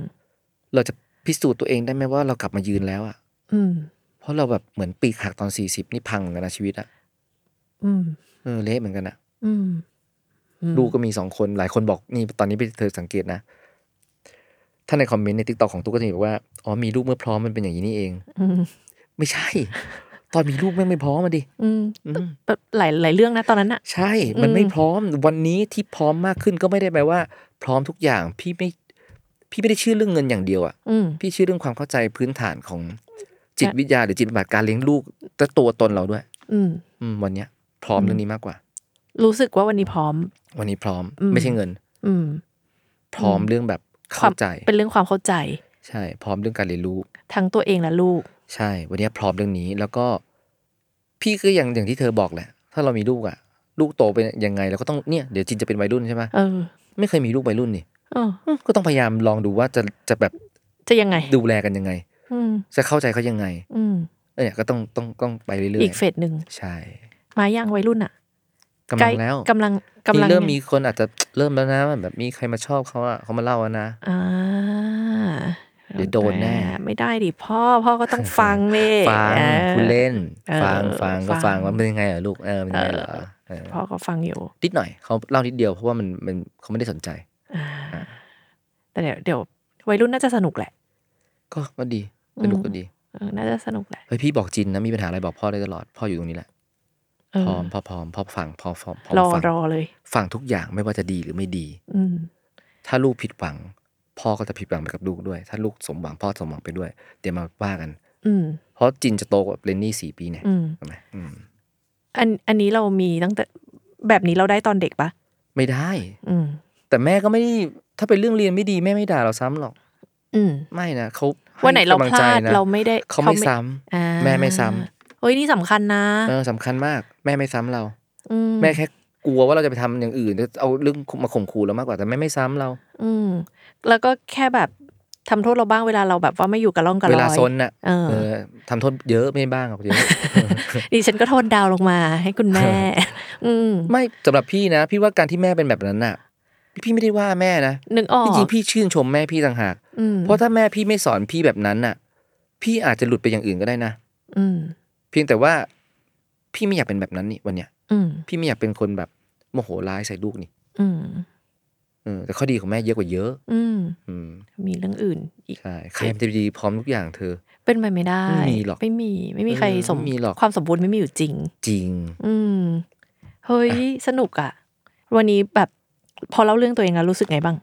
Speaker 4: เราจะพิสูจน์ตัวเองได้ไหมว่าเรากลับมายืนแล้วอะ
Speaker 3: อืม
Speaker 4: เพราะเราแบบเหมือนปีกหักตอนสี่สิบนี่พังเหมือนกันนะชีวิตอะ
Speaker 3: อืม
Speaker 4: เออเละเหมือนกันอะ
Speaker 3: อืม
Speaker 4: ลูกก็มีสองคนหลายคนบอกนี่ตอนนี้เธอสังเกตนะ ถ้าในคอมเมนต์ในทิกตอกของตุ๊กก็จะมีบอกว่า อ๋อมีลูกเมื่อพร้อมมันเป็นอย่างนี้นี่เอง
Speaker 3: อืม
Speaker 4: ไม่ใช่ ตอนมีลูกแม่งไม่พร้อมมาดิ
Speaker 3: อืม
Speaker 4: อืม
Speaker 3: แบบหลายหลายเรื่องนะตอนนั้นอะ
Speaker 4: ใช่ มันไม่พร้อม วันนี้ที่พร้อมมากขึ้นก็ไม่ได้แปลว่า พร้อมทุกอย่างพี่ไม่ พี่ไม่ได้เชื่อเรื่องเงินอย่างเดียวอะ
Speaker 3: อืม
Speaker 4: พี่เชื่อเรื่องความเข้าใจพื้นฐานของจิตวิทยาหรือจิตบำบัดการเลี้ยงลูกและตัวตนเราด้วย
Speaker 3: อืม
Speaker 4: อืมวันเนี้ย พร้อมเรื่องนี้มากกว่า
Speaker 3: รู้สึกว่าวันนี้พร้อม
Speaker 4: วันนี้พร้อม ไม่ใช่เงิน
Speaker 3: อืม
Speaker 4: พร้อมเรื่องแบบ
Speaker 3: ควา
Speaker 4: เข้าม ใจ
Speaker 3: เป็นเรื่องความเข้าใจ
Speaker 4: ใช่ พร้อมเรื่องการเรียนรู้
Speaker 3: ทั้งตัวเองและลูก
Speaker 4: ใช่ วันนี้พร้อมเรื่องนี้แล้วก็พี่ก็อย่างอย่างที่เธอบอกแหละ ถ้าเรามีลูกอะลูกโตเป็นยังไงเราก็ต้องเนี่ยเดี๋ยวจินจะเป็นวัยรุ่นใช่ไหม
Speaker 3: เออ
Speaker 4: ไม่เคยมีลูกวัยรุ่นนี่
Speaker 3: เออ
Speaker 4: อืมก็ต้องพยายามลองดูว่าจะจะแบบ
Speaker 3: จะยังไง
Speaker 4: ดูแลกันยังไง
Speaker 3: อืม
Speaker 4: จะเข้าใจเขายังไง
Speaker 3: อืม
Speaker 4: เออเนี่ยก็ต้องต้องต้องไปเรื่อย
Speaker 3: อีกเฟสหนึ่ง
Speaker 4: ๆใช่
Speaker 3: มาย่างวัยรุ่นอะ
Speaker 4: กำลังแล้ว
Speaker 3: กำลังกำลัง
Speaker 4: นี่เริ่มมีคนอาจจะเริ่มแล้วนะแบบมีใครมาชอบเขาอะเขามาเล่าอะนะ
Speaker 3: อ่า
Speaker 4: เดี๋ยวโดนแน่
Speaker 3: ไม่ได้ดิพ่อ พ่อก็ ต้องฟังเลย
Speaker 4: ฟัง
Speaker 3: ออ
Speaker 4: ผู้เล่น ฟัง
Speaker 3: เออ
Speaker 4: ฟังก็
Speaker 3: ฟั
Speaker 4: ฟั
Speaker 3: ง
Speaker 4: งว่าเป็นยังไงเหรอลูกเออเป็นยังไงเหรอเออ
Speaker 3: พ่อก็ฟังอยู่
Speaker 4: นิดหน่อยเขาเล่านิดเดียวเพราะว่ามันมันเขาไม่ได้สนใจ
Speaker 3: อ่า แต่เดี๋ยวเดี๋ยววัยรุ่นน่าจะสนุกแหละ
Speaker 4: ก็ก็ดีสนุกก็ดี
Speaker 3: เออ น่าจะสนุกแหละ
Speaker 4: เฮ้ยพี่บอกจินนะมีปัญหาอะไรบอกพ่อได้ตลอด พ่ออยู่ตรงนี้แหละ
Speaker 3: เออ
Speaker 4: พร้อมพ่อพร้อมพ่อฟังพ่อพร้อมพ่อ
Speaker 3: รอ
Speaker 4: ฟัง
Speaker 3: รอเลย
Speaker 4: ฟังทุกอย่างไม่ว่าจะดีหรือไม่ดี
Speaker 3: อืม
Speaker 4: ถ้าลูกผิดหวัง พ่อก็จะผิดหวังไปกับลูกด้วย ถ้าลูกสมหวังพ่อสมหวังไปด้วย เดี๋ยวมาว่ากัน
Speaker 3: อืม
Speaker 4: เพราะจินจะโตกว่าเรนนี่สี่ปีเนี่ย
Speaker 3: อืม
Speaker 4: ใช่ไหมอืม
Speaker 3: อันอันนี้เรามีตั้งแต่แบบนี้เราได้ตอนเด็กปะ
Speaker 4: ไม่ได้
Speaker 3: อืม
Speaker 4: แต่แม่ก็ไม่ได้ถ้าเป็นเรื่องเรียนไม่ดีแม่ไม่ด่าเราซ้ำหรอก
Speaker 3: อืม
Speaker 4: ไม่นะเขาให้
Speaker 3: วันไหนเรา
Speaker 4: กำลัง
Speaker 3: พ
Speaker 4: ใจ
Speaker 3: ลาด
Speaker 4: นะ
Speaker 3: เราไม่ได้
Speaker 4: เขาไม่ซ้ำ
Speaker 3: อ่า
Speaker 4: แม่ไม่ซ้ำ
Speaker 3: เฮ้ยนี่สำคัญนะ
Speaker 4: เออสำคัญมาก แม่ไม่ซ้ำเรา
Speaker 3: อืม
Speaker 4: แม่แค่กลัวว่าเราจะไปทำอย่างอื่นจะเอาเรื่องมาข่มขู่เรามากกว่าแต่แม่ไม่ซ้ำเรา
Speaker 3: อืม แล้วก็แค่แบบทำโทษเราบ้างเวลาเราแบบว่าไม่อยู่กับร่องกับรอย
Speaker 4: เวลาซนน่ะ
Speaker 3: เออ
Speaker 4: เออทำโทษเยอะไม่บ้างหรอกเยอะ
Speaker 3: ดิฉันก็โทษดาวลงมาให้คุณแม่ อืม
Speaker 4: ไม่สำหรับพี่นะ พี่ว่าการที่แม่เป็นแบบนั้นน่ะ พี่ไม่ได้ว่าแม่นะ
Speaker 3: นึกออก
Speaker 4: จริงๆพี่ชื่นชมแม่พี่ต่างหาก
Speaker 3: อืม
Speaker 4: เพราะถ้าแม่พี่ไม่สอนพี่แบบนั้นน่ะ พี่อาจจะหลุดไปอย่างอื่นก็ได้นะ
Speaker 3: อืม
Speaker 4: เพียงแต่ว่า พี่ไม่อยากเป็นแบบนั้นนี่วันเนี้ย
Speaker 3: อืม
Speaker 4: พี่ไม่อยากเป็นคนแบบโมโหร้ายใส่ลูกนี่
Speaker 3: อืม
Speaker 4: เออแต่ข้อดีของแม่เยอะกว่าเยอะ
Speaker 3: อืม
Speaker 4: อืม
Speaker 3: มีเรื่องอื่นอีก
Speaker 4: ใช่ใครมันจะดีพร้อมทุกอย่างเธอ
Speaker 3: เป็นไปไม่ได้
Speaker 4: ไม่มีหรอก
Speaker 3: ไม่มีไม่มีใคร
Speaker 4: เออ
Speaker 3: สม
Speaker 4: ไม่มีหรอก
Speaker 3: ความสมบูรณ์ไม่มีอยู่จริง
Speaker 4: จริง
Speaker 3: อืม เฮ้ย สนุกอะวันนี้แบบพอเล่าเรื่องตัวเองแล้วรู้สึกไงบ้าง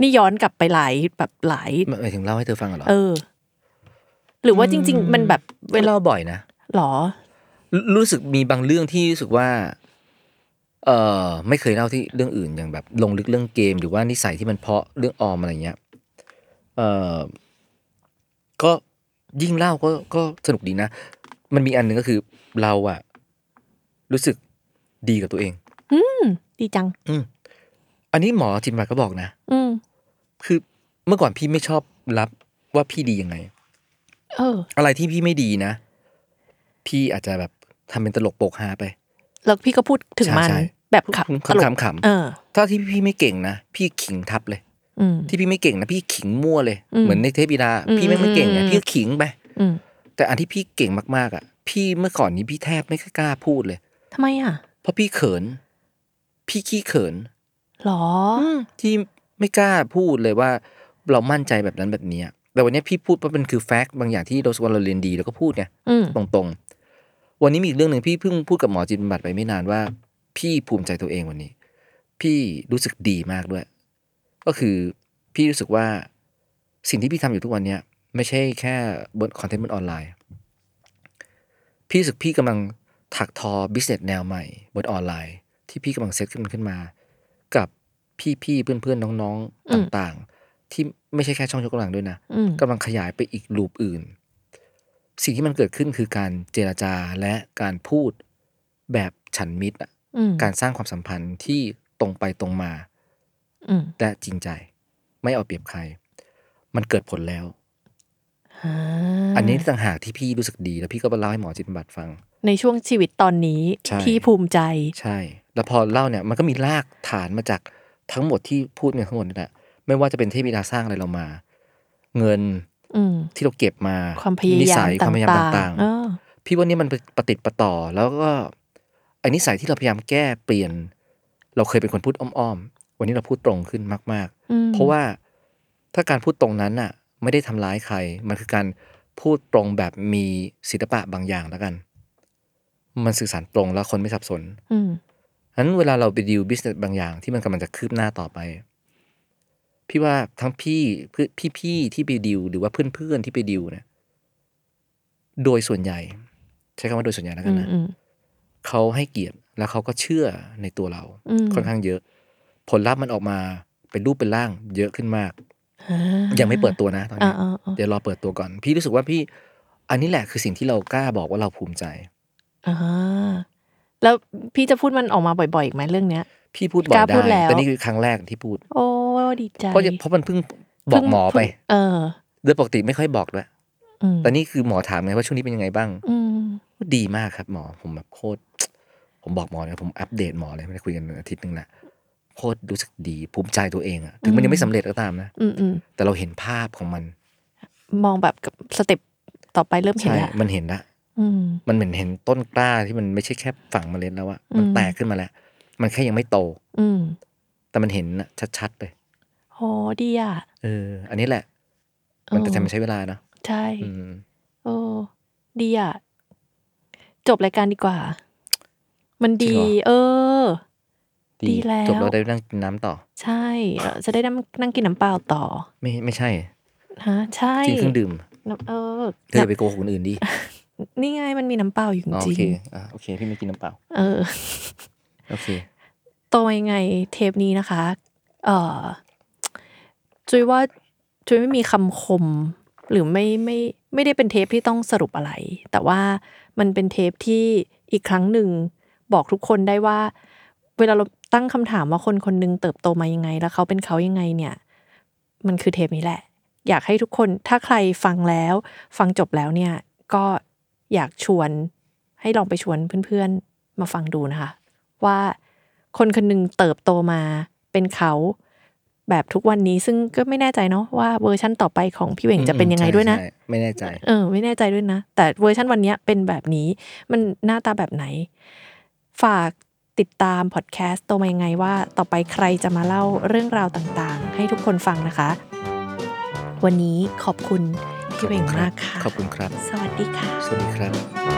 Speaker 3: นี่ย้อนกลับไปหลายแบบหลาย
Speaker 4: หมายถึงเล่าให้เธอฟังเหรอ
Speaker 3: เออ หรือว่าจริง ๆ มันแบบเว
Speaker 4: ไม่
Speaker 3: ลา
Speaker 4: เล่าบ่อยนะ
Speaker 3: หรอ
Speaker 4: รูรู้สึกมีบางเรื่องที่รู้สึกว่า เออไม่เคยเล่าที่เรื่องอื่นอย่างแบบ ลงลึกเรื่องเกม หรือว่านิสัยที่มันเพาะเรื่องออมอะไรเงี้ย เออก็ยิ่งเล่าก็ก็สนุกดีนะ มันมีอันหนึ่งก็คือเราอะรู้สึกดีกับตัวเอง
Speaker 3: ดีจัง
Speaker 4: อืมอันนี้หมอจิตมาก็บอกนะ
Speaker 3: อืม
Speaker 4: คือเมื่อก่อนพี่ไม่ชอบรับว่าพี่ดียังไง
Speaker 3: เออ
Speaker 4: อะไรที่พี่ไม่ดีนะ พี่อาจจะแบบทำเป็นตลกโปกฮาไป
Speaker 3: แล้วพี่ก็พูดถึงมัน
Speaker 4: ใช่ใช่
Speaker 3: แบบขำตล
Speaker 4: ขำ
Speaker 3: ก
Speaker 4: ขำขำ
Speaker 3: เออ
Speaker 4: ถ้าที่พี่ไม่เก่งนะ พี่ขิงทับเลย
Speaker 3: อืม
Speaker 4: ที่พี่ไม่เก่งนะพี่ขิงมั่วเลย
Speaker 3: อืม
Speaker 4: เหมือนในเทปบิดา
Speaker 3: อืม
Speaker 4: พี่ไม่ไม่เก่งไง
Speaker 3: อืม
Speaker 4: พี่ก็ขิงไป
Speaker 3: อืม
Speaker 4: แต่อันที่พี่เก่งมากๆอ่ะ พี่เมื่อก่อนนี้พี่แทบไม่กล้าพูดเลย
Speaker 3: ทำไมอ่ะ
Speaker 4: เพราะพี่เขิน พี่ขี้เขิน
Speaker 3: หรอ
Speaker 4: ที่ไม่กล้าพูดเลยว่าเรามั่นใจแบบนั้นแบบเนี้ยแต่วันเนี้ยพี่พูดเพราะมันคือแฟกต์บางอย่างที่เรารู้สกวนเราเรียนดีแล้วก็พูดไง
Speaker 3: อืม
Speaker 4: ตรงๆ วันนี้มีอีกเรื่องหนึ่งพี่เพิ่งพูดกับหมอจิตบำบัดไปไม่นานว่า พี่ภูมิใจตัวเองวันนี้ พี่รู้สึกดีมากด้วย ก็คือพี่รู้สึกว่าสิ่งที่พี่ทำอยู่ทุกวันเนี้ยไม่ใช่แค่บนคอนเทนต์บนออนไลน์ พี่รู้สึกพี่กำลังถักทอบิสเนสแนวใหม่บนออนไลน์ ที่พี่กำลังเซตขึ้นขึ้นมา กับพี่ๆเพื่อนๆน้อง
Speaker 3: อื
Speaker 4: ๆ
Speaker 3: ม
Speaker 4: ต่างๆ ที่ไม่ใช่แค่ช่องยกกำลังด้วยนะ
Speaker 3: อืม
Speaker 4: กำลังขยายไปอีกลูปอื่น สิ่งที่มันเกิดขึ้นคือการเจรจาและการพูดแบบฉันมิตรอะ
Speaker 3: อืม
Speaker 4: การสร้างความสัมพันธ์ที่ตรงไปตรงมา
Speaker 3: อืม
Speaker 4: และจริงใจ ไม่เอาเปรียบใคร มันเกิดผลแล้ว
Speaker 3: อ่า
Speaker 4: อันนี้ต่างหากที่พี่รู้สึกดี แล้วพี่ก็มาเล่าให้หมอจิตบำบัดฟัง
Speaker 3: ในช่วงชีวิตตอนนี้
Speaker 4: ใช่
Speaker 3: ที่ภูมิใจ
Speaker 4: ใช่ แล้วพอเล่าเนี่ยมันก็มีรากฐานมาจากทั้งหมดที่พูดเนี่ยทั้งหมดนี่แหละไม่ว่าจะเป็นเทพบิดาสร้างอะไรเรามา เงิน
Speaker 3: อืม
Speaker 4: ที่เราเก็บมา
Speaker 3: ความพยายาม
Speaker 4: นิสัยความพยายามต่าง
Speaker 3: เออ
Speaker 4: ๆ พี่ว่านี่มันประติดประต่อ แล้วก็ไอ้นิสัยที่เราพยายามแก้เปลี่ยน เราเคยเป็นคนพูดอ้อมๆวันนี้เราพูดตรงขึ้นมาก ๆ
Speaker 3: อืม
Speaker 4: เพราะว่าถ้าการพูดตรงนั้นน่ะ ไม่ได้ทำร้ายใคร มันคือการพูดตรงแบบมีศิลปะบางอย่างแล้วกัน มันสื่อสารตรงแล้วคนไม่สับสน
Speaker 3: อืม
Speaker 4: ฉะนั้นเวลาเราไปดีลบิสเนสบางอย่างที่มันกำลังจะคืบหน้าต่อไป พี่ว่าทั้งพี่เพื่อนพี่ๆที่ไปดีลหรือว่าเพื่อนๆที่ไปดีลเนี่ยโดยส่วนใหญ่ ใช้คำว่าโดยส่วนใหญ่แล้ว
Speaker 3: อื
Speaker 4: กัน
Speaker 3: ม
Speaker 4: นะ
Speaker 3: อืม
Speaker 4: เขาให้เกียรติแล้วเขาก็เชื่อในตัวเรา
Speaker 3: อืม
Speaker 4: ค่อนข้างเยอะ ผลลัพธ์มันออกมาเป็นรูปเป็นร่างเยอะขึ้นมาก
Speaker 3: อ่า
Speaker 4: ยังไม่เปิดตัวนะตอน
Speaker 3: อ่า
Speaker 4: นี้
Speaker 3: อ่าอ่า
Speaker 4: เดี๋ยวรอเปิดตัวก่อน พี่รู้สึกว่าพี่ อันนี้แหละคือสิ่งที่เรากล้าบอกว่าเราภูมิใจ
Speaker 3: อ่าแล้วพี่จะพูดมันออกมาบ่อยๆอีกไหมเรื่องเนี้ย
Speaker 4: พี่พูดบ่อย
Speaker 3: กล้า
Speaker 4: ได้
Speaker 3: พูดแล้ว
Speaker 4: แต่นี่คือครั้งแรกที่พูด
Speaker 3: โอ้ดีใจ
Speaker 4: เพราะเพราะมันเพิ่งบอกหมอไป
Speaker 3: เพิ่งเออ
Speaker 4: โดยปกติไม่ค่อยบอกด้วย
Speaker 3: อืม
Speaker 4: แต่นี่คือหมอถามไงว่าช่วงนี้เป็นยังไงบ้าง
Speaker 3: อืม
Speaker 4: ดีมากครับหมอผมแบบโคตร ผมบอกหมอเลยผมอัปเดตหมอเลยไม่ได้คุยกันอาทิตย์หนึงละโคตรรู้สึกดีภูมิใจตัวเองอะถึงมันยังไม่สำเร็จก็ตามนะ
Speaker 3: อืมอืม
Speaker 4: แต่เราเห็นภาพของมัน
Speaker 3: มองแบบกับสเต็ปต่อไปเริ่มเห็น
Speaker 4: ใช่
Speaker 3: แล้ว
Speaker 4: มันเห็นละ
Speaker 3: อืม
Speaker 4: มันเหมือนเห็นต้นกล้าที่มันไม่ใช่แค่ฝั่งเมล็ดแล้วอะ
Speaker 3: อืม
Speaker 4: มันแตกขึ้นมาแล้ว มันแค่ยังไม่โต
Speaker 3: อืม
Speaker 4: แต่มันเห็นน่ะชัดๆเลย
Speaker 3: โหดีอ่ะ
Speaker 4: เออ อันนี้แหละ มันจะ
Speaker 3: เออ
Speaker 4: ทำให้ใช้เวลาเนอะ
Speaker 3: ใช่
Speaker 4: อืม
Speaker 3: โอ้ดีอ่ะ จบรายการดีกว่า มันดี เออ ดีแล้ว
Speaker 4: จบแล้วได้นั่งกินน้ำต่อ
Speaker 3: ใช่เออจะได้นั่งนั่งกินน้ำเปล่าต่อ
Speaker 4: ไม่ไม่ใช่
Speaker 3: ฮะใช่
Speaker 4: กินเครื่องดื่ม
Speaker 3: น้ำเออ
Speaker 4: เธออย่าไปโกหกคนอื่นดิ
Speaker 3: นี่ไงมันมีน้ำเปล่าอยู่จ
Speaker 4: อ๋อโอ
Speaker 3: ริ
Speaker 4: เค
Speaker 3: ง
Speaker 4: อ่ะโอเค พี่ไม่กินน้ำเปล่า
Speaker 3: เออ
Speaker 4: โอเค
Speaker 3: โตยังไงเทปนี้นะคะ เอ่อจุยว่าจุยไม่มีคำคม หรือไม่ไม่ไม่ได้เป็นเทปที่ต้องสรุปอะไร แต่ว่ามันเป็นเทปที่อีกครั้งหนึ่ง บอกทุกคนได้ว่า เวลาเราตั้งคำถามว่าคนคนหนึงเติบโตมายังไง แล้วเขาเป็นเขายังไงเนี่ย มันคือเทปนี้แหละ อยากให้ทุกคนถ้าใครฟังแล้ว ฟังจบแล้วเนี่ย ก็อยากชวนให้ลองไปชวนเพื่อนๆ มาฟังดูนะคะ ว่าคนคนหนึ่งเติบโตมาเป็นเขาแบบทุกวันนี้ซึ่งก็ไม่แน่ใจเนาะว่าเวอร์ชั่นต่อไปของพี่เหวงจะเป็นยังไงด้วยนะ
Speaker 4: ใช่ใช่ไม่แน่ใจ
Speaker 3: เออไม่แน่ใจด้วยนะ แต่เวอร์ชันวันเนี้ยเป็นแบบนี้มันหน้าตาแบบไหน ฝากติดตามพอดแคสต์โตมายังไงว่า ต่อไปใครจะมาเล่าเรื่องราวต่างๆ ให้ทุกคนฟังนะคะ วันนี้ขอบคุณพี่เหวงมากค่ะ
Speaker 4: ขอบคุณครับ
Speaker 3: สวัสดีค่ะ
Speaker 4: สวัสดีครับ